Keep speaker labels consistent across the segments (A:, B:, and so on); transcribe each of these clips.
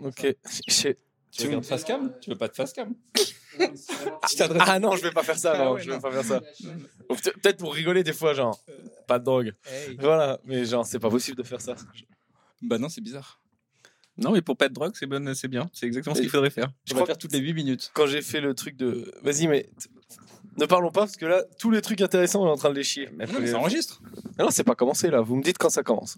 A: Ok. J'ai-
B: Tu veux
A: Tu-
B: garder face cam Tu veux pas de face cam
A: Tu t'adresses- Ah non, je vais pas faire ça.
C: Ah
A: non,
C: ouais,
A: je vais
C: non.
A: pas faire ça. Ou peut- Peut-être pour rigoler des fois, genre. Pas de drogue.
C: Hey.
A: Voilà, mais genre, c'est pas possible de faire ça. Je-
D: Bah non, c'est bizarre. Non, mais pour pas de drogue, c'est bon, c'est bien. C'est exactement ce qu'il faudrait faire.
B: Je
A: crois
B: vais faire toutes les 8 minutes.
A: Quand j'ai fait le truc de. Vas-y, mais. t- Ne parlons pas parce que là, tous les trucs intéressants, on est en train de les chier. Mais
D: Non, mais
A: faut-
D: ça enregistre.
A: Ah non, c'est pas commencé là. Vous me dites quand ça commence.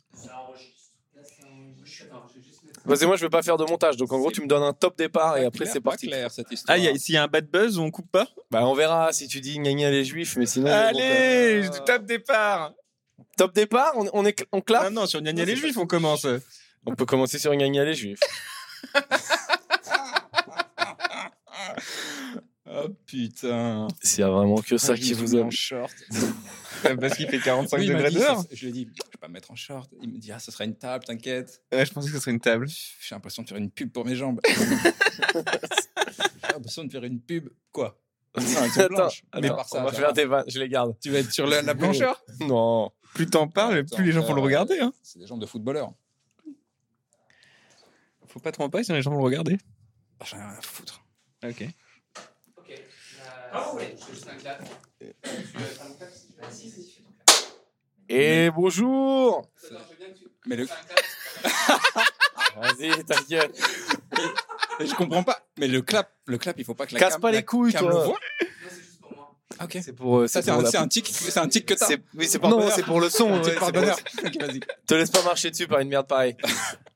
A: Parce que moi, je vais pas faire de montage. Donc en gros,
B: C'est
A: tu me donnes un top départ et après, c'est
B: pas
A: parti.
B: clair cette histoire.
D: Ah, il y a- s'il y a un bad buzz, on coupe pas
A: Bah, on verra si tu dis gna gna les juifs, mais sinon.
D: Allez,
A: bon,
D: top départ
A: Top départ, on, on, est, on claque
D: Ah non, sur Gnagna les Juifs, on commence.
A: On peut commencer sur gna gna les juifs.
D: Oh putain.
A: S'il y a vraiment que
D: Ah,
A: ça qui vous aime.
D: en short. Parce qu'il fait 45
B: Oui, il m'a
D: degrés
B: dit,
D: dehors.
B: ça- Je lui ai dit, je vais pas me mettre en short. Il me dit, ah, ça sera une table, t'inquiète.
D: Ouais, je pensais que ce serait une table.
B: J'ai l'impression de faire une pub pour mes jambes. J'ai l'impression de faire une pub. Quoi Non, elles sont
A: Attends,
B: blanches. Mais
A: attends,
B: par ça,
A: on va
B: ça
A: faire
B: va.
A: des vannes, je les garde.
B: Tu vas être sur la, la blancheur
A: Non.
D: Plus t'en parles, plus les gens vont le regarder. Hein.
B: C'est des jambes de footballeurs.
D: Faut pas te pas sinon les gens vont le regarder.
B: Ah, J'en ai rien à foutre.
D: Ok.
B: Ah
A: Et bonjour
B: Mais le,
A: Vas-y, t'inquiète.
B: je comprends pas. Mais le clap, le clap, il faut pas que la
A: Casse
B: cam-
A: pas les
B: la
A: couilles,
B: cam
A: toi.
B: le voit. Ah, Ok.
A: C'est pour. euh,
B: Ça, c'est
A: pour
B: un,
A: la-
B: c'est un tic, c'est un tic que t'as.
A: C'est- Oui, c'est par
B: Non,
A: bonheur.
B: c'est
A: pour le son.
B: Un tic par bonheur. Ok, vas-y.
A: Te laisse pas marcher dessus par une merde pareille.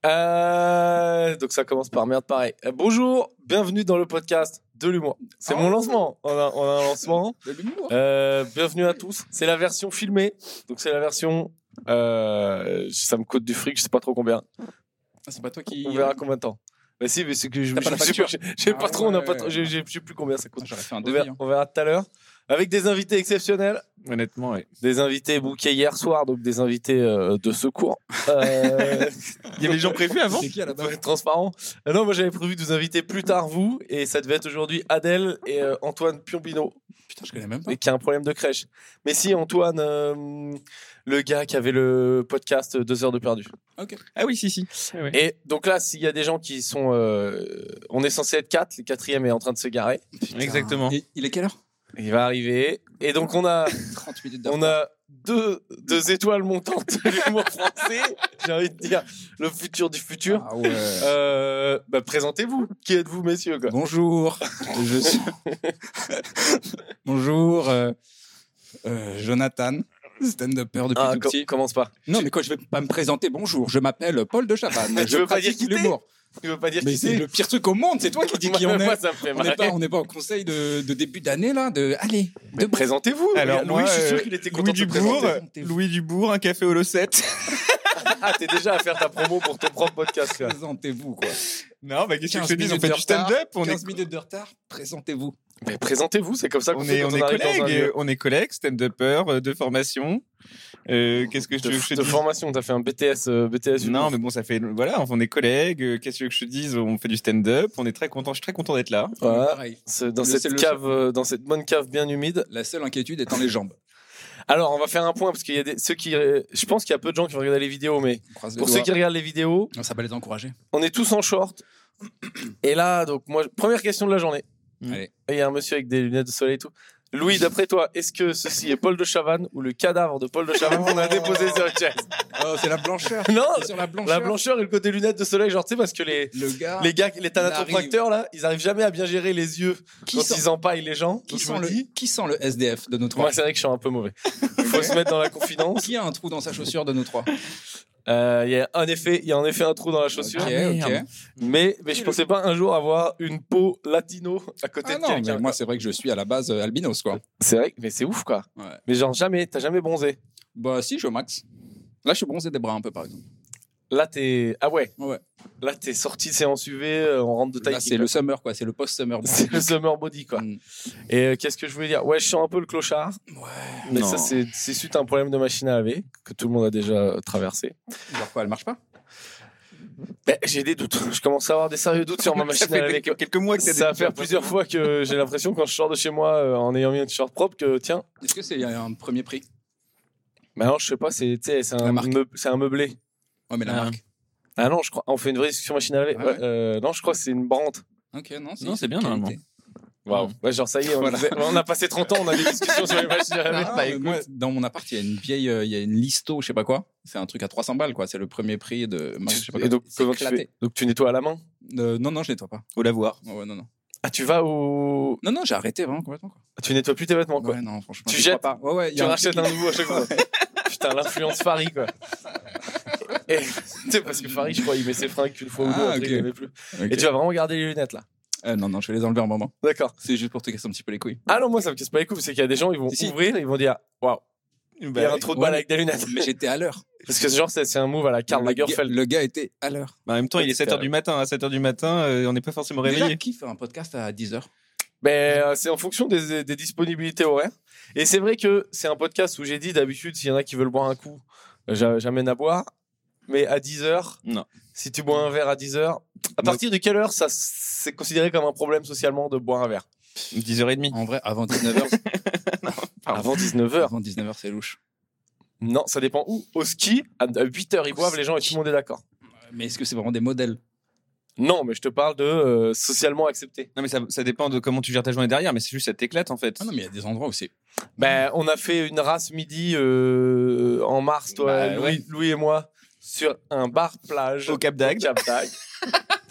A: Euh, donc ça commence par merde pareille. Euh, bonjour, bienvenue dans le podcast de l'humour. C'est
B: Ah.
A: mon lancement. On a, on a un lancement.
B: De l'humour.
A: Euh, bienvenue à tous. C'est la version filmée. Donc c'est la version. euh, ça me coûte du fric, je sais pas trop combien.
B: Ah, C'est pas toi qui.
A: On verra combien de temps. Mais si, mais c'est que je
B: T'as pas la
A: je sais
B: facture.
A: j'ai- j'ai
B: Ah
A: pas trop, on a
B: ouais.
A: pas trop, j'ai- j'ai- je sais plus combien ça coûte.
B: Ah, J'aurais fait un
A: On
B: devis.
A: verra,
B: hein.
A: on verra tout à l'heure. Avec des invités exceptionnels,
D: Honnêtement, ouais.
A: des invités bouquets hier soir, donc des invités euh, de secours. Euh,
D: Il y avait des gens prévus avant
B: C'est qui à la
A: pour
B: base
A: être transparent. Euh, non, moi j'avais prévu de vous inviter plus tard vous, et ça devait être aujourd'hui Adèle et euh, Antoine Piombino,
B: Putain, je connais même pas.
A: mais qui a un problème de crèche. Mais si Antoine, euh, le gars qui avait le podcast euh, Deux heures de perdu.
D: Ah oui, si, si.
A: Et donc là, s'il y a des gens qui sont, euh, on est censé être quatre, le quatrième est en train de se garer.
D: Exactement.
B: Et il est quelle heure
A: Il va arriver. Et donc on a,
B: 30 minutes
A: on a deux, deux étoiles montantes de l'humour français. J'ai envie de dire le futur du futur.
B: Ah ouais.
A: Euh, bah, présentez-vous. Qui êtes-vous, messieurs quoi
B: Bonjour. je suis- Bonjour. euh, euh, Jonathan, stand-upper depuis
A: Ah,
B: tout
A: com-
B: petit.
A: commence pas.
B: Non, mais quoi, je vais pas me présenter. Bonjour, je m'appelle Paul de Chavannes.
A: Tu
B: je
A: veux pas
B: pratique
A: dire qui t'es
B: l'humour.
A: Tu veux pas dire
B: Mais
A: qui
B: c'est
A: c'est
B: le pire truc au monde. C'est toi qui dis qui on
A: Moi,
B: est.
A: ça me fait
B: On n'est
A: marrer.
B: pas, on n'est pas au conseil de, de début d'année là. De allez, de
A: Présentez-vous.
D: Alors,
A: Louis,
D: moi,
A: je suis
D: euh,
A: sûr qu'il était content
D: Louis
A: de se
D: Dubourg, euh,
A: présenter.
B: présenter.
D: Louis Dubourg, un café au 7.
A: Ah, t'es déjà à faire ta promo pour ton propre podcast. quoi.
B: présentez-vous quoi.
D: Non, bah qu'est-ce que je
B: 15
D: te dis On
B: minutes
D: fait
B: de
D: du stand-up, on
B: 15
D: est
B: minutes de retard. Présentez-vous.
A: Mais présentez-vous, c'est comme ça qu'on
D: on
A: fait
D: est,
A: quand
D: on est
A: arrive dans un
D: collègues,
A: lieu.
D: euh, on est collègues, stand-upper euh, de formation. Euh, qu'est-ce que je te, je te
A: De, de
D: dis
A: formation, t'as fait un BTS, euh, BTS.
D: Non, mais bon, ça fait voilà, on est collègues. euh, Qu'est-ce que je te dise On fait du stand-up. On est très content. Je suis très content d'être là.
A: Voilà.
B: Pareil.
A: C'est dans
B: Le- c'est
A: cette
B: le-
A: cave, euh, dans cette bonne cave bien humide.
B: La seule inquiétude étant les jambes.
A: Alors, on va faire un point parce qu'il y a des, ceux qui, euh, je pense qu'il y a peu de gens qui vont regarder les vidéos, mais
B: On croise les
A: pour
B: doigts.
A: ceux qui regardent les vidéos,
B: Non, ça va les encourager.
A: on est tous en short. Et là, donc moi, première question de la journée.
D: Mm.
B: Allez.
A: Et Il y a un monsieur avec des lunettes de soleil et tout. Louis, d'après toi, est-ce que ceci est Paul de Chavannes ou le cadavre de Paul de Chavannes qu'on a déposé sur une chaise
B: Oh, c'est la blancheur.
A: Non,
B: Et sur la blancheur.
A: la blancheur et le côté lunettes de soleil, genre tu sais parce que les
B: Le gars.
A: les gars, les thanatopracteurs là, ils arrivent jamais à bien gérer les yeux
B: Qui
A: quand
B: sent-
A: ils empaillent les gens.
B: Qui
A: Donc, je
B: sent,
A: me
B: le,
A: dis,
B: qui sent le SDF de nos trois
A: Moi, c'est vrai que je suis un peu mauvais. Faut se mettre dans la confidence.
B: Qui a un trou dans sa chaussure de nos trois
A: Euh, Il y a en effet, il y a en effet un trou dans la chaussure.
B: Ok,
D: merde.
B: ok.
A: Mais, mais je pensais pas un jour avoir une peau latino à côté
B: Ah
A: de
B: non,
A: quelqu'un.
B: mais moi, c'est vrai que je suis à la base euh, albinos, quoi.
A: C'est vrai, que- mais c'est ouf quoi.
B: Ouais.
A: Mais genre jamais, t'as jamais bronzé.
B: Bah, si, je suis au max. Là, je suis bronzé des bras un peu, par exemple.
A: Là t'es ah ouais.
B: Ouais.
A: Là t'es sorti séance UV, euh, on rentre de taille.
B: Là, c'est le summer, quoi. C'est le post-summer.
A: C'est le summer body quoi.
B: Mm.
A: Et euh, qu'est-ce que je voulais dire Ouais, je sens un peu le clochard.
B: Ouais.
A: Mais
D: Non.
A: ça c'est c'est suite à un problème de machine à laver que tout le monde a déjà euh, traversé.
B: Genre quoi, elle marche pas
A: Ben, j'ai des doutes. Je commence à avoir des sérieux doutes sur ma
D: ça
A: machine à
D: fait
A: laver.
D: quelques, quelques mois que t'as
A: Ça va
D: des-
A: faire plusieurs fois que j'ai l'impression quand je sors de chez moi euh, en ayant mis un t-shirt propre que tiens,
B: Est-ce que c'est un premier prix
A: mais alors Bah je sais pas, c'est tu sais, c'est un,
B: La marque.
A: meub- c'est un meublé.
B: Ouais, mais la
D: Ah.
B: marque.
A: Ah non, je crois. On fait une vraie discussion machine à laver.
B: Ah
A: Ouais,
B: ouais.
A: euh, non, je crois que c'est une brante.
B: Ok, non,
D: Non, c'est bien, normalement.
B: qualité.
A: Waouh. Ouais, genre ça y est, on,
B: Ah. Voilà.
A: disait- on a passé 30 ans, on a des discussions sur les machines à
B: Non,
A: laver.
B: non,
A: Bah,
B: Ah, mais
A: écoute.
B: moi, dans mon appart, il y a une vieille, euh, il y a une listo, je sais pas quoi. C'est un truc à 300 balles, quoi. C'est le premier prix de. je sais pas
A: Et
B: quoi.
A: donc,
B: C'est
A: comment tu
B: éclaté.
A: fais Donc, tu nettoies à la main
B: Euh, Non, non, je nettoie pas.
D: Au lavoir.
B: Ouais, ouais, non, non.
A: Ah, tu vas au.
B: Non, non, j'ai arrêté vraiment complètement. Quoi.
A: Tu nettoies plus tes vêtements, quoi.
B: Ouais, non, franchement.
A: Tu
B: j'y crois
A: jettes
B: pas. Ouais, ouais. il y
A: Tu
B: a un
A: rachètes
B: truc-
A: un nouveau à chaque fois. Putain, l'influence Farid, quoi. Et- Tu sais, parce que Farid, je crois, il met ses fringues qu'une fois ou deux,
B: Ah,
A: après,
B: ok.
A: il les met plus.
B: Ok.
A: Et tu vas vraiment garder les lunettes, là.
B: Euh, non, non, je vais les enlever un moment.
A: D'accord.
B: C'est juste pour te casser un petit peu les couilles.
A: Ah non, moi, ça me casse pas les couilles, c'est qu'il y a des gens, ils vont
B: Si, si.
A: ouvrir, ils vont dire, waouh,
D: Bah,
A: il y a un trou de balle
B: ouais.
A: avec des lunettes.
B: Mais j'étais à l'heure.
A: Parce que, genre, c'est c'est un move à la Karl
B: Le gars-
A: Lagerfeld.
B: Le gars était à l'heure.
D: Bah, en même temps, il est
A: C'était-
D: 7h du matin. À 7h du matin, euh, on n'est pas forcément
B: Déjà,
D: réveillé.
B: qui fait un podcast à 10h
A: Ben, euh, c'est en fonction des, des disponibilités horaires. Et c'est vrai que c'est un podcast où j'ai dit d'habitude, s'il y en a qui veulent boire un coup, euh, j'a- j'amène à boire. Mais à 10h,
D: Non.
A: si tu bois un verre à 10h, à partir de quelle heure ça c'est considéré comme un problème socialement de boire un verre
D: 10h30.
B: En vrai, avant 19h.
D: Pardon.
A: Avant 19h
B: avant 19h, c'est louche.
A: Non, ça dépend où. Au ski, à 8h, ils boivent, les gens et tout le monde est d'accord.
B: Mais est-ce que c'est vraiment des modèles
A: Non, mais je te parle de euh, socialement accepté.
D: Non, mais ça, ça dépend de comment tu gères ta journée derrière, mais c'est juste ça t'éclate en fait.
B: Ah non, mais il y a des endroits où c'est.
A: Ben, on a fait une race midi euh, en mars, toi,
D: Bah,
A: Louis,
D: ouais.
A: Louis et moi, sur un bar-plage
D: Au Cap d'Agde.
A: Cap d'Agde.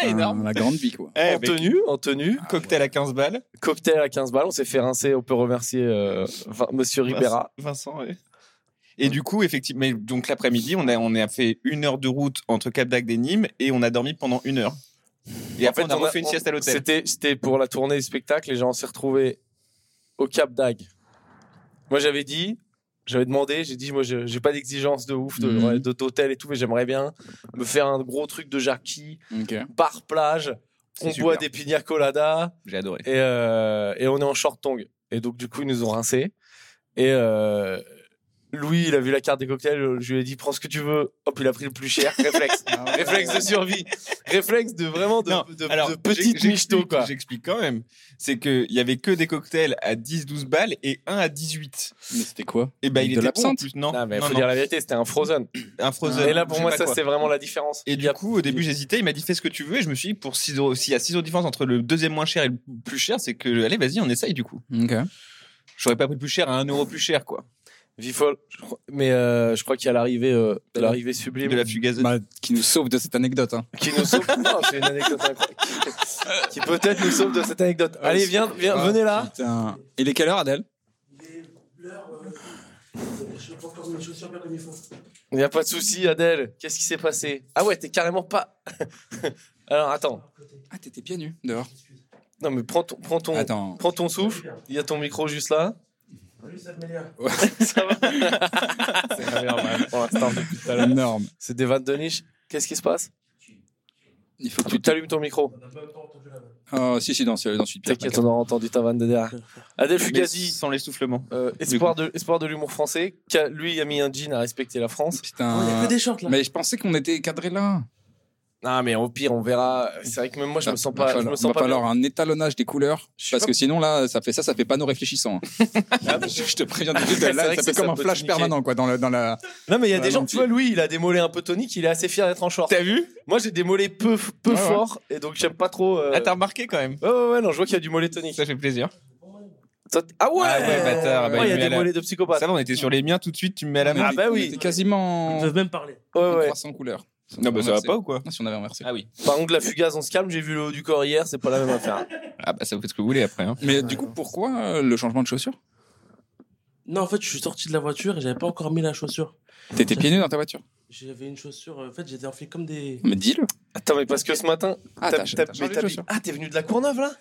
D: Énorme.
B: un- La grande vie, quoi.
D: Eh,
A: en
D: avec
A: tenue, en tenue.
D: cocktail à 15 balles.
A: Cocktail à 15 balles, on s'est fait rincer, on peut remercier euh, Vin- Monsieur Ribera.
D: Vincent, ouais. Et du coup, effectivement, mais donc l'après-midi, on a, on a fait une heure de route entre Cap d'Agde et Nîmes et on a dormi pendant une heure. Et
A: En
D: après,
A: fait,
D: on a
A: on a-
D: refait une
A: on-
D: sieste à l'hôtel.
A: C'était c'était pour la tournée du spectacle et genre, on s'est retrouvés au Cap d'Agde. Moi j'avais dit, j'avais demandé, j'ai dit moi je- j'ai pas d'exigence de ouf de-
B: Mhm.
A: ouais, de- d'hôtel et tout, mais j'aimerais bien me faire un gros truc de jarky,
B: Ok.
A: par plage,
D: C'est
A: on
D: super.
A: boit des pina coladas.
D: J'ai adoré.
A: et, euh, et on est en short tong. Et donc, du coup, ils nous ont rincés. Et euh, Louis, il a vu la carte des cocktails. Je lui ai dit, prends ce que tu veux. Hop, il a pris le plus cher. Réflexe.
B: Ah
A: Réflexe de survie. Réflexe de vraiment de,
D: Non,
A: de,
D: alors,
A: de petite
D: j'ai-
A: michto, quoi.
D: J'explique quand même. C'est qu'il y avait que des cocktails à 10-12 balles et un à 18.
B: Mais c'était quoi
D: Et ben,
B: Avec
D: il
B: de
D: était bon en
B: l'absinthe
D: plus. Non,
A: Non, mais
D: non,
A: faut
D: non.
A: dire la vérité, c'était un Frozen.
D: un Frozen.
A: et là,
D: je
A: pour
D: sais
A: moi,
D: pas
A: ça,
D: quoi.
A: c'est vraiment la différence.
D: Et
A: Il y
D: du
A: a-
D: coup, au début, j'hésitais. Il m'a dit fais ce que tu veux. Et je me suis dit, pour 6 euros, s'il y a 6 euros de différence entre le deuxième moins cher et le plus cher, c'est que, allez, vas-y, on essaye du coup.
B: Ok.
D: J'aurais pas pris le plus cher à 1 euro plus cher, quoi.
A: Vifol. je crois- Mais euh, je crois qu'il y a l'arrivée euh, de l'arrivée sublime.
D: De la fugaze.
B: Bah, qui nous sauve de cette anecdote. Hein.
A: qui nous sauve. Non, c'est une anecdote incroyable. Qui- Qui peut-être nous sauve de cette anecdote.
B: Ouais,
A: Allez,
B: c'est-
A: viens, viens,
B: Ah,
A: venez là.
B: putain. Il est quelle heure, Adèle
A: Il n'y a pas de souci, Adèle. Qu'est-ce qui s'est passé Ah ouais, t'es carrément pas. Alors attends.
B: Ah, t'étais pieds nus dehors.
A: Non mais prends ton, prends ton,
B: Attends.
A: prends ton souffle. Il y a ton micro juste là. Ça va C'est pas bien, ouais, pour l'instant.
B: Énorme.
A: C'est des vannes de niche. Qu'est-ce qui se passe Ah,
B: Il faut que
A: Tu
B: tu.
A: t'allumes ton micro.
B: Oh, si, si, dans, c'est- dans Suite Pierre.
A: T'inquiète, on aura entendu ta vanne de derrière. Adèle Fugazi,
D: Sans l'essoufflement.
A: euh, espoir de espoir de l'humour français. qui a- Lui, il a mis un jean à respecter la France.
B: Putain. Mais je pensais qu'on était cadré là. Ah,
A: Non Ah, mais au pire, on verra. C'est vrai que même moi, je me sens pas. Je me sens
B: va
A: pas. bien.
B: falloir un étalonnage des couleurs.
A: Je suis
B: Parce
A: pas- Ah,
B: que sinon, là, ça fait ça, ça fait panneau réfléchissant. hein. je je te préviens tout de suite,
A: C'est
B: là,
A: vrai
B: ça
A: que
B: fait
A: ça,
B: comme
A: ça
B: un
A: peut te
B: flash
A: niquer.
B: permanent, quoi, dans la. Dans la...
A: Non, mais il y a
B: Ouais,
A: des gens,
B: donc
A: tu vois, lui, il a démolé un peu tonique, il est assez fier d'être en short.
D: T'as vu
A: Moi, j'ai démolé peu, peu
B: Ouais, ouais.
A: fort, et donc j'aime pas trop. euh,
D: Ah, t'as remarqué quand même.
A: Ouais, ouais, ouais, non, je vois qu'il y a du mollet tonique.
D: Ça fait plaisir.
A: Toi, t- Ah ouais,
D: Ah ouais, bâtard, bah,
A: Ouais,
D: il
A: il y a
D: me met
A: des
D: à la-
A: mollets de psychopathe.
D: Ça va, on était sur les miens tout de suite, tu me mets à la main.
A: Ah bah
B: on
A: oui.
B: était quasiment.
C: Ils peuvent même parler.
A: Ouais, ouais.
B: 300 couleurs. Si on
D: Non, bah
B: avait
D: ça va
B: inversé.
D: pas ou quoi
B: Non, Si on avait inversé.
D: Ah oui.
A: Par contre, la fugace, on se calme, j'ai vu le haut du corps hier, c'est pas la même affaire.
D: Ah bah ça vous fait ce que vous voulez après. Hein.
B: Mais du coup, pourquoi euh, le changement de chaussures
C: Non, en fait, je suis sorti de la voiture et j'avais pas encore mis la chaussure.
B: T'étais pieds nus dans ta voiture
C: J'avais une chaussure. En fait, j'étais enfilé comme des.
B: Mais dis-le.
A: Attends, mais parce que ce matin.
B: Ah,
A: t'as- t'as-
B: t'as t'as
A: mais
B: changé de
A: t'as-
B: chaussures.
A: Ah, t'es venu de la Courneuve là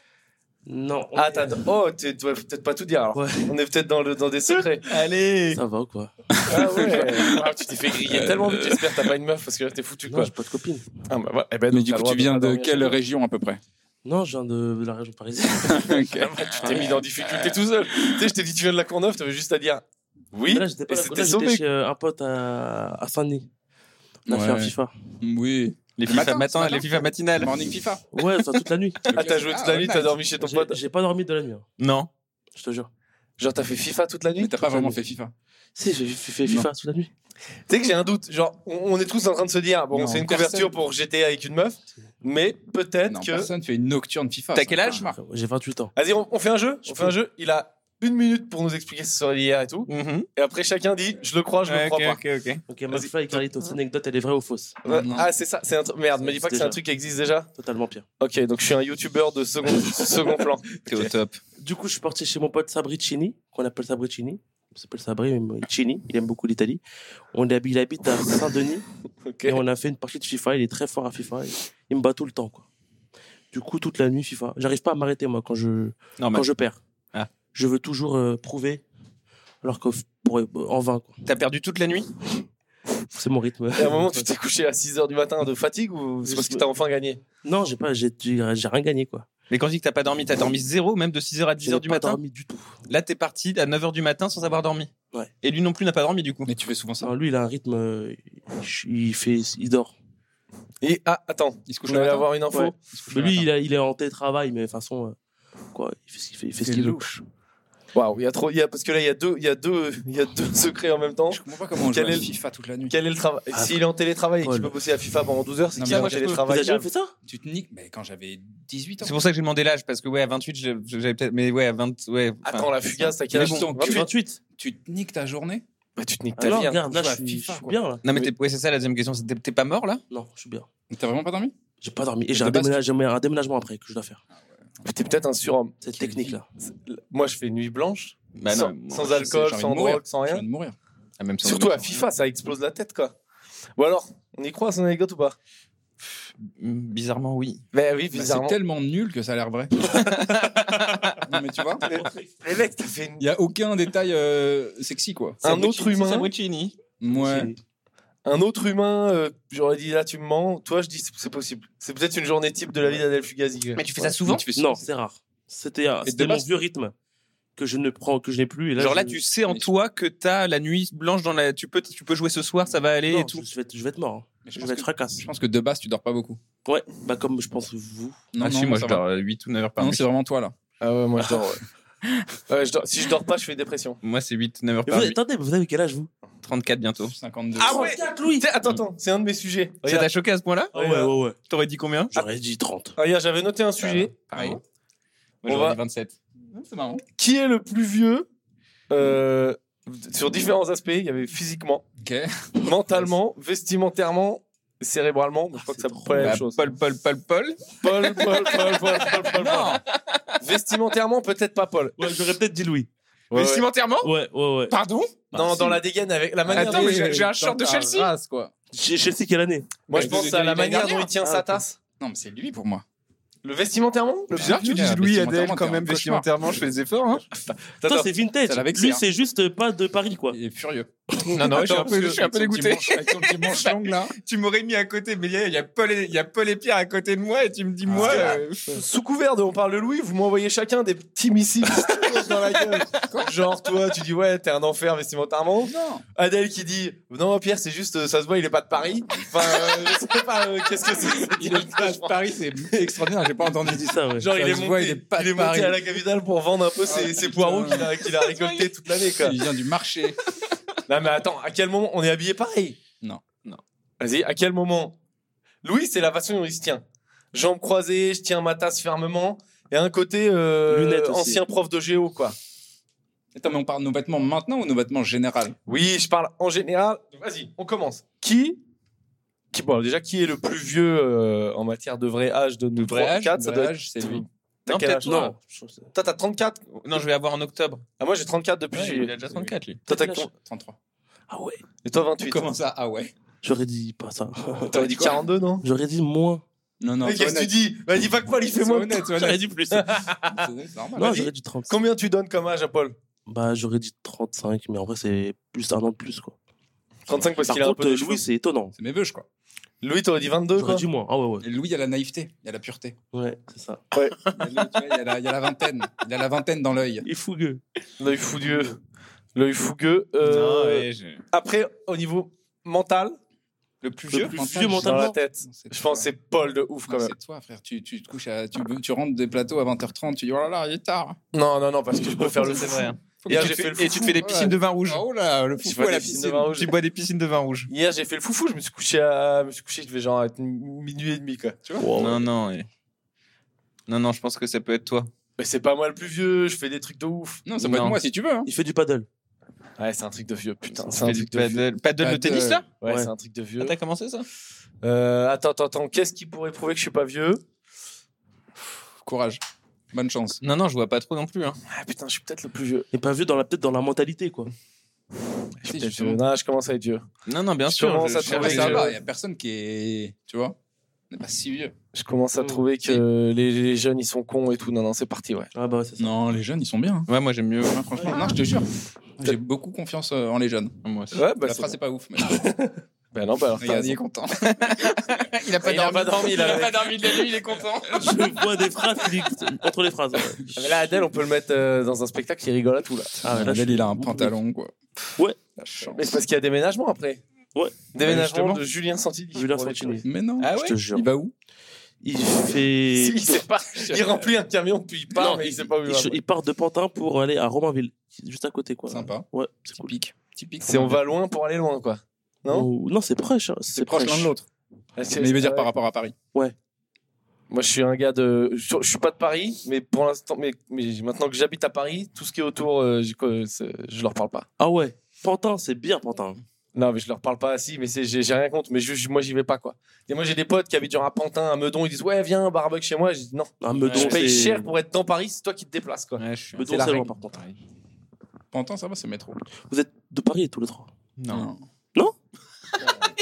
C: Non. on
A: Ah,
C: est-
A: t'as. Oh, tu dois peut-être pas tout dire alors.
C: Ouais.
A: On est peut-être dans, le... dans des secrets.
D: Allez
C: Ça va ou quoi
A: ah ouais. Ah, tu t'es fait griller tellement vite, j'espère que t'as pas une meuf parce que là, t'es foutu
C: Non,
A: quoi.
C: j'ai pas de copine.
A: Ah, bah, ouais. Eh ben,
B: Mais
A: donc,
B: du
A: t'as
B: coup,
A: le droit
B: tu viens
A: pas
B: de
A: dormir
B: quelle
A: chez toi.
B: région à peu près
C: Non, je viens de de la région parisienne.
B: Ok.
A: Tu t'es mis en difficulté tout seul. tu sais, je t'ai dit, tu viens de la Courneuve, t'avais juste à dire oui.
C: Mais là, j'étais pas
A: et
C: là,
A: c'était
C: j'étais
A: sauvé.
C: chez euh, un pote à, à Saint-Denis. On a fait un
B: Ouais.
C: FIFA.
B: Oui.
D: Les
B: Le
D: FIFA
B: matin,
D: matin,
B: ce matin.
D: les FIFA matinales.
B: Morning FIFA.
C: Ouais, enfin toute la nuit.
A: Ah, t'as joué toute la nuit, t'as dormi chez ton
C: J'ai-
A: pote.
C: J'ai pas dormi de la nuit, hein,
D: Non.
C: je te jure.
A: Genre, t'as fait FIFA toute la
B: Mais
A: nuit
B: t'as pas vraiment fait FIFA.
C: Si, j'ai fait FIFA toute la nuit.
A: Tu sais que j'ai un doute. Genre, on on est tous en train de se dire, bon,
B: Non,
A: c'est une
B: personne-
A: couverture pour GTA avec une meuf, mais peut-être
B: Non,
A: que.
B: personne fait une nocturne FIFA.
D: T'as
B: ça.
D: quel âge
A: Ah.
B: Cauchemar.
C: J'ai 28 ans.
A: Vas-y, on, on fait un jeu.
C: Je
A: On fait un jeu. Il a une minute pour nous expliquer ce soir hier et tout.
D: Mhm.
A: Et après, chacun dit, je le crois, je le
D: Ouais,
A: crois
D: ok,
A: pas.
D: ok, ok.
C: Ok, McFly et Carlito, cette anecdote, elle est vraie ou fausse
A: Ouais,
B: Non.
A: Ah, c'est ça. C'est un truc- Merde, me dis pas que c'est un
C: Déjà.
A: truc qui existe déjà.
C: Totalement pire.
A: Ok, donc je suis un youtubeur de second, second plan.
D: T'es au top.
C: Du coup, je suis parti chez mon pote Sabricini, qu'on appelle Sabricini. On s'appelle Sabri, mais Chini, il aime beaucoup l'Italie. On est hab- Il habite à Saint-Denis
A: Ok.
C: et on a fait une partie de FIFA. Il est très fort à FIFA. Il- Il me bat tout le temps, quoi. Du coup, toute la nuit, FIFA. J'arrive pas à m'arrêter, moi, quand je,
D: Non, mais
C: quand je perds.
D: Ah.
C: Je veux toujours euh, prouver, alors que pour, euh, en vain, quoi.
D: t'as perdu toute la nuit
C: C'est mon rythme.
A: Et à un moment, tu t'es couché à 6h du matin de fatigue ou c'est parce que t'as enfin gagné
C: Non, j'ai pas, j'ai j'ai rien gagné, quoi.
D: Mais quand je dis que t'as pas dormi, t'as dormi zéro, même de 6h à 10h
C: J'ai
D: du
C: pas
D: matin.
C: dormi du tout.
D: Là, t'es parti à 9h du matin sans avoir dormi.
C: Ouais.
D: Et lui non plus n'a pas dormi du coup.
B: Mais tu fais souvent ça.
C: Non, lui, il a un rythme. euh, Il fait, il dort.
A: Et ah, attends,
B: Il se couche
A: je
B: le
A: voulais
B: matin.
A: avoir une info.
C: Ouais.
B: Il se couche
C: Mais
B: le
C: lui,
B: matin.
C: il, a- il est en télétravail, mais de toute façon, euh, quoi, il fait ce qu'il fait, il fait ce
B: C'est
C: qu'il veut.
B: louche.
A: Waouh, il y a trop, il y a, parce que là, il y a deux, il y a deux, il y a deux secrets en même temps.
B: Je comprends pas comment on joue
A: Quel
B: à
A: est le-
B: FIFA toute la nuit.
A: Quel est le travail
C: Ah,
A: S'il est en télétravail et qu'il
C: Paul.
A: peut bosser à FIFA pendant 12 heures, c'est
B: Non,
A: qu'il
B: mais
A: est en
B: moi, je peux-
C: Vous avez
A: télétravail.
C: jamais fait ça
B: Tu te niques mais quand j'avais 18 ans.
D: C'est pour ça que j'ai demandé l'âge parce que ouais à 28 je- je- j'avais peut-être mais ouais à 20 ouais. enfin,
A: Attends, la fugace, t'as quel
B: Mais
A: âge
B: je t'en
A: Vingt-huit.
C: 28.
B: Tu te niques ta journée
A: Bah, tu te niques
C: Ah
A: ta
C: non,
A: vie. hein.
C: regarde, là,
B: joue à
C: je suis,
B: FIFA,
C: je suis
B: quoi.
C: bien, là.
D: Non mais t'es- ouais c'est ça la deuxième question c'est t'es- t'es pas mort là
C: Non, je suis bien.
B: T'as vraiment pas dormi
C: J'ai pas dormi. Et j'ai
B: de
C: un,
B: base,
C: déménage- j'ai un déménagement après que je dois faire.
A: Mais T'es peut-être un surhomme.
C: Cette
B: Quelle
C: technique-là.
A: Moi, je fais nuit blanche,
D: Bah
A: sans,
D: non.
A: sans
B: je sais,
A: alcool,
B: j'ai envie
A: sans
B: de mourir.
A: drogue, sans
B: Je
A: rien.
B: viens de mourir. Bah,
D: Ah, même sans
A: Surtout à
D: alcool.
A: FIFA, ça explose la tête, quoi. Bon alors, on y croit à son anecdote ou pas
D: Mm, Bizarrement oui.
A: Ben oui,
B: Bah, C'est
A: bizarrement.
B: tellement nul que ça a l'air vrai. non mais tu vois, eh,
A: Mais mec, t'as fait une...
B: il y a aucun détail euh, sexy quoi.
A: Un autre
D: Sabricini,
A: humain.
D: Sabricini.
B: Ouais.
A: un autre humain, euh, j'aurais dit là, tu me mens. Toi, je dis c'est- c'est possible. C'est peut-être une journée type de la vie d'Adèle Fugazi. quoi.
D: Mais tu fais
A: Ouais.
D: ça souvent
B: Tu fais
C: Non, c'est rare. C'était un-
B: de
C: c'était mon
B: base-
C: vieux rythme que je ne prends, que je n'ai plus. Et là,
D: Genre là
C: je-
D: tu sais en
B: Mais-
D: toi que t'as la nuit blanche dans la tu peux tu peux jouer ce soir ça va aller
C: Non,
D: et tout.
C: Je vais être, je vais être mort. hein.
B: Mais
C: Je,
B: je,
C: vais
B: pense
C: être
B: que,
C: fracasse.
B: je pense que de base tu dors pas beaucoup.
C: Ouais, bah comme je pense vous.
B: Non,
D: Ah,
B: non,
D: si, moi
B: ça
D: je
B: va.
D: dors 8 ou 9 heures par
B: Non,
D: nuit.
B: c'est vraiment toi là.
A: Ah ouais, moi je dors. ouais. Ouais, je dors- Si je dors pas, je fais dépression.
D: Moi c'est 8 9 heures
C: Mais
D: par
C: vous-
D: nuit.
C: attendez, vous avez quel âge vous
D: 34 bientôt.
B: 52.
A: Ah ouais
C: 34, Louis
A: Tiens, Attends, attends, c'est un de mes sujets.
D: Ça
A: Regarde, Ah,
D: t'a choqué à ce point-là
C: Ah ouais, ouais, ouais.
D: T'aurais dit combien
C: J'aurais dit 30.
A: regarde, j'avais noté un sujet.
D: Pareil.
B: Ah ouais.
D: Moi,
A: On
D: j'aurais
A: va-
D: dit 27.
B: C'est marrant.
A: Qui est le plus vieux euh, sur différents aspects Il y avait physiquement,
B: Ok.
A: mentalement, vestimentairement, cérébralement. mais Je crois
C: Ah,
A: que
C: c'est
A: ça
C: trop
A: prend pas la
D: Bah,
A: même chose.
D: Paul Paul Paul Paul.
A: Paul, Paul, Paul, Paul, Paul, Paul, Paul. Vestimentairement, peut-être pas Paul.
C: Ouais, j'aurais peut-être dit Louis.
A: Ouais, ouais.
D: Vestimentairement
C: Ouais, ouais, ouais.
D: Pardon
C: Bah,
A: Dans, dans la dégaine, avec la manière
D: Attends,
A: dont
D: mais
A: il-
D: j'ai- j'ai un
B: Dans
D: short de
B: ta
D: Chelsea.
B: race, quoi.
C: Che- Chelsea, quelle année
A: Moi, je
B: de-
A: pense
B: de-
A: à
B: de
A: la
B: l'année
A: manière dont il
B: dernière.
A: tient
C: Ah,
A: sa
C: ok.
A: tasse.
B: Non, mais c'est lui pour moi.
A: Le vestimentairement le-
D: Bizarre que tu
B: Ah,
D: dises
B: putain,
D: Louis
B: vestimentairement,
D: Adèle quand même,
B: t'es un cauchemar.
D: vestimentairement, je fais des efforts. Hein.
C: Toi,
A: Attends,
C: c'est vintage.
B: ça l'a vexé,
C: Lui,
B: hein.
C: c'est juste euh, pas de Paris, quoi.
B: Il est furieux.
D: Non, non, je suis un
B: Attends,
D: peu, je
B: parce que
D: suis un peu
B: avec son petit
D: dégoûté.
B: manche- Avec son petit manche long là.
D: Tu m'aurais mis à côté, mais il y a- Eh, il y, a Paul et- il y a Paul et Pierre à côté de moi et tu me dis, moi.
B: Ah.
D: euh,
A: sous couvert de on parle de Louis, vous m'envoyez chacun des petits missiles dans la gueule. Genre, toi, tu dis ouais, t'es un enfer vestimentairement.
B: Non.
A: Adèle qui dit non, Pierre, c'est juste, euh, ça se voit, il est pas de Paris. Enfin, euh, je sais pas, euh, qu'est-ce que c'est
B: Il est pas de Paris, c'est extraordinaire. J'ai pas entendu
C: Dis
B: dire.
C: ça, ouais.
A: Genre, il
B: Ça
A: est
B: se
A: monté,
B: voit, il est pas de
A: il est monté
B: Paris. Ah,
A: à la capitale pour vendre un peu ses, ses
B: putain.
A: poiros qu'il a, qu'il a récoltés toute l'année, quoi.
B: Il vient du marché.
A: Non, mais attends, à quel moment on est habillé pareil
B: Non, non.
A: Vas-y, à quel moment Louis, c'est la façon dont il se tient. Jambes croisées, je tiens ma tasse fermement. Et un côté euh,
C: Lunettes aussi.
A: ancien prof de géo, quoi.
B: Attends, mais on parle de nos vêtements maintenant ou nos vêtements général
A: Oui, je parle en général. Vas-y, on commence. Qui, qui bon, Déjà, qui est le plus vieux euh, en matière de vrai âge de nous
B: Vrai
A: trois,
B: âge,
A: quatre, ça
B: vrai
A: doit être-
B: âge, c'est lui.
A: T'as
D: Non,
A: quel
D: peut-être
A: âge
D: toi.
A: Non.
C: Non. je trouve ça-
A: Toi, t'as 34
D: Non, je vais avoir en octobre.
A: Ah, moi, j'ai 34 depuis.
B: Ouais,
A: j'ai-
B: il a déjà 34,
D: lui.
A: Toi, t'as
C: quel âge
A: con-
B: 33.
C: Ah ouais
A: Et toi, 28.
B: Comment ça Ah ouais
C: J'aurais dit pas ça.
A: T'aurais dit 42, non
C: J'aurais dit moins.
B: Non, non,
A: Mais
B: sois
A: qu'est-ce que tu
B: honnête.
A: dis Vas-y, pas que Paul, il fait
B: Sois
A: moi.
B: honnête, sois
C: J'aurais
B: honnête.
C: dit plus.
B: C'est normal.
C: non,
A: vas-y.
C: j'aurais dit 30.
A: Combien tu donnes comme âge à Paul
C: Bah, j'aurais dit 35, mais en vrai, c'est plus un an de plus, quoi.
A: 35 parce
C: Par
A: qu'il a un peu
C: contre,
A: de
C: euh,
A: cheveux.
C: Louis, c'est étonnant.
B: C'est mes vœux, je crois.
A: Louis, t'aurais dit 22,
C: J'aurais
A: quoi
C: dit moins. Ah ouais, ouais.
B: Et Louis, il y a la naïveté, il y a la pureté.
C: Ouais, c'est ça.
B: Il y a, le- tu vois, il y a la, il y a la vingtaine. Il y a la vingtaine dans l'œil.
C: Il est fougueux.
A: L'œil fougueux. L'œil fougueux. euh, Après, au niveau mental,
D: Le plus
C: Le
D: vieux
C: plus
B: mental,
C: vieux
B: je-
A: dans la
C: mentalement.
A: tête, je pense que c'est Paul de ouf, quand
B: Non,
A: même.
B: C'est toi, frère. Tu, tu te couches à, tu, tu rentres des plateaux à 20h30, tu dis oh là là, il est tard.
A: Non, non, non, parce que je peux faire le
D: C'est vrai. hein. Et,
A: Hier,
D: tu
A: j'ai
D: te
A: fait
D: fais-
A: le fou.
D: et tu te fais des
B: Ouais.
D: piscines de vin rouge.
B: Oh là, le
A: Je
B: foufou
A: vois
B: à la
A: des piscines de
B: piscine.
A: vin rouge.
D: Tu bois des piscines de vin rouge.
A: Hier, j'ai fait le foufou, je me suis couché à. Je me suis couché, je devais genre être minuit et demi, quoi. Tu vois
C: Wow.
D: Non, non. et- Non, non, je pense que ça peut être toi.
A: Mais c'est pas moi le plus vieux, je fais des trucs de ouf.
B: Non, ça peut
D: Non.
B: être moi si tu veux. hein.
C: Il fait du paddle.
A: Ouais, c'est un truc de vieux, putain. C'est
D: Ça
A: un
D: fait du
A: truc de vieux.
D: paddle, paddle de
B: Paddle.
D: tennis là
A: Ouais,
C: Ouais.
A: c'est un truc de vieux.
D: Ah, T'as commencé ça
A: Euh, attends, attends, attends. Qu'est-ce qui pourrait prouver que je suis pas vieux
B: Courage. Bonne chance.
D: Non, non, je vois pas trop non plus. hein.
A: Ah putain, je suis peut-être le plus vieux.
C: Il est pas vieux dans la peut-être dans la mentalité quoi.
A: Je suis
B: Si,
A: peut-être
B: justement.
A: vieux. Non, je commence à être vieux.
D: Non, non, bien
A: Je
D: sûr.
A: commence
D: je euh,
A: à trouver
B: Après,
D: cherche
A: ça
B: ça
D: les-
A: va.
B: va, il y a personne qui est. Tu vois On n'est pas si vieux.
A: Je commence à
C: Mm.
A: trouver que les, les jeunes ils sont cons et tout. Non, non, c'est parti, ouais.
C: Ah bah ouais, c'est ça.
B: Non, les jeunes, ils sont bien. hein.
D: Ouais, moi j'aime mieux.
B: Ouais, franchement, non, je te jure. J'ai beaucoup confiance euh, en les jeunes.
D: Moi aussi.
A: Ouais, bah,
B: la
A: c'est
B: phrase
A: bon.
B: n'est pas ouf. Mais...
A: Bah non, bah alors. t'as
B: Regarde, il est
A: raison.
B: content. il a pas
A: Il a
B: dormi.
A: pas dormi,
B: Il
A: là.
B: a pas dormi de la nuit, il est content.
C: Je vois des phrases qui- entre les phrases. ouais.
A: Ah, mais là, Adèle, on peut le mettre euh, dans un spectacle qui rigole à tout, là.
C: Ah ouais, là, je-
B: il a un pantalon, quoi.
C: Ouais.
B: La chance.
A: Mais c'est parce qu'il y a déménagement après.
C: Ouais.
A: Déménagement
D: Justement.
A: de Bah, Julien Santini.
C: Julien
A: Pour les
C: Santini.
A: touristes.
B: Mais non.
D: Ah
C: Je te
D: ouais
C: jure.
B: Il va où
C: Il fait.
A: Si, il sait pas. Il remplit un camion puis il part,
C: Non,
A: mais il sait pas où il
C: Il,
A: va.
C: se- il part de Pantin pour aller à Romainville, qui est juste à côté quoi.
B: Sympa.
C: Ouais, c'est cool.
B: Typique. Typique.
A: C'est on va loin pour aller loin, quoi. Non
C: Ou- non, c'est proche. hein,
B: C'est proche l'un de l'autre. Mais il veut dire par rapport à Paris.
A: Moi, je suis un gars de. Je je suis pas de Paris, mais pour l'instant, mais, mais maintenant que j'habite à Paris, tout ce qui est autour, euh, j'ai- euh, c'est- je leur parle pas.
C: Ah ouais. Pantin, c'est bien Pantin.
A: Non, mais je leur parle pas assis, mais c'est- j'ai j'ai rien contre. Mais juste, moi, j'y vais pas, quoi. Et moi, j'ai des potes qui habitent genre à Pantin, à Meudon, ils disent Ouais, viens, barbecue chez moi. Je dis Non,
C: Un meudon.
A: je paye
C: c'est-
A: cher pour être dans Paris, c'est toi qui te déplaces, quoi.
D: Ouais, je suis.
C: Meudon,
A: c'est la
C: c'est loin,
A: règle.
C: par contre.
B: Pantin, ça va, c'est métro.
C: Vous êtes de Paris tous les trois.
D: Non.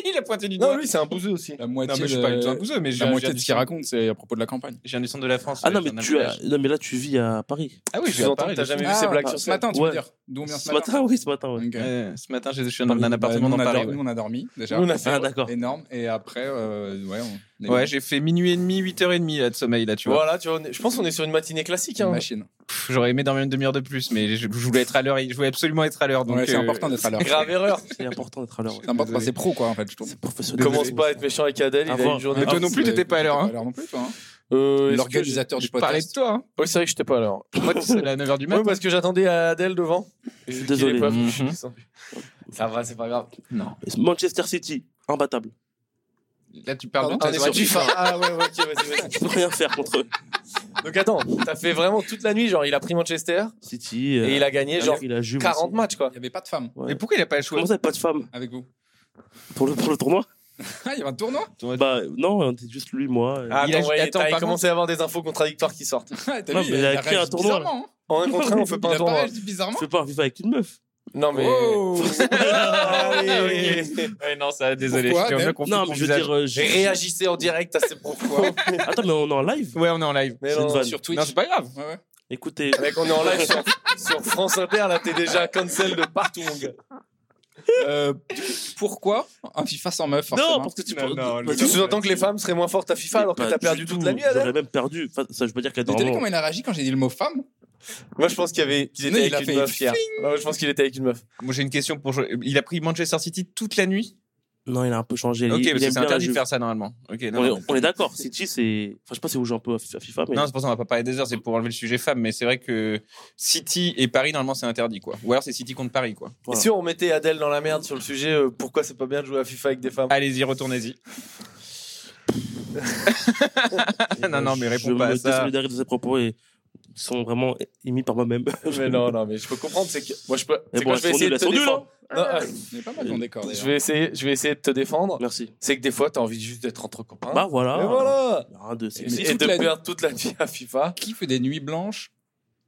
B: il a pointé du
A: Non, lui, c'est un bouseux aussi.
B: La moitié,
D: Non, mais je suis pas du tout un
B: de...
D: bouseux, mais j'ai
B: euh, La
D: un-
B: moitié
D: j'ai un
B: de ce
D: du-
B: qu'il raconte, c'est à propos de la campagne.
D: J'ai un du centre de la France.
C: Ah non
D: j'ai
C: mais
D: un
C: tu as...
D: alphabet.
C: non mais là tu vis à Paris.
D: Ah oui, je
A: Tu
D: suis à
A: entends
D: Paris.
A: que t'as
D: je
A: jamais
D: suis-
A: vu ces blagues
B: bah,
A: sur
B: ce matin, tu
C: Ouais.
B: veux dire D'où on vient
C: Ce matin oui ce matin ouais.
B: Ok.
D: Ouais, Ce matin, je suis dans un appartement
B: Bah,
D: dans
B: nous, on a
D: Paris.
B: dormi-
D: ouais.
B: Nous, on a dormi, déjà.
A: Nous, on a fait.
C: Ah d'accord.
B: Énorme. Et après, euh, ouais, on
D: Ouais, j'ai fait minuit et demi, 8h30 là, de sommeil là, tu vois.
A: Voilà, tu vois, on est- je pense qu'on est sur une matinée classique.
B: une
A: Hein.
B: machine.
D: Pff, J'aurais aimé dormir une demi-heure de plus, mais je, je voulais être à l'heure. et- Je voulais absolument être à l'heure. Donc
B: Ouais, c'est
D: euh,
B: important d'être à l'heure.
A: Grave erreur.
C: C'est important d'être à l'heure. ouais.
B: C'est important,
D: Désolé.
B: c'est pro, quoi, en fait, je trouve.
C: C'est professionnel.
A: Commence pas à être méchant avec Adèle,
C: À
A: il a
C: voir.
A: une journée.
D: Mais toi non plus, t'étais pas à l'heure. hein.
B: non plus, toi. hein.
A: Euh, est-ce que
B: L'organisateur
D: Je
B: du
D: parlais de
B: podcast.
D: toi. hein.
A: j'ai- Oui, c'est vrai que j'étais pas à l'heure.
D: Moi, c'est à 9h du
A: Oui,
D: matin.
A: parce que j'attendais Adèle devant.
C: Je suis
A: Qu'il est
C: désolé.
A: pas venu, je suis
D: Mhm.
A: descendu. Ça va, c'est pas grave.
D: Non.
C: Manchester City imbattable.
D: Là, tu parles de
A: Ah,
D: ta
A: on est
D: soirée.
A: sur FIFA. Ah ouais, ouais, ok, vas-y, vas-y.
C: Tu peux rien faire contre eux.
A: Donc attends, t'as fait vraiment toute la nuit, genre il a pris Manchester
C: City.
A: et euh, il a gagné genre
C: il a Juve
A: 40
C: aussi.
A: matchs quoi.
B: Il n'y avait pas de femme
D: Mais pourquoi il a pas le choix
C: Comment ça, pas de femme
B: avec vous.
C: pour le, pour le tournoi
B: Ah, il y avait un tournoi
C: Bah non, on était juste lui, moi. et-
A: Ah,
D: Il a-
A: attends, ouais,
D: attends,
A: t'as
D: par
A: commencé à avoir des infos contradictoires qui sortent.
B: Ah, t'as
C: Non,
B: vu,
C: mais il a créé
B: réagi
C: un tournoi,
B: bizarrement, hein.
A: En un contre un, on fait
B: Il
A: pas un
B: a pas
A: tournoi.
B: réagi
C: Je
B: bizarrement.
C: fais pas un FIFA avec une meuf.
A: Non mais.
B: Oh.
A: Ah, oui, oui.
D: Ouais, Non, ça, désolé.
B: Pourquoi,
D: je suis
B: Dan
D: bien confus
C: non,
D: qu'on
C: mais je veux
D: dise-
C: dire. euh,
A: J'ai
C: j'ai-
A: réagissé en direct à ces propos.
C: Attends, mais on est en live
D: Ouais, on est en live.
A: Mais
C: C'est une
A: non,
C: vanne.
B: Sur Twitch.
D: Non, c'est pas grave.
B: Ouais, ouais.
C: Écoutez,
A: mec, on est en live sur, sur France Inter, là t'es déjà cancel de partout mon gars.
B: Euh, pourquoi un FIFA sans meuf forcément.
C: non, parce que tu
D: Non, non, le-
C: Bah,
A: Tu sous-entends que les femmes seraient moins fortes à FIFA alors que
C: pas
A: t'as
C: du
A: perdu toute la nuit
C: J'aurais
A: Adèle
C: même perdu. Enfin, ça, je veux dire qu'elle
B: Mais t'as vu
C: dort.
B: comment il a réagi quand j'ai dit le mot femme
A: Moi je pense qu'il y avait qu'il
B: Non,
A: était
B: il a
A: avec une
B: fait
A: meuf hier. Ouais, Je pense qu'il était avec une meuf.
D: Moi, j'ai une question pour. Jo- Il a pris Manchester City toute la nuit.
C: Non, il a un peu changé. Il-
D: Ok,
C: il
D: parce que c'est
C: aime bien la
D: interdit de
C: Juve.
D: faire ça normalement. Ok, non,
C: On
D: non.
C: est, on est d'accord, City c'est. Enfin, je sais pas si vous jouez un peu à FIFA, mais.
D: Non, c'est pour ça on va pas parler des heures, c'est pour enlever le sujet femme, mais c'est vrai que City et Paris, normalement, c'est interdit, quoi. Ou alors c'est City contre Paris, quoi.
A: Et si on mettait Adèle dans la merde sur le sujet, euh, pourquoi c'est pas bien de jouer à FIFA avec des femmes
D: Allez-y, retournez-y. non, non, mais réponds
C: je
D: pas à
C: me
D: ça.
C: désolidarise de ses propos et ils sont vraiment émis par moi-même.
A: Mais non, non, mais Ah, je peux comprendre, c'est que moi je peux.
C: Mais
A: c'est
C: bon,
A: quoi, je vais
C: elles sont
A: essayer de
C: nulles,
A: te
C: elles sont nulles,
A: défendre. Non, euh,
B: Ah, bah, C'est pas mal ton décor
A: je
B: d'ailleurs.
A: vais essayer, je vais essayer de te défendre.
C: Merci.
A: C'est que des fois, t'as envie juste d'être entre copains.
C: Bah voilà.
A: Hein et voilà.
C: Un, deux, c'est-
A: Et,
B: Mais
A: et
B: toute
A: de
B: la-
A: perdre toute la vie à FIFA.
B: Qui fait des nuits blanches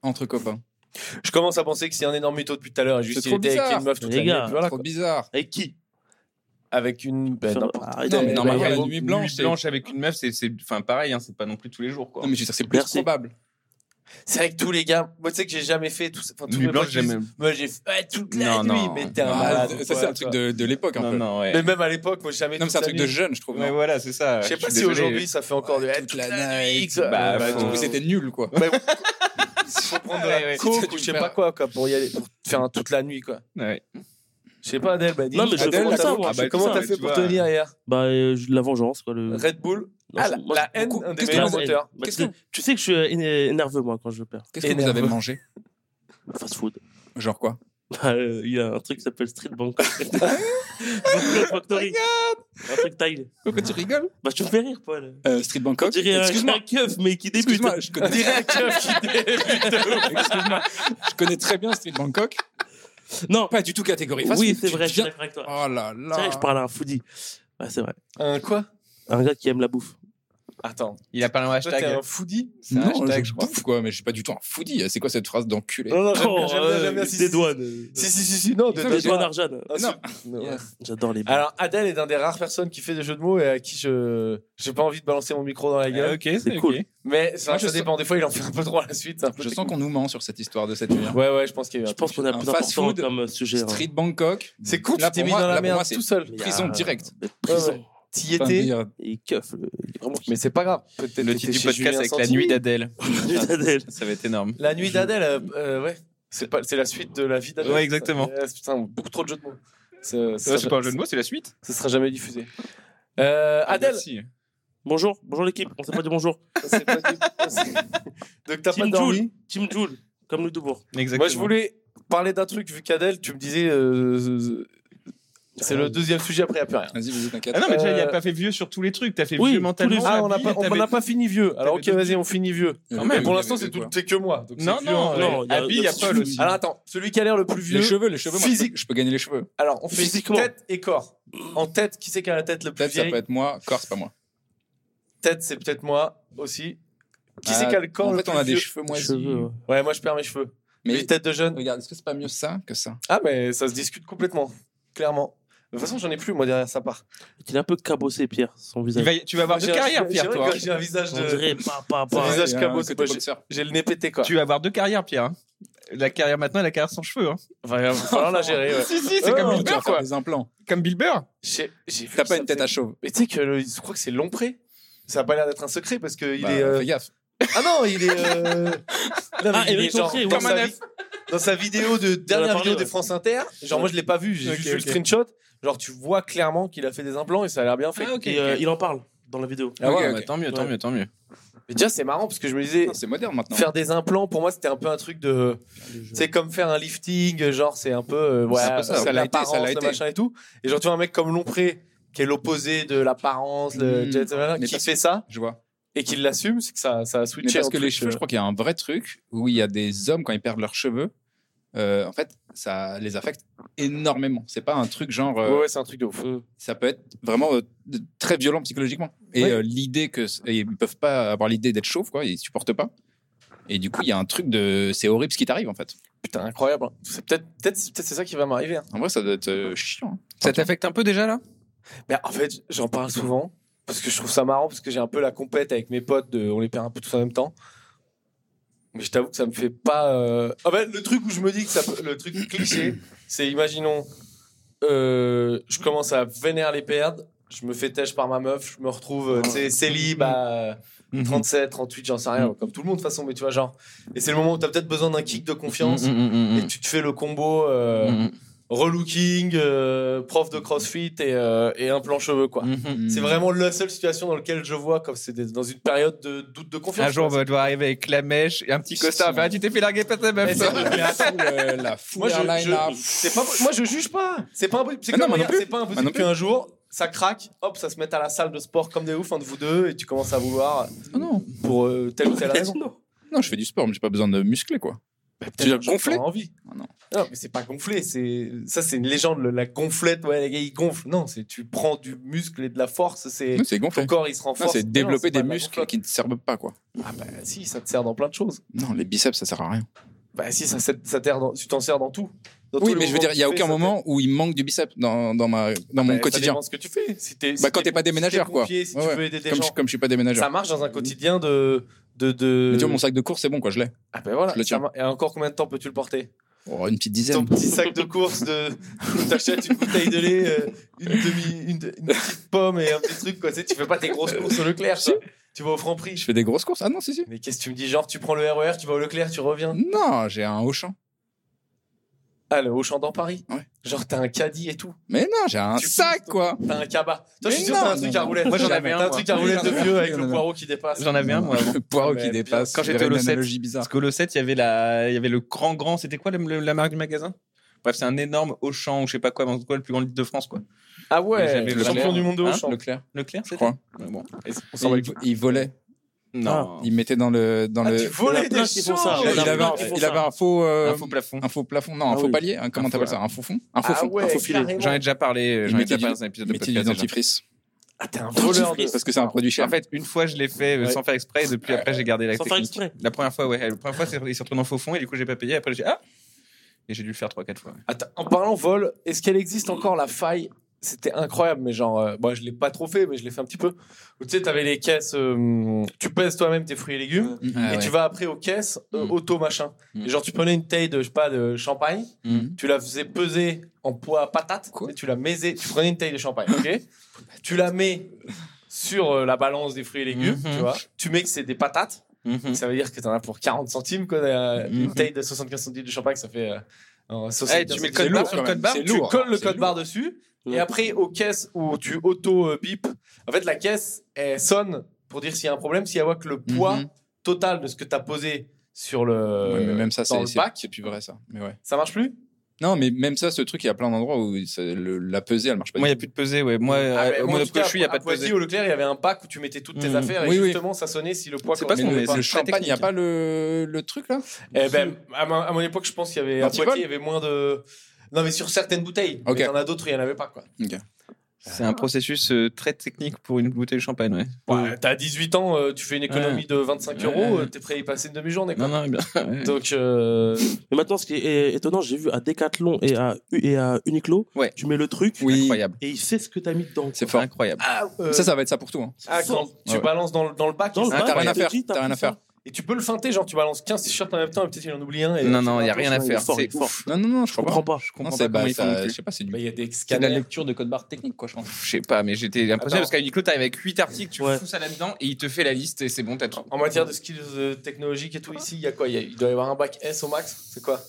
B: entre copains
A: Je commence à penser que c'est un énorme mytho depuis tout à l'heure. Et juste,
B: C'est
A: il
B: trop
A: était avec
B: bizarre.
A: une meuf toute
C: Les
A: la nuit.
C: gars.
A: et puis voilà,
B: Trop
A: quoi.
B: bizarre.
C: Avec qui
A: Avec une. Ben,
C: Enfin,
A: n'importe.
C: arrête,
B: Non, mais
C: euh,
B: normalement,
C: bah,
B: la
C: bah,
B: nuit blanche,
D: Nuit blanche avec une meuf, c'est, c'est, enfin, pareil, hein, c'est pas non plus tous les jours, quoi.
B: Non mais je veux dire, c'est plus
C: Merci.
B: probable.
A: C'est avec tous les gars. Moi, tu sais que j'ai jamais fait tout ça. Enfin, tous
D: Nuit
A: mes
D: blanche,
A: potes disent,
D: jamais.
A: Moi, j'ai fait ouais, toute la
D: Non,
A: nuit.
D: non.
A: Mais t'es un
D: Ah,
C: bah,
A: malade. ou
B: ça
A: quoi,
B: c'est un
A: tu
B: truc
A: vois.
B: de, de l'époque un
D: Non,
B: peu.
D: non, ouais.
A: Mais même à l'époque, moi, jamais.
B: Non, mais c'est un
A: toute la
B: truc de
A: nuit.
B: jeune, je trouve.
D: Ouais,
B: non
D: voilà, c'est ça.
A: Je sais pas
D: suis
A: si
D: désolé.
A: aujourd'hui ça fait encore de
B: Ouais,
A: Eh,
B: Bah, toute la nuit.
A: quoi.
D: Bah,
A: Ouais,
D: bah,
A: du
B: Du
A: coup,
B: coup, c'était nul quoi.
A: faut prendre de
D: Ouais,
A: la
D: ouais.
A: coke
B: Tu
A: ou je sais
B: fais
A: pas
B: un-
A: quoi, quoi pour y aller pour faire un toute la nuit quoi.
D: Ouais.
A: Je sais pas Adèle, bah, dis
C: Non, mais je
A: Adèle,
B: fais
A: t'as-
B: ça,
C: moi.
A: ah, bah,
D: Je fais
A: comment
D: ça,
A: t'as
D: mais
A: fait
D: tu
A: pour
D: vois.
A: tenir hier
C: bah, euh, je- la vengeance, quoi. Le...
A: Red Bull,
C: Non,
A: ah,
C: je-
A: la,
C: moi,
A: la
C: je-
A: haine,
B: beaucoup-
A: un des
B: qu'est-ce
A: meilleurs
B: qu'on a-
A: moteurs.
C: Bah, tu,
B: Qu'est-ce
C: sais, tu sais que je suis euh, éner- nerveux, moi, quand je perds.
B: Qu'est-ce que vous avez mangé
C: Fast food.
B: Genre quoi
C: Bah, euh, Il y a un truc qui s'appelle Street Bangkok. Bangkok Factory. un truc Thaï.
B: Pourquoi tu rigoles
C: Bah, tu me fais rire, Paul.
B: euh, Street
C: On
B: Bangkok
C: dirait un,
B: Excuse-moi,
C: un keuf, mais qui débute.
B: excuse-moi, je connais
A: Dirait un keuf qui
B: Excuse-moi, je connais très bien Street Bangkok.
C: Non,
B: Pas du tout catégorie. fast
C: oui,
B: food,
C: c'est
B: tu
C: vrai, je suis
B: viens-
C: d'accord avec toi.
B: Oh là là.
C: C'est vrai, je parle à un foodie. Ouais, c'est vrai.
A: Un quoi
C: Un gars qui aime la bouffe.
A: Attends,
D: Il a pas un
A: toi, t'es
D: hashtag.
A: un foodie
D: C'est un
B: Non,
D: hashtag,
B: je
D: je crois.
B: bouffe, quoi, mais je suis pas du tout un foodie. C'est quoi cette phrase d'enculé
A: non,
C: Oh, euh, des douanes.
A: Si, si, si, si, non, de-
B: Putain,
A: de-
B: mais
C: Des douanes Arjane.
A: Ah, si.
B: Non.
A: Non.
B: Yes.
C: J'adore les
A: Alors, Adèle est un des rares personnes qui fait des jeux de mots et à qui je j'ai pas envie de balancer mon micro dans la gueule.
D: Ah, ok,
C: C'est
D: ok.
C: cool.
A: Mais c'est vrai
B: Moi,
A: que
B: je
A: ça
B: sens-
A: dépend. Des fois, il en fait un peu trop à la suite. c'est un peu
B: Je sens
A: technique.
B: qu'on nous ment sur cette histoire de cette nuit. hein.
A: Ouais, ouais, je pense qu'il y a.
C: Je
A: un
C: pense
A: truc.
C: qu'on a
B: Un
C: plus
B: fast
C: important
B: food,
C: comme sujet. hein.
B: Street Bangkok.
A: C'est con, tu
B: Là,
A: t'es
B: pour
A: mis
B: moi-
A: dans
B: là,
A: la
B: pour
A: merde
B: moi, c'est-
A: tout seul.
C: Mais il y a-
B: prison directe.
C: Mais Prison.
A: Ouais, T'y
B: Enfin,
A: étais.
B: dire-
C: Il keuf. le- Il est vraiment
A: Mais c'est pas grave. Peut-être
D: Le
A: que
D: titre
A: t'es
D: du
A: chez
D: podcast
A: Julien
D: avec la
A: Santi.
D: nuit d'Adèle.
C: kiff d'Adèle.
D: Ça va être énorme.
A: La nuit d'Adèle, euh, euh, ouais. C'est pas, c'est la suite de la vie d'Adèle.
D: Ouais, exactement.
A: Euh, putain, beaucoup trop de jeux de mots. C'est-
D: Ça, c'est pas un jeu de mots, c'est la suite.
A: Ça sera jamais diffusé. Euh, Adèle.
D: Merci.
C: Bonjour, bonjour l'équipe. On s'est pas dit bonjour.
A: Ah, c'est pas du- Donc t'as pas
C: Team
A: dormi.
C: Joule. Team Joule, comme le Dubourg.
D: Exactement.
A: Moi, je voulais parler d'un truc, vu qu'Adèle, tu me disais. euh, c'est le deuxième sujet, après, il n'y a plus rien.
B: Vas-y, vas-y, t'inquiète.
D: Ah non, mais déjà, il a
A: Euh,
D: pas fait vieux sur tous les trucs. T'as fait
C: Oui,
D: vieux
C: tous
D: mentalement.
C: les-
A: Ah,
D: t'as
A: on n'a
D: vie,
A: pas, on
D: t'avais-
A: n'a pas fini vieux. Alors, ok,
D: t'avais
A: vas-y, on finit vieux.
B: Quand
A: Mais
B: même,
A: pour
B: il y
A: l'instant,
B: avait
A: c'est
B: deux,
A: tout,
B: quoi.
A: c'est que moi. donc c'est
D: Non,
A: vieux,
D: non,
A: en vrai.
C: non, il y a-
D: Abby, il y a Paul aussi.
A: Alors, attends, celui qui a l'air le plus vieux.
B: Les cheveux, les cheveux, moi, je,
A: Physique.
B: peux, je peux gagner les cheveux.
A: Alors, on fait
C: Physiquement.
A: tête et corps. En tête, qui c'est qui a la tête le plus
B: Peut-être ça
A: vieille
B: peut être moi, corps, c'est pas moi.
A: Tête, c'est peut-être moi aussi. Qui c'est
B: Ah,
A: qui a le corps
B: En
A: le
B: fait,
A: plus
B: on a des
A: vieux
B: cheveux moisis.
C: Cheveux, hein. ouais.
A: Ouais, moi, je perds mes cheveux. Mais
B: Mais
A: tête de jeune.
B: regarde, est-ce que c'est pas mieux ça que ça
A: Ah, mais ça se discute complètement, clairement. De toute façon, j'en ai plus, moi, derrière sa part.
C: Il est un peu cabossé, Pierre, son
D: Il
C: visage.
D: va y- Tu vas avoir deux
A: J'ai un-
D: carrières,
A: j'ai-
D: Pierre,
A: j'ai-
D: toi.
A: J'ai un visage
C: On
A: de.
C: dirait pas, pas,
A: Son
B: Ouais,
C: pas.
A: visage
B: il y a un
A: cabot, c'est
B: côté
A: pas chez-
B: boxeur.
A: J'ai le nez pété, quoi.
D: Tu vas avoir deux carrières, Pierre. hein. La carrière maintenant et la carrière sans cheveux. hein.
A: Enfin, il va falloir la gérer, ouais.
D: Si, si, c'est
A: Ouais,
D: comme
A: ouais,
D: Bill
B: Tu vas
D: Burr,
B: faire
D: quoi.
B: des implants.
D: Comme Bill Burr.
A: J'ai j'ai vu
B: T'as
A: que
B: pas
A: ça
B: une tête
A: faisait-
B: à chauve.
A: Mais tu sais que le- je crois que c'est Lompré. Ça a pas l'air d'être un secret parce que il
B: Bah,
A: est. euh,
B: Fais gaffe.
A: Ah non, il est. euh, non, mais
C: Ah,
A: il
C: Eric
A: est genre-
C: Lompré, ouais.
A: dans,
D: Comme
A: sa
D: un
A: vi- dans sa vidéo de dernière
C: parlé,
A: vidéo
C: ouais.
A: de France Inter, genre moi je l'ai pas vu, j'ai
D: Ok,
A: juste vu
D: ok.
A: le screenshot. Genre tu vois clairement qu'il a fait des implants et ça a l'air bien fait.
D: Ah, ok.
C: Et, euh, il en parle dans la vidéo.
B: Ah ouais,
D: Ok,
B: ok.
D: bah, Tant mieux, tant
C: Ouais.
D: mieux, tant mieux.
A: Mais déjà c'est marrant parce que je me disais
B: Non, C'est moderne maintenant.
A: faire des implants pour moi c'était un peu un truc de c'est comme faire un lifting genre c'est un peu euh, ouais,
B: C'est un peu ça,
A: ça,
B: ça l'a été,
A: l'apparence
B: ça l'a
A: le
B: été.
A: machin et tout. Et genre tu vois un mec comme Lompré qui est l'opposé de l'apparence le-
B: Mmh.
A: tu vois,
B: Mais
A: qui
B: parce-
A: fait ça
B: Je vois.
A: et qui l'assume c'est que ça ça a switché euh,
B: Mais parce
A: en
B: que
A: plus,
B: les cheveux, je crois qu'il y a un vrai truc où il y a des hommes, quand ils perdent leurs cheveux, euh, en fait, ça les affecte énormément. C'est pas un truc genre. euh,
A: Ouais, ouais, c'est un truc de ouf.
B: Ça peut être vraiment euh, de- très violent psychologiquement. Et
A: Oui.
B: euh, l'idée que. et ils peuvent pas avoir l'idée d'être chauve, quoi. Ils supportent pas. Et du coup, il y a un truc de. C'est horrible ce qui t'arrive, en fait.
A: Putain, incroyable. hein. C'est peut-être peut-être peut-être c'est ça qui va m'arriver. hein.
B: En vrai, ça doit être euh, chiant. hein.
D: Ça t'affecte un peu déjà, là
A: Mais en fait, j'en parle souvent parce que je trouve ça marrant parce que j'ai un peu la compète avec mes potes de on les perd un peu tous en même temps. Mais je t'avoue que ça me fait pas euh, En fait, le truc où je me dis que ça peut- le truc cliché, c'est imaginons euh, je commence à vénère les perdre, je me fais têche par ma meuf, je me retrouve euh, tu sais, célib à 37, 38, j'en sais rien, comme tout le monde de toute façon, mais tu vois genre et c'est le moment où tu as peut-être besoin d'un kick de confiance
D: Mm, Mm-hmm.
A: et tu te fais le combo euh, relooking, euh, prof de crossfit et, euh, et un plan cheveux, quoi.
D: mm,
B: Mm.
A: C'est vraiment la seule situation dans laquelle je vois comme c'est des- dans une période de doute de confiance.
D: Un jour, on
B: bah.
A: quoi.
D: va devoir arriver avec la mèche et un petit costard.
B: Six
D: Enfin, tu t'es fait larguer par ta
B: Eh,
D: meuf.
A: Mais c'est-
D: toi.
B: Mais la foule, euh, la foule
A: moi, je,
B: airline,
A: je-
B: là.
A: c'est pas, moi, je juge pas. C'est pas impossible. C'est
B: Mais Bah
A: comme,
B: non, moi non
A: regarde,
B: plus.
A: c'est pas
B: Moi non
A: impossible
B: plus.
A: qu'un jour, ça craque, hop, ça se mette à la salle de sport comme des oufs, un de vous deux, et tu commences à vouloir
B: Ah non.
A: pour euh, telle ou telle raison. Bah,
B: non, je fais du sport, mais j'ai pas besoin de muscler, quoi. tu veux dire gonfler
A: T'auras envie.
B: Ah non.
A: Non, mais c'est pas gonfler. C'est ça, c'est une légende. le- La gonflette, ouais, les gars, ils gonflent. Non, c'est tu prends du muscle et de la force. C'est
B: Non, C'est gonflé.
A: ton corps, il se
B: Non,
A: renforce.
B: c'est
A: Non,
B: développer
A: pas
B: des
A: de la
B: muscles
A: gonflette.
B: qui ne servent pas, quoi.
A: Ah bah si, ça te sert dans plein de choses.
B: Non, les biceps, ça sert à rien.
A: Bah si, ça, ça, ça t'air dans- tu t'en sers dans tout. Dans tous
B: Oui,
A: les
B: mais je veux
A: mouvements
B: dire, il n'y a
A: que tu
B: aucun
A: fais, ça
B: moment où il manque du bicep dans, dans, ma, dans
A: t'aide. Bah,
B: mon
A: ça
B: quotidien.
A: dépend ce que tu fais. Si t'es, si
B: Bah, quand
A: t'es-
B: t'es pas
A: si
B: déménageur,
A: t'es
B: quoi.
A: pompier, si
B: Ouais,
A: tu
B: ouais.
A: veux aider des
B: Comme je,
A: gens.
B: comme je suis pas déménageur. Mmh.
A: Ça marche dans un quotidien de... de, de...
B: Mais tu vois, mon sac de course, c'est bon, quoi, je l'ai.
A: Ah ben voilà,
B: je le
A: ça
B: tiens.
A: mar- et encore combien de temps peux-tu le porter
B: Oh, une petite
A: Ton
B: dizaine.
A: petit sac de course, de... où t'achètes une bouteille de lait, euh, une, demi, une, de- une petite pomme et un petit truc, quoi. Tu sais, tu fais pas tes grosses courses au Leclerc,
B: Si.
A: quoi. tu vas au
B: Je
A: Franprix.
B: fais Mmh. des grosses courses. Ah non, si, si.
A: Mais qu'est-ce que tu me dis Genre, tu prends le RER, tu vas au Leclerc, tu reviens.
B: Non, j'ai un Auchan.
A: Ah, le Auchan dans Paris
B: Ouais.
A: Genre, t'as un caddie et tout.
B: Mais non, j'ai un
A: Tu
B: sac, quoi.
A: T'as un cabas. Toi, je suis
B: Mais
A: sûr, t'as
B: non,
A: un truc
B: non,
A: à
B: non.
A: roulette.
B: Moi, j'en avais
A: T'as
B: un,
A: un
B: moi.
A: truc à roulette de vieux avec le poireau qui dépasse.
D: J'en avais un, moi. avant.
B: Le poireau
A: Mais
B: qui
A: bien
B: dépasse.
A: sûr.
D: Quand
B: je
D: j'étais
B: dirais
D: au
B: une
D: Losset.
B: analogie bizarre.
D: Parce qu'au Lossette, il y avait la, il y avait le grand grand. C'était quoi le- la marque du magasin Bref, c'est un énorme Auchan ou je sais pas quoi, mais en tout cas le plus grand litre de France quoi.
A: Ah
D: ouais.
A: ouais,
D: Le
A: champion
D: Leclerc.
A: du monde de
D: Hein,
A: Auchan. Ah,
B: Leclerc,
D: Leclerc,
B: je
D: c'est
B: crois.
D: Bon.
A: On
B: Et il, il volait.
D: Non.
B: Il mettait dans le. Dans
A: Ah,
B: le...
A: tu volais
C: Il y
A: des
C: en a qui font
A: choses.
C: ça,
B: Il
C: ouais.
B: avait, un-
C: Ils font
B: il
C: ça.
B: avait un faux. euh,
D: Un faux plafond.
B: un faux plafond, non, un
C: Ah
B: faux
C: oui.
B: palier, hein, comment
D: Un
B: t'appelles
D: faux-
B: ça Un faux fond Un faux
A: Ah
B: fond.
A: ouais,
B: un faux filet.
A: carrément.
D: J'en ai déjà parlé. euh, J'en ai
B: mettez
D: déjà
B: du-
D: parlé dans un épisode de
B: Mettez du
D: podcast. déjà.
B: dentifrice.
A: Ah, t'es un voleur. de-
B: Parce que c'est un produit cher.
D: En fait, une fois, je l'ai fait euh,
A: Ouais.
D: sans faire exprès. Et depuis, après, j'ai gardé la
C: Sans faire
D: technique.
C: exprès.
D: La première fois, ouais. La première fois, c'est il s'est retrouvé dans faux fond et du coup, j'ai pas payé. Après, j'ai ah. Et j'ai dû le faire trois, quatre fois.
A: Attends, en parlant vol, est-ce qu'elle existe encore la faille C'était incroyable, mais genre, euh, moi je l'ai pas trop fait, mais je l'ai fait un petit peu. Où, Tu sais, t'avais les caisses, euh, tu pèses toi-même tes fruits et légumes,
B: Ah
A: et tu
B: ouais.
A: vas après aux caisses, euh,
B: Mm.
A: auto machin.
B: Mm.
A: Et genre, tu prenais une taille de, je sais pas, de champagne,
D: Mm.
B: Mhm.
A: tu la faisais peser en poids à patate,
B: Quoi
A: et tu la maisais, tu prenais une taille de champagne, ok Tu la mets sur euh, la balance des fruits et légumes,
D: Mhm.
A: tu vois, tu mets que c'est des patates.
D: Mm-hmm.
A: Ça veut dire que t'en as pour 40 centimes, quoi. euh, Une
B: Mhm.
A: taille de 75 centimes de champagne, ça fait. euh, en 60
D: Eh, tu mets le code
A: C'est
D: barre
A: lourd,
D: sur le
A: quand
D: code
A: même.
D: barre,
A: C'est
B: tu
A: lourd. hein. Tu colles le
B: C'est
A: code
B: lourd.
A: barre dessus.
C: Ouais.
A: Et après, aux caisses où tu auto-bip, en fait, la caisse, elle sonne pour dire s'il y a un problème, s'il y a voit que le poids
B: Mhm.
A: total de ce que t'as posé sur le.
B: Ouais, mais même ça,
A: dans
B: c'est
A: le
B: c'est-
A: bac,
B: c'est plus vrai ça. Mais ouais.
A: ça marche plus
B: Non, mais même ça, ce truc, il y a plein d'endroits où ça- le- la pesée, elle marche pas.
D: Moi, il n'y
B: du
D: a plus de pesée, ouais. Moi,
A: Ah, mais
D: euh, au
A: moi, en tout
D: monopole,
A: cas,
D: je suis, il n'y a
A: à
D: pas de
A: Poissy,
D: pesée.
A: au Leclerc, il y avait un bac où tu mettais toutes tes
D: Mhm.
A: affaires
B: Oui,
A: et
B: oui.
A: justement, ça sonnait si le poids.
D: C'est pas
A: correspondait
D: ce
A: ou
D: qu'on est-
B: tout.
A: pas.
B: le
D: c'est très
B: champagne, il n'y a pas le, le truc là
A: Eh ben, à mon, à mon époque, je pense qu'il y avait à
B: L'antivol
A: Poitiers, il y avait moins de. Non, mais sur certaines bouteilles.
B: Ok.
A: Mais t'en as d'autres, où il n'y en avait pas, quoi.
D: C'est un processus euh, très technique pour une bouteille de champagne, ouais.
A: Ouais, T'as 18 ans, euh, tu fais une économie de 25
D: Ouais.
A: euros, euh, t'es prêt à y passer une demi-journée, quoi.
D: Non, non, bien.
A: Donc, euh,
C: Mais maintenant, ce qui est étonnant, j'ai vu à Decathlon et à, et à Uniqlo,
D: Ouais.
C: tu mets le truc
B: Oui.
D: Incroyable.
C: et il sait ce que t'as mis dedans.
B: C'est fort.
D: Incroyable.
A: ah, euh,
B: Ça, ça va être ça pour tout. hein.
A: ah, quand tu
B: Ouais.
A: balances dans, le- dans le bac,
C: Dans
A: et-
C: le
B: Ah,
C: bac,
B: t'as rien
C: il
B: à
C: te
B: faire,
C: dit,
B: t'as rien à
C: fait ça.
B: faire.
A: et tu peux le feinter, genre tu balances 15 t-shirts en même temps, et peut-être il en oublie un. Et
D: Non, non, il n'y a
C: attention,
D: rien à
C: il est
D: faire.
C: fort, il
D: C'est
C: est fort.
D: ouf.
B: Non, non, non, je
C: Je comprends
B: comprends pas.
C: pas.
D: Je comprends
B: Non,
D: pas
B: c'est
D: comment
B: bah,
D: ils font non
B: ça,
D: plus.
B: je sais pas, c'est
A: Bah,
B: du.
A: Il y a des
B: C'est de la
A: scanners.
B: lecture de code barre technique, quoi, je pense.
D: Je sais pas, mais j'étais impressionné parce qu'à Uniqlo, t'arrives avec 8 articles, tu
C: Ouais.
D: fous ça là-dedans et il te fait la liste et c'est bon, t'as tout.
A: En matière de skills euh, technologiques et tout, ici, il y a quoi Il y a- Il doit y avoir un bac S au max C'est quoi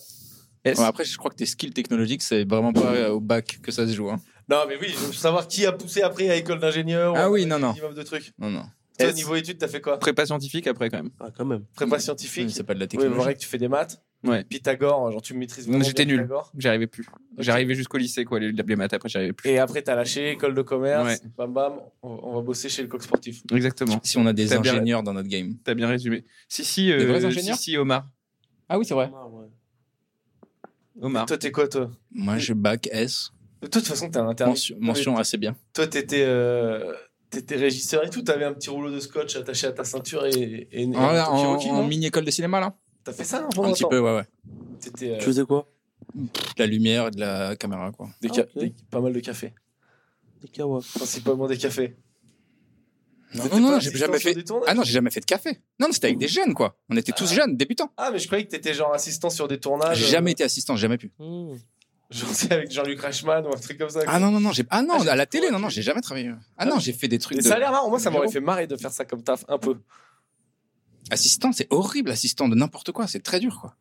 D: S.
B: Ouais, après, je crois que tes skills technologiques, c'est vraiment pas euh, au bac que ça se joue. hein.
A: Non, mais oui, je veux savoir qui a poussé après à école d'ingénieur.
B: Ah
A: ou
B: oui,
A: un
B: non, non.
A: minimum de trucs.
B: Non, non.
A: Toi,
D: S.
A: niveau études, t'as fait quoi
D: Prépa scientifique après, quand même.
C: Ah, quand même.
A: Prépa
B: Mais
A: scientifique.
B: C'est pas de la
A: Oui,
B: technologie.
A: vrai que tu fais des maths.
D: Ouais.
A: Pythagore, genre tu maîtrises
D: Mais
A: vraiment
D: j'étais
A: bien
D: nul.
A: Pythagore.
D: J'arrivais plus. J'arrivais jusqu'au lycée, quoi, les, les maths. Après, j'arrivais plus.
A: Et après, t'as lâché école de commerce.
D: Ouais.
A: Bam bam, on, on va bosser chez le coq sportif.
D: Exactement.
B: Si on a des
D: T'as bien-
B: ingénieurs dans notre game.
D: T'as bien résumé. Si, si, euh,
B: Des vrais
D: si,
B: ingénieurs
D: si, Omar.
B: Ah oui, c'est vrai.
C: Ah, ouais.
D: Omar.
A: Toi, t'es quoi, toi
B: Moi, j'ai bac S.
A: Toi, de toute façon, t'as un intérêt.
B: Mention, mention assez bien.
A: Toi, t'étais. euh, T'étais régisseur et tout, t'avais un petit rouleau de scotch attaché à ta ceinture et, et, et
B: En,
A: un petit
B: Ah, en-
A: Rocky,
B: en
A: non
B: mini-école de cinéma, là
A: T'as fait ça non, pendant
B: Un
A: un
B: petit
A: temps
B: peu, ouais, ouais.
A: T'étais euh,
C: Tu faisais quoi
B: De la lumière et de la caméra, quoi.
A: des ca-
C: Ah, ok.
A: des- pas mal de café,
C: Des kawas.
A: principalement des cafés.
B: Non,
A: T'étais
B: non,
A: pas
B: non, j'ai
A: assistant
B: jamais
A: sur
B: fait.
A: des tournages
B: Ah non, j'ai jamais fait de café. Non, mais c'était avec des jeunes, quoi. On était tous jeunes, débutants.
A: Ah, mais je croyais que t'étais genre assistant sur des tournages.
B: J'ai
A: euh,
B: jamais été assistant, j'ai jamais pu.
C: Hmm.
A: Genre, c'est avec Jean-Luc Reichmann ou un truc comme ça. quoi.
B: Ah non, non, non, j'ai. Ah non,
A: Ah, j'ai-
B: à la télé, non, non, j'ai jamais travaillé. Ah non, j'ai fait des trucs
A: Mais
B: de.
A: ça a l'air marrant. Moi, ça m'aurait
B: Zéro.
A: fait marrer de faire ça comme taf, un peu.
B: Assistant, c'est horrible, assistant de n'importe quoi, c'est très dur, quoi.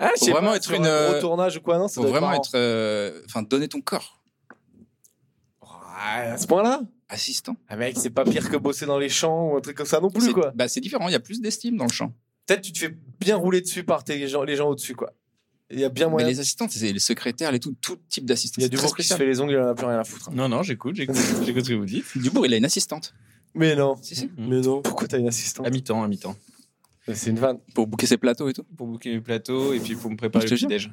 A: Ah, je sais
B: vraiment
A: pas,
B: être
A: sur
B: une,
A: un gros
B: euh,
A: tournage ou quoi, non ça
B: Faut
A: doit
B: vraiment
A: marrant.
B: être. euh, Enfin, donner ton corps.
A: Ah, à ce point-là
B: Assistant.
A: Ah mec, c'est pas pire que bosser dans les champs ou un truc comme ça non plus,
B: C'est-
A: quoi.
B: Bah, c'est différent, il y a plus d'estime dans le champ.
A: Peut-être tu te fais bien rouler dessus par tes gens, les gens au-dessus, quoi. Il y a bien moyen.
B: Mais les assistantes, c'est les secrétaires, les tout, tout type d'assistants.
A: Il y a
B: c'est
A: du
B: très
A: bourg qui se
B: spécial.
A: fait les ongles, il en a plus rien à foutre. hein.
D: Non, non, j'écoute, j'écoute, j'écoute ce que vous dites.
B: Dubourg, il a une assistante.
A: Mais non.
B: Si, si.
C: Mais non.
A: Mmh. Pourquoi t'as une
B: Ah,
A: assistante
D: À mi-temps, à mi-temps.
A: C'est une vanne.
B: Pour booker ses plateaux et tout.
D: Pour bouquer mes plateaux et puis pour me préparer
B: Ah, Je
D: le
B: te jure.
D: petit-déj.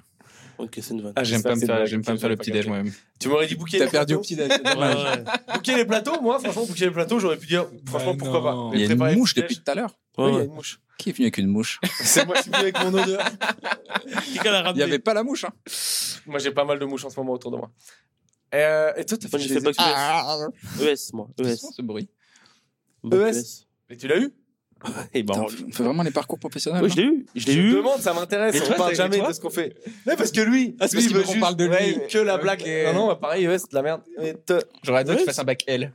C: Ok, c'est une vanne.
A: Ah,
D: J'aime
A: ça,
D: pas me
A: c'est une
D: faire,
A: blague,
D: j'aime pas
A: ok,
D: me faire
A: j'avais
D: le
A: pas
D: petit-déj
A: capté.
D: moi-même.
A: Tu m'aurais dit bouquet.
B: T'as perdu au petit déj.
A: Ah, Bouquet les plateaux, moi, franchement, bouquet les plateaux, j'aurais pu dire, franchement,
D: Bah
A: pourquoi
D: non.
A: pas. Mais
B: Il y a
A: préparer
B: une
A: le
B: mouche
A: petit-déj,
B: depuis tout à l'heure.
A: oui, il y a
C: ouais.
A: une mouche.
B: Qui est venu avec une mouche
A: C'est moi qui suis venu avec mon odeur.
C: Quelqu'un l'a
B: Il n'y avait pas la mouche. Hein.
A: Moi, j'ai pas mal de mouches en ce moment autour de moi. Euh, et toi, t'as fait
C: Moi, j'ai
A: chez
C: fait
A: les
C: pas
A: études.
B: Ah,
C: ES, E moi. E ES.
B: ce bruit.
C: Bac
A: ES. Mais tu l'as eu
C: Eh ben,
B: Putain, on fait vraiment les parcours professionnels.
C: ouais, je
B: hein.
C: l'ai eu. Je l'ai
A: Je
C: eu.
A: demande, ça m'intéresse.
D: Et
A: On
D: toi,
A: parle
D: et
A: jamais
D: toi
A: de ce qu'on fait. Mais parce que lui,
B: c'est parce
A: lui,
B: qu'il
A: veut
B: veut qu'on
A: juste
B: parle de lui.
A: ouais, que la
D: Ok.
A: blague. Non, non, bah, pareil, ES, c'est de la merde. Mais te-
D: J'aurais adoré que
C: Ouais,
D: tu fasses un bac L.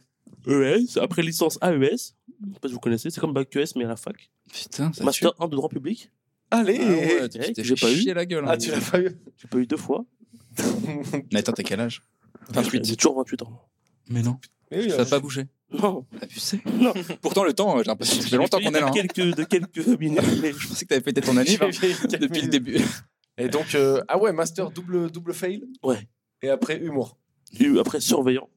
C: ES. E Après licence AES. Je sais pas si vous connaissez. C'est comme bac ES, mais à la fac.
B: hein. Putain, ça tue.
C: Master 1 de droit public.
A: Allez
B: Ah ouais,
C: Eh,
B: tu t'es
C: j'ai
B: fait
C: pas eu.
B: chier la gueule. hein.
A: Ah, tu l'as pas eu
C: J'ai pas eu deux fois.
B: Nathan, t'as quel âge
C: J'ai toujours 28 ans.
B: Mais non,
A: Mais oui,
B: ça n'a pas bougé.
C: Non.
B: T'as vu, c'est- Pourtant, le temps, euh, j'ai l'impression que ça fait longtemps qu'on est là. hein.
C: Quelques, de quelques minutes. mais-
B: Je pensais que t'avais fêté ton anniv hein, depuis le début.
A: Et donc, euh, ah ouais, master double, double fail.
C: Ouais.
A: Et après, humour.
C: Eu- Après, surveillant.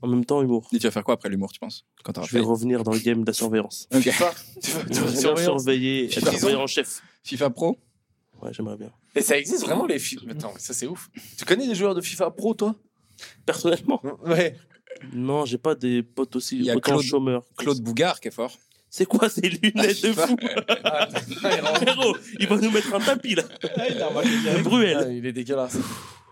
C: En même temps, humour.
B: Et tu vas faire quoi après l'humour, tu penses Quand t'auras
C: Je vais
B: fait
C: revenir dans le game de la surveillance.
B: Ok.
A: FIFA. Tu vas- tu vas
C: J'aimerais bien
A: surveiller.
C: surveiller,
A: Puis
C: être
A: ils ont-
C: surveillant en chef.
B: FIFA Pro
C: Ouais, j'aimerais bien.
A: Et ça existe vraiment les FIFA. Attends, mais ça c'est ouf. Tu connais des joueurs de FIFA pro, toi
C: Personnellement
A: Ouais.
C: Non, j'ai pas des potes aussi
B: Il y a
C: autant
B: Claude-
C: chômeurs.
B: Claude Bougard qui est fort.
C: C'est quoi ces lunettes de fou
A: Ah,
C: Frérot, il va nous mettre un tapis là. Bruel.
A: il est dégueulasse.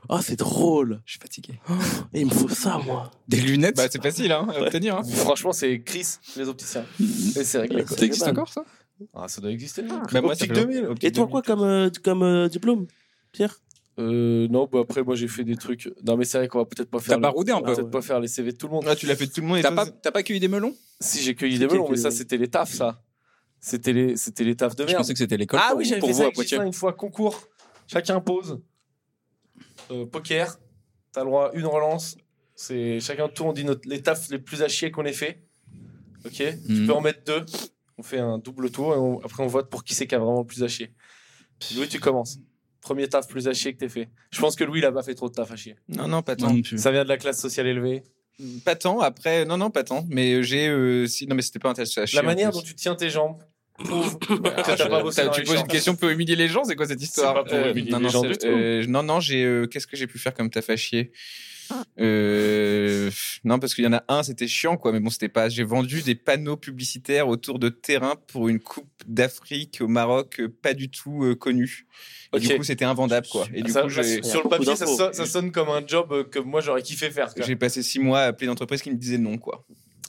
C: Ah, c'est drôle.
B: Je suis fatigué.
C: Et il me faut ça, moi.
B: Des lunettes
D: Bah, c'est facile hein, à obtenir. Hein.
A: Franchement, c'est Chris, les opticiens. Et c'est réglé. quoi.
B: Ça existe
C: c'est
B: encore, ça
A: Ah, ça doit exister.
D: Bah, moi, ça
A: Optique
D: fait
A: 2000.
C: Et toi, quoi comme, euh, comme euh, diplôme, Pierre
A: Euh, non, bah après, moi j'ai fait des trucs. Non, mais c'est vrai qu'on va peut-être pas faire.
B: T'as
A: le-
B: pas roudé un
A: on va
B: peu
A: peut-être pas faire les CV de tout le monde.
D: Ah, tu l'as fait de tout le monde. et
B: T'as
D: toi,
B: pas, t'as pas cueilli des melons
A: Si j'ai cueilli des
C: C'était
A: melons, mais
C: quelques-
A: ça c'était les tafs, ça. C'était les, c'était les tafs de
B: Je
A: merde.
B: pensais que c'était l'école.
A: Ah
B: pour-
A: oui, j'avais
B: pour
A: fait
B: vous
A: ça
B: à
A: avec
B: Poitiers.
A: Gislain une fois, concours. Chacun pose. Euh, poker, t'as le droit à une relance. C'est chacun de tour, on dit notre, les tafs les plus à chier qu'on ait fait. Ok Tu
B: Mhm.
A: peux en mettre deux. On fait un double tour et on- après on vote pour qui c'est qui a vraiment le plus à chier. Louis, tu commences. Premier taf plus à chier que t'aies fait. Je pense que Louis, il a pas fait trop de taf à chier.
D: Non, non, pas
B: Non,
D: tant.
B: non plus.
A: Ça vient de la classe sociale élevée.
D: Pas tant. Après, non, non, pas tant. Mais j'ai. euh, si- Non, mais c'était pas un test. à chier,
A: La
D: en
A: manière
D: plus.
A: dont tu tiens tes jambes prouve que
D: Ah,
A: t'as
D: je-
A: pas bossé
D: t'as-
A: dans
D: tu
A: les
D: poses
A: champs.
D: une question pour humilier les gens, c'est quoi cette histoire
A: pas pour humilier
D: non,
A: les
D: non,
A: gens
D: c'est-
A: du tout.
D: euh, non, non, j'ai. euh, Qu'est-ce que j'ai pu faire comme taf à chier Euh, Non, parce qu'il y en a un, c'était chiant, quoi. Mais bon, c'était pas. J'ai vendu des panneaux publicitaires autour de terrain pour une coupe d'Afrique au Maroc, euh, pas du tout euh, connue. Et
A: Ok.
D: du coup, c'était invendable, quoi. Et du
A: Ah, Ça-
D: coup,
A: ça-
D: j'ai.
A: sur le
C: Beaucoup
A: papier, ça,
C: d'infos.
A: sonne- ça sonne comme un job euh, que moi j'aurais kiffé faire. quoi.
D: J'ai passé six mois à appeler l'entreprise qui me disait non, quoi.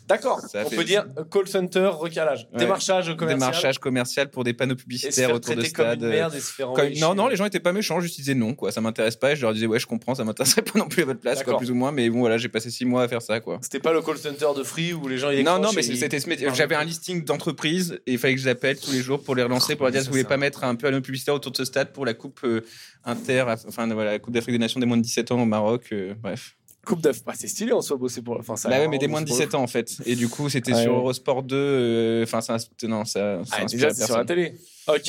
A: D'accord,
D: Ça
A: on
D: fait-
A: peut dire euh, call center, recalage,
D: Ouais.
A: démarchage commercial.
D: Démarchage commercial pour des panneaux
A: et se
D: publicitaires
A: faire
D: autour de
A: traiter comme
D: stade.
A: une merde et se faire
D: Quand-
A: envoyer
D: non,
A: chez-
D: non, les gens étaient pas méchants, juste ils disaient non, quoi. Ça m'intéresse pas. Et je leur disais, ouais, je comprends, ça m'intéresserait pas non plus à votre place, quoi,
A: D'accord.
D: plus ou moins. Mais bon, voilà, j'ai passé six mois à faire ça, quoi.
A: C'était pas le call center de Free où les gens y
D: Non, non,
A: accrochent
D: mais
A: et ils-
D: c'était ce métier. J'avais un listing d'entreprises et il fallait que je les appelle tous les jours pour les relancer, pour leur dire,
A: Ça,
D: je voulais
A: ça.
D: pas mettre un peu à publicitaire autour de ce stade pour la coupe euh, inter, enfin voilà, la coupe d'Afrique des Nations des moins de 17 ans au Maroc. euh, bref.
A: Coupe d'Af. Ah, c'est stylé en soi, bosser pour. Enfin, ça
D: bah ouais, mais des moins de 17 ans en fait. Et du coup, c'était
A: Ouais,
D: sur
A: ouais.
D: Eurosport 2. euh, Enfin, ça, ins- non, ça. ça
A: Ah, déjà,
D: inspire
A: c'est sur la télé.
D: personne.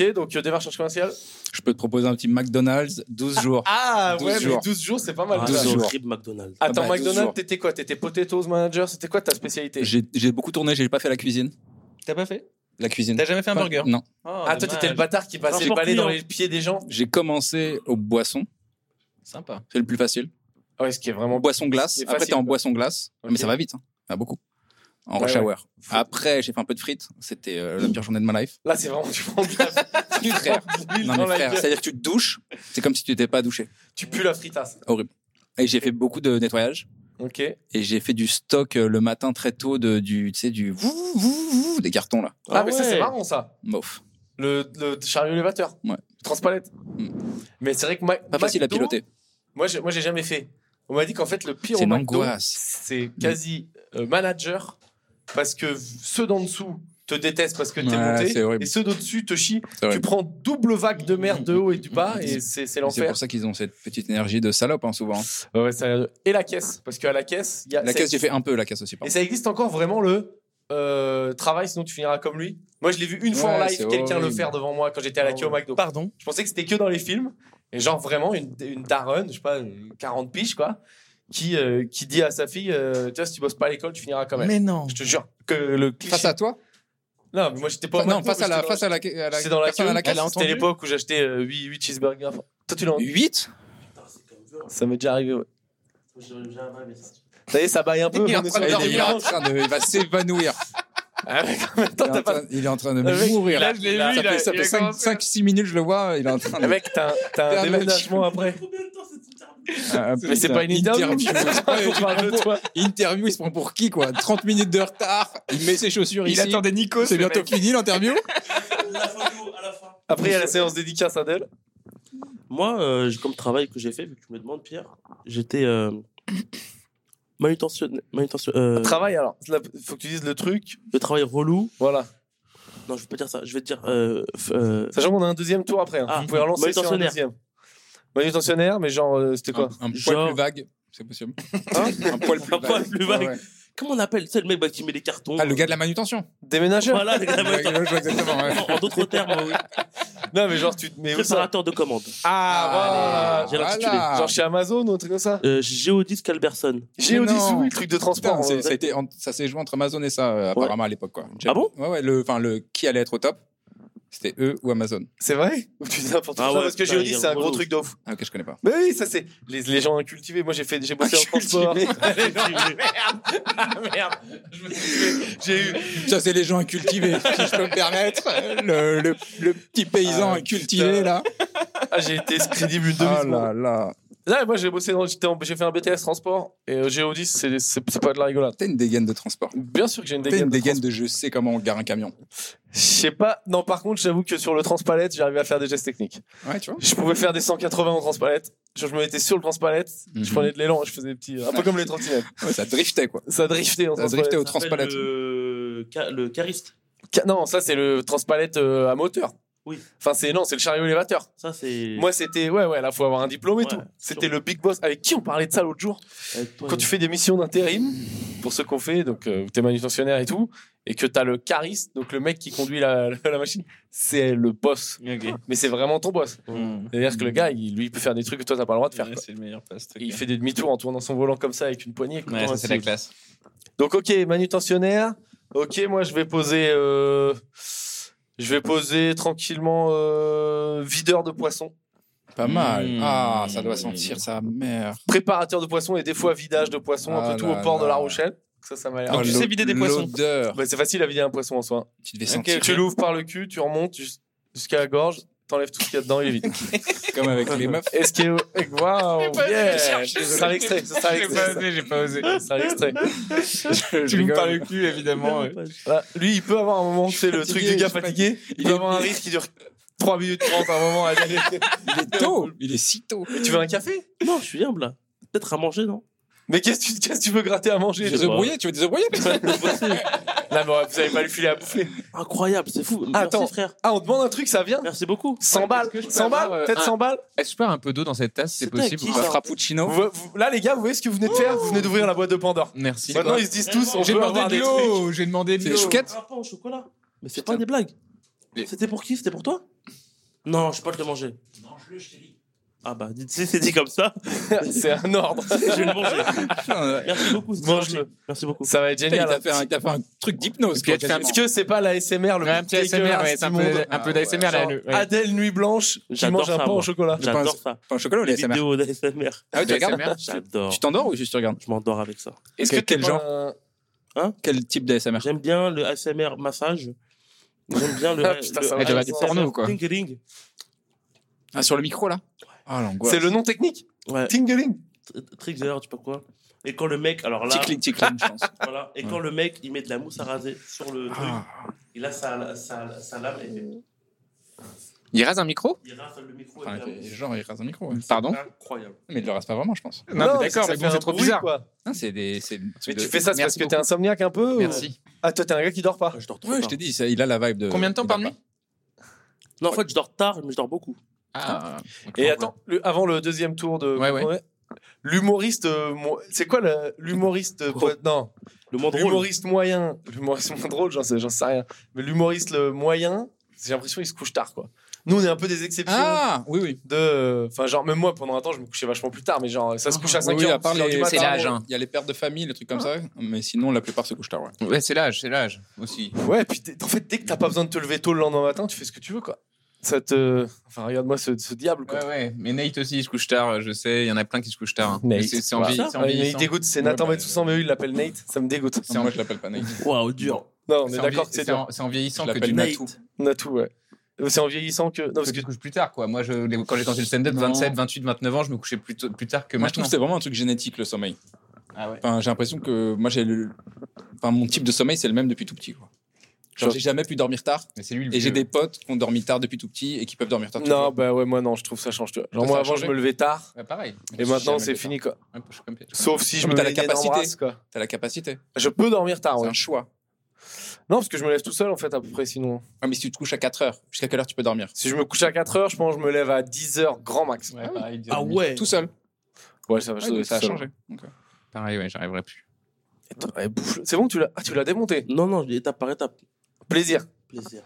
A: Ok, donc euh, démarchage commercial.
B: Je peux te proposer un petit McDonald's 12 jours.
A: Ah,
B: 12
A: ouais,
B: jours.
A: mais 12 jours, c'est pas mal.
C: Ah,
A: Ah,
B: 12
C: là,
A: là.
C: je
B: jours.
C: crib McDonald's.
A: Attends,
B: Ah bah, 12
A: McDonald's,
B: jours.
A: t'étais quoi T'étais potatoes manager C'était quoi ta spécialité
B: J'ai j'ai beaucoup tourné, j'ai pas fait la cuisine.
D: T'as pas fait
B: La cuisine.
D: T'as jamais fait un
B: Pas-
D: burger
B: Non.
D: Oh,
A: Ah, toi,
D: dommage.
A: t'étais le bâtard qui passait le
C: Transport
A: balai dans
C: client.
A: les pieds des gens.
B: J'ai commencé au boisson,
D: Sympa.
B: c'est le plus facile.
A: Ah Ouais, ce qui est
B: En
A: vraiment.
B: boisson glace,
A: C'est
B: après
A: facile,
B: t'es en
A: quoi.
B: boisson glace,
A: Ok.
B: mais ça va vite, hein. ça va beaucoup. En
A: Ouais,
B: rush
A: ouais.
B: hour. Après, j'ai fait un peu de frites, c'était euh, la pire journée de ma life.
A: Là, c'est vraiment. Tu prends du taf. Tu
B: Frère.
A: prends de l'huile
B: Non
A: Ah, dans
B: mais
A: la
B: frère,
A: gueule.
B: c'est-à-dire que tu te douches, c'est comme si tu t'étais pas douché.
A: Tu pues la fritasse.
B: Et j'ai fait beaucoup de nettoyage.
A: Ok.
B: et j'ai fait du stock euh, le matin très tôt de, du tu sais du vou, vou, vou, des cartons là
A: Ah, mais ça, c'est
C: ouais.
A: marrant, ça.
B: mof
A: Le, le chariot élévateur.
B: Ouais.
A: Transpalette.
B: Mm.
A: Mais c'est vrai que. Ma-
B: pas facile à
A: McDo,
B: piloter
A: Moi, j'ai, moi, j'ai jamais fait. On m'a dit qu'en fait, le pire
B: C'est
A: au McDo,
B: l'angoisse.
A: c'est quasi euh, manager parce que ceux d'en dessous te détestent parce que t'es
B: Ouais, c'est
A: monté
B: horrible.
A: et ceux d'au-dessus te chient.
B: C'est
A: Tu
B: horrible.
A: prends double vague de merde de haut et du bas et c'est, c'est
B: Mm. c'est
A: l'enfer.
B: pour ça qu'ils ont cette petite énergie de salope hein, souvent
A: Ouais, ça- Et la caisse. Parce qu'à la caisse, il y a.
B: la
A: ça-
B: caisse j'ai fait un peu la caisse aussi
A: Et
B: pardon.
A: ça existe encore vraiment le euh, travail, sinon tu finiras comme lui. Moi, je l'ai vu une fois en
B: Ouais,
A: live
B: c'est
A: quelqu'un le
B: horrible.
A: faire devant moi quand j'étais à la queue au McDo.
D: Pardon.
A: Je pensais que c'était que dans les films. Et genre vraiment une, une daronne, je sais pas, une 40 piges quoi, qui, euh, qui dit à sa fille, euh, tu vois, si tu bosses pas à l'école, tu finiras quand même.
D: Mais non.
A: Je te jure que le cliché...
B: face à toi
A: Non, mais moi j'étais pas... au
B: non
A: McDo,
B: face
A: mais
B: à la
A: j'étais dans-
B: face à la à la
A: J'étais dans la
B: personne
A: queue.
B: à la caisse
D: Elle a
A: C'était
D: entendu.
A: l'époque où j'achetais 8, cheeseburgers. Enfin, Toi, tu l'as hein.
B: 8
A: Ça m'est déjà arrivé, ouais. Ça y est, ça baille un peu.
D: Il est
A: mais
D: en
A: on est
D: train
A: sur
D: de
A: les
B: il est
D: dormir.
A: liens.
B: en train de il va s'évanouir
A: Ah, mais en même
B: il,
A: temps,
B: est en
A: t'as pas-
B: train- il est en train de
A: Le mec,
B: mourir
D: Là, je l'ai vu,
B: ça
D: il a-
B: fait, ça
D: il
B: fait
D: a commencé.
B: 5 6 minutes je le vois il est en train
A: Ah,
B: de
A: mec, t'as un- t'as un
B: T'as un
A: déménagement après.
B: Ah,
A: Mais c'est
B: putain,
A: pas une interview.
B: interview.
A: On parle de toi.
B: interview, il se prend pour qui, quoi 30 minutes de retard, il met ses chaussures
D: Il
B: ici.
D: attendait Nico.
B: C'est bientôt fini l'interview
C: La photo à la fin.
A: Après, il y a la séance dédicace à Adèle.
C: Moi, euh, j'ai- comme travail que j'ai fait, vu que tu me demandes, Pierre, j'étais euh, manutentionnaire. manutention- euh,
A: Travail alors. Là, Faut que tu dises le truc.
C: le travail relou.
A: Voilà.
C: Non, je peux pas dire ça. Je vais te dire. euh, f- euh,
A: Sachant qu'on a un deuxième tour après. hein.
C: Ah,
A: Vous pouvez relancer sur un
C: manutentionnaire.
A: deuxième. Manutentionnaire, mais genre, euh, c'était quoi
B: Un, un poil
C: Genre-
B: plus vague, c'est possible.
A: Hein
B: un poil plus
C: Un poil plus vague.
B: Ouais, ouais.
C: Comment on appelle C'est le mec bah, qui met des cartons.
B: Ah, le gars de la manutention.
A: Déménageur
C: Voilà, les gars,
B: Ouais, je vois exactement. ouais.
C: En d'autres termes, oui.
A: Non, mais genre, tu te mets où ça
C: préparateur de commandes.
A: Ah, voilà
B: Ah,
C: j'ai l'intitulé.
B: voilà.
A: Genre chez Amazon ou un truc comme ça
C: Euh, Géodisque Alberson.
A: Géodis,
B: non.
A: oui, le truc de
B: Putain,
A: transport.
B: c'est-
A: euh,
B: ça, a été, en- ça s'est joué entre Amazon et ça, euh, apparemment, à l'époque. Quoi.
C: Ah bon
B: Ouais, ouais, le, enfin, le qui allait être au top, c'était eux ou Amazon.
A: C'est vrai Putain, n'importe
C: Ah
A: quoi.
C: ouais,
A: parce que
C: putain, il
A: Géodis,
C: est
A: c'est un gros
C: relou.
A: truc de ouf.
B: Ah, ok, je connais pas.
A: Mais oui, ça, c'est les, les gens incultivés. Moi, j'ai fait, j'ai bossé en transport. Merde, je me suis fait- J'ai eu.
B: Ça, c'est les gens incultivés, si je peux me permettre. Le, le, le petit paysan
A: Ah,
B: incultivé,
A: putain.
B: là.
A: Ah, j'ai été crédible une
B: Oh
A: demi
B: là là.
A: Là, moi, j'ai bossé dans. j'étais en- J'ai fait un BTS transport et euh, Géodis, c'est c'est- c'est pas de la rigolade.
B: T'as une dégaine de transport.
A: Bien sûr que j'ai une
B: T'as
A: dégaine.
B: une
A: de
B: dégaine de je sais comment on gare un camion.
A: trans- Je sais pas. Non, par contre, j'avoue que sur le transpalette, j'arrivais à faire des gestes techniques.
B: Ouais, tu vois.
A: Je pouvais faire des 180 en transpalette. Genre, je me mettais sur le transpalette, je
B: Mhm.
A: prenais de l'élan, je faisais des petits. euh, Un peu comme les trottinettes.
B: Ouais, ça driftait, quoi.
A: Ça driftait en
B: Ça
A: transpalette.
B: driftait au transpalette.
C: Le... ca- le chariste.
A: Ca- Non, ça c'est le transpalette euh, à moteur.
C: Oui.
A: Enfin, c'est non, c'est le chariot élévateur.
C: Ça, c'est.
A: Moi, c'était ouais, ouais. Là, faut avoir un diplôme et
C: Ouais,
A: tout.
C: sûr.
A: C'était le big boss avec qui on parlait de ça l'autre jour.
C: Avec Eh, toi,
A: Quand tu fais des missions d'intérim, pour ceux qu'on fait, donc euh, où t'es manutentionnaire et tout, et que t'as le cariste, donc le mec qui conduit la, la- la machine, c'est le boss.
D: Ok.
A: Mais c'est vraiment ton boss.
D: Mmh.
A: C'est-à-dire que le gars, il, lui, il peut faire des trucs que toi t'as pas le droit de faire.
D: Ouais,
A: quoi.
D: c'est le meilleur poste.
A: Il fait des demi-tours en tournant son volant comme ça avec une poignée.
D: Ouais, ça, c'est la classe.
A: Donc ok, manutentionnaire. Ok, moi je vais poser, euh, je vais poser tranquillement euh, videur de poisson,
B: Pas mal.
D: Mmh.
B: Ah, ça doit sentir sa mère.
A: préparateur de poisson et des fois vidage de poisson, un
B: Ah
A: peu tout
B: là
A: au port de
B: là.
A: La Rochelle. Ça, ça m'a l'air.
D: Donc,
B: Ah,
D: tu sais
B: l'o-
D: vider des poissons.
B: L'odeur.
A: Bah, c'est facile à vider un poisson en soi.
B: Tu devais
D: Ok,
B: sentir
D: ok.
A: Tu l'ouvres par le cul, tu remontes jus- jusqu'à la gorge, t'enlèves tout ce qu'il y a dedans, il est vide.
B: comme avec les meufs.
A: Est-ce que waouh,
D: pas-
A: yeah,
D: je cherche,
A: ce sera l'extrait, ce sera l'extrait, ça.
D: j'ai pas osé.
A: Ce sera l'extrait.
B: Je
D: Tu me
B: rigole.
D: parles le cul, évidemment. ouais.
A: Voilà. Lui, il peut avoir un moment, c'est le
B: suis
A: truc
B: fatigué,
A: du gars
B: je suis
A: fatigué. Il
B: Il
A: peut
B: est-
A: avoir un risque qui dure 3 minutes 30 à un moment à dire.
B: Il est tôt. Il est si tôt.
A: Tu veux un café
C: Non, je suis humble là. Peut-être à manger, non
A: Mais qu'est-ce que tu- qu'est-ce que tu veux gratter à manger
B: Des
A: toi
B: œufs brouillés, tu veux des œufs brouillés
A: Là, mais vous avez pas lui filer à bouffer.
C: Incroyable, c'est fou.
A: Ah,
C: Merci,
A: attends.
C: frère.
A: Ah, on demande un truc, ça vient
C: Merci beaucoup.
A: 100 balles,
D: que je peux
A: 100 balles,
D: avoir, euh,
A: peut-être
D: un-
A: 100 balles.
D: Est-ce que je peux avoir un peu d'eau dans cette tasse, c'est
C: C'était
D: possible
C: qui,
D: ou
B: Un
D: pas
C: ça
B: frappuccino.
A: Vous- vous- là, les gars, vous voyez ce que vous venez de faire Vous venez d'ouvrir la boîte de Pandore.
D: Merci.
A: Maintenant, ils se disent tous, on
D: J'ai
A: veut avoir
D: demandé
A: des
D: de
A: trucs.
D: l'eau, j'ai demandé de
B: C'est des
D: l'eau.
B: chouquettes.
C: Un pain au chocolat. Mais c'est
D: Putain.
C: pas des blagues.
D: Mais-
C: C'était pour qui C'était pour toi Non, je peux pas te le manger. Mange-le, je t'ai dit. Ah bah, dites- si c'est dit comme ça,
A: C'est un ordre.
C: je vais le manger.
B: Putain,
C: Merci beaucoup. c'était
A: Mange-le.
C: gentil. Merci beaucoup.
A: Ça va être
B: Il
A: génial. hein.
B: t'a fait, un- il t'a fait un truc d'hypnose.
D: Puis
B: quoi,
D: elle te fait un
A: Est-ce
B: quasiment.
A: que c'est pas la SMR le
D: Ouais, un
A: plus
D: petit ASMR,
A: dégueulasse
D: ouais, c'est un
A: du
D: peu,
A: monde
D: un peu
B: Ah,
D: d'ASMR là.
A: Genre,
D: le- ouais.
A: Adèle Nuit Blanche qui
C: J'adore
A: mange un
C: ça,
A: pain au
C: moi.
A: chocolat.
C: J'adore
B: pense-
C: ça.
B: Pain au chocolat ou
C: Les
B: les SMR
C: vidéos d'ASMR.
B: Ah oui, tu regardes
D: ASMR.
C: J'adore.
B: Tu t'endors ou juste tu regardes
C: Je m'endors avec ça.
A: Est-ce
B: Quel-
A: que t'es
B: quel
A: pas
B: genre
A: un-
B: Quel type d'ASMR
C: J'aime bien le ASMR massage. J'aime bien le.
A: Ah, putain, ça va.
C: le
D: Tu vas regarder
C: ASMR
D: porno, quoi.
C: Ring ring.
B: Ah, sur le micro, là Ah, l'angoisse.
A: C'est le nom technique
C: Ouais.
A: Tingling.
C: Tr- Trigger, je sais pas quoi. Et quand le mec, alors là,
B: Tic-clic, tic-clic, je pense.
C: voilà. Et quand le mec, il met de la mousse à raser sur le truc, il a sa, sa, sa lame et
D: Il rase un micro
C: il rase le micro.
B: Enfin,
C: avec la mousse.
B: genre, il rase un micro. ouais.
D: Pardon
C: Incroyable.
B: Mais il le rase pas vraiment, je pense.
D: Non, mais d'accord,
A: ça fait
D: mais bon,
A: un
D: c'est trop
A: bruit,
D: bizarre.
A: quoi.
B: Non, c'est des. c'est une
A: Mais
B: truc
A: tu
B: de-
A: fais ça c'est parce
D: Merci
A: que t'es insomniaque un peu ou-
D: Merci.
A: Ah, toi, t'es un gars qui dort pas.
C: Je dors trop
B: Ouais, je
C: tard.
B: t'ai dit, ça, il a la vibe de.
D: Combien de temps
B: il
D: par
B: dort
D: nuit
C: Non, en fait, je dors tard, mais je dors beaucoup.
D: Ah,
A: Et attends, le- avant le deuxième tour de.
D: Ouais, ouais.
A: L'humoriste. euh, mo- C'est quoi le- l'humoriste. euh, po- Non,
C: Le monde drôle.
A: l'humoriste moyen. L'humoriste moins drôle, j'en sais, j'en sais rien. Mais l'humoriste le moyen, j'ai l'impression qu'il se couche tard, quoi. Nous, on est un peu des exceptions.
B: Ah, oui, oui.
A: De. Enfin, genre, même moi, pendant un temps, je me couchais vachement plus tard, mais genre, ça se couche à 5
B: Oui,
A: heures.
B: à part
A: six heures
B: les-
A: du matin.
D: c'est l'âge, hein. Ah.
B: Il y a les pères de famille, les trucs comme ça. Mais sinon, la plupart se couchent tard, ouais.
D: Ouais, c'est l'âge, c'est l'âge aussi.
B: hein.
A: Ouais, puis t'es- en fait, dès que t'as pas besoin de te lever tôt le lendemain matin, tu fais ce que tu veux, quoi. Ça te. Enfin, regarde-moi ce, ce diable, quoi.
D: Ouais, ouais. Mais Nate aussi, il se couche tard, je sais. Il y en a plein qui se couchent tard. hein.
A: Nate.
D: Mais C'est c'est en
A: Ouais.
D: vie. c'est en
A: Ouais, mais il
D: vieillissant.
A: dégoûte, c'est
B: Ouais,
A: Nathan
B: bah,
A: Metsoussan, mais eux, ils l'appellent Nate, ça me dégoûte.
B: Non, moi, je l'appelle pas Nate.
C: Waouh, dur.
A: Non, on est
D: C'est en
A: d'accord
D: vie-
A: que c'est
D: c'est
A: dur.
D: en- c'est en vieillissant
B: Je
D: que
B: l'appelle
D: tu
B: Nate.
D: nattes.
C: Nate.
A: Natou, ouais. Euh, C'est en vieillissant que. Non, parce que.
D: tu te couches plus tard, quoi. Moi, je, les- quand j'ai commencé le stand-up,
B: Non.
D: 27, 28, 29 ans, je me couchais plus, tôt- plus tard que
B: Moi, je
D: maintenant.
B: trouve que c'est vraiment un truc génétique, le sommeil.
D: Ah ouais.
B: Enfin, j'ai l'impression que moi, j'ai le- enfin, mon type de sommeil, c'est le même depuis tout petit. Quoi. Genre,
A: Genre-
B: j'ai jamais pu dormir tard.
D: Mais c'est lui le
B: Et j'ai
D: vieux.
B: des potes qui ont dormi tard depuis tout petit et qui peuvent dormir tard. tout
A: Non,
B: le temps.
A: bah ouais, moi, non, je trouve ça change, tu vois. Genre,
B: Ça,
A: moi,
B: ça a
A: avant, je
B: changé
A: me levais tard,
D: Ouais, pareil.
A: et
B: J'ai
A: maintenant,
B: jamais
A: c'est
B: fait
A: fini, quoi.
D: Ouais, je suis comme Pierre.
A: Sauf si je
B: Mais
A: me
B: t'as la
A: mets une énorme
B: capacité.
A: race, quoi.
B: T'as la capacité.
A: Je peux dormir tard,
B: C'est
A: ouais.
B: un choix.
A: Non, parce que je me lève tout seul, en fait, à peu près, sinon.
B: Ah, mais si tu te couches à 4 heures, jusqu'à quelle heure tu peux dormir
A: Si je me couche à 4 heures, je pense que je me lève à 10 heures, grand max.
B: Ah oui.
C: Ah ouais
B: Tout seul.
A: Ouais, ça va, je dois
B: Ouais,
A: être
B: ça a
A: tout seul.
B: changé. Ok.
D: Pareil, ouais, j'arriverai plus.
A: Attends, elle bouffe le- C'est bon, tu l'as ah, tu l'as démonté.
C: Non, non, étape par étape.
A: Plaisir.
C: Plaisir.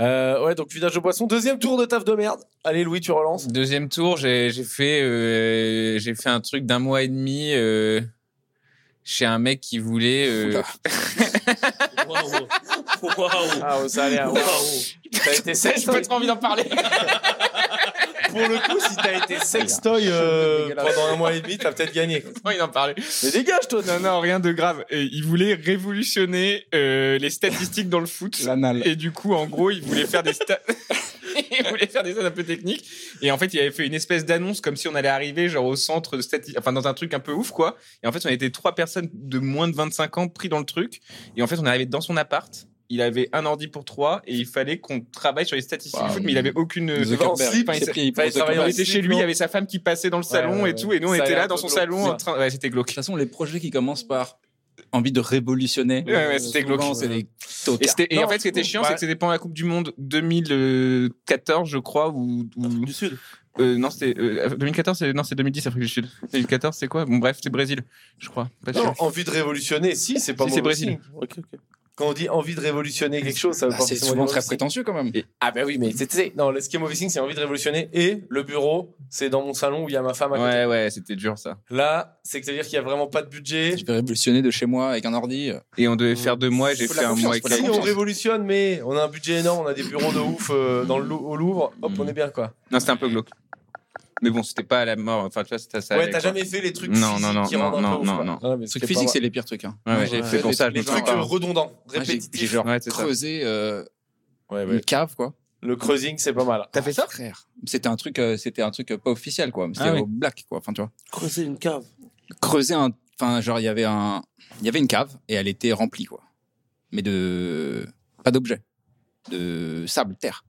A: Euh, ouais, donc vidage de poisson. Deuxième tour de taf de merde. Allez, Louis, tu relances.
D: Deuxième tour, j'ai j'ai fait, euh, j'ai fait un truc d'un mois et demi euh, chez un mec qui voulait. euh,
B: Oula.
C: Waouh Waouh
A: Ah, ouais, ça a l'air. ouais.
C: Waouh
A: T'as été
B: J'ai pas
A: sextoy.
B: trop envie d'en parler.
A: Pour le coup, si t'as été sextoy euh, pendant un mois et demi, t'as peut-être gagné.
D: Non, il en parlait.
A: Mais dégage, toi.
D: Non, non, rien de grave. Et il voulait révolutionner euh, les statistiques dans le foot.
B: L'anal.
D: Et du coup, en gros, il voulait faire des stats. il voulait faire des stats un peu techniques. Et en fait, il avait fait une espèce d'annonce comme si on allait arriver genre au centre de statistiques, enfin dans un truc un peu ouf quoi. Et en fait, on était trois personnes de moins de 25 ans pris dans le truc. Et en fait, on arrivait dans son appart. Il avait un ordi pour trois et il fallait qu'on travaille sur les statistiques
B: Wow.
D: du foot, mais il avait aucune.
A: Zuckerberg.
D: Enfin, il s-
B: Il s'est pris pour
A: il travaille
D: on
A: en
B: Zuckerberg.
D: était chez lui, il y avait sa femme qui passait dans le salon
A: ouais,
D: et tout, et nous on
A: Ça a
D: était
A: l'air
D: là
A: un
D: dans
A: peu
D: son
A: glauque.
D: salon. en train- Ouais, c'était
B: De
D: glauque.
B: toute façon, les projets qui commencent par envie de révolutionner,
D: Ouais, ouais, c'était
B: souvent,
D: glauque.
B: c'est des ah,
D: Et,
B: tocards.
D: c'était- et
A: Non,
D: en fait, ce qui était
A: c'est
D: chiant,
A: cool.
D: c'est que c'était pendant la Coupe du Monde 2014, je crois, ou. ou-
C: Du Sud.
D: euh, non, c'était. euh, 2014, c'est- non, c'est 2010, Afrique du Sud. 2014, c'est quoi Bon, bref, c'est Brésil, je crois. Pas
A: Non,
D: sûr.
A: envie de révolutionner, si, c'est pas
D: Si,
A: mauvais
D: c'est Brésil.
A: signe.
C: Ok, ok.
A: Quand on dit envie de révolutionner quelque chose, ça veut
B: Bah, c'est souvent très prétentieux quand même.
A: Ah, bah oui, mais c'est- c'est. Non, le- ce qui est mauvais signe, c'est envie de révolutionner et le bureau, c'est dans mon salon où il y a ma femme à côté.
D: Ouais, ouais, c'était dur ça.
A: Là, c'est que ça veut dire qu'il y a vraiment pas de budget.
B: Je vais révolutionner de chez moi avec un ordi. euh,
D: Et on devait faire deux mois, et j'ai
B: Faut
D: fait
B: la
D: un
B: confiance,
D: mois et
B: faut la
A: Si
D: quelques
A: on
B: confiance.
A: révolutionne, mais on a un budget énorme, on a des bureaux de ouf euh, dans le, Lou- au Louvre, hop,
B: Mm.
A: on est bien quoi.
D: Non, c'était un peu glauque. Mais bon, c'était pas à la mort. Enfin, tu vois, c'était ça.
A: ouais,
D: allait,
A: t'as
D: quoi.
A: jamais fait les trucs
D: Non,
A: physiques
D: non, non,
A: qui rendent un
D: non,
A: peu ouf,
D: non,
A: quoi.
D: non.
A: Ouais, Ah, mais
B: Les trucs
A: c'est pas
B: physiques,
A: vrai.
B: c'est les pires trucs. Hein.
D: Ouais, ouais,
A: Ouais,
D: j'ai fait
A: les-
D: pour ça, je
A: les
D: me
A: trucs
D: sens
A: euh,
D: pas.
A: redondants,
B: Moi, J'ai j'ai
A: répétitifs.
B: genre
D: Ouais, c'est ça.
B: creusé euh,
A: Ouais, ouais.
B: une cave quoi.
A: Le creusing, c'est pas mal.
D: T'as fait ça
B: Frère, c'était un truc, euh, c'était un truc euh, pas officiel quoi. mais C'était
D: Ah oui.
B: au black quoi. Enfin tu vois,
C: Creuser une cave.
B: creuser un, enfin genre il y avait un, il y avait une cave et elle était remplie quoi. Mais de pas d'objets, de sable, terre.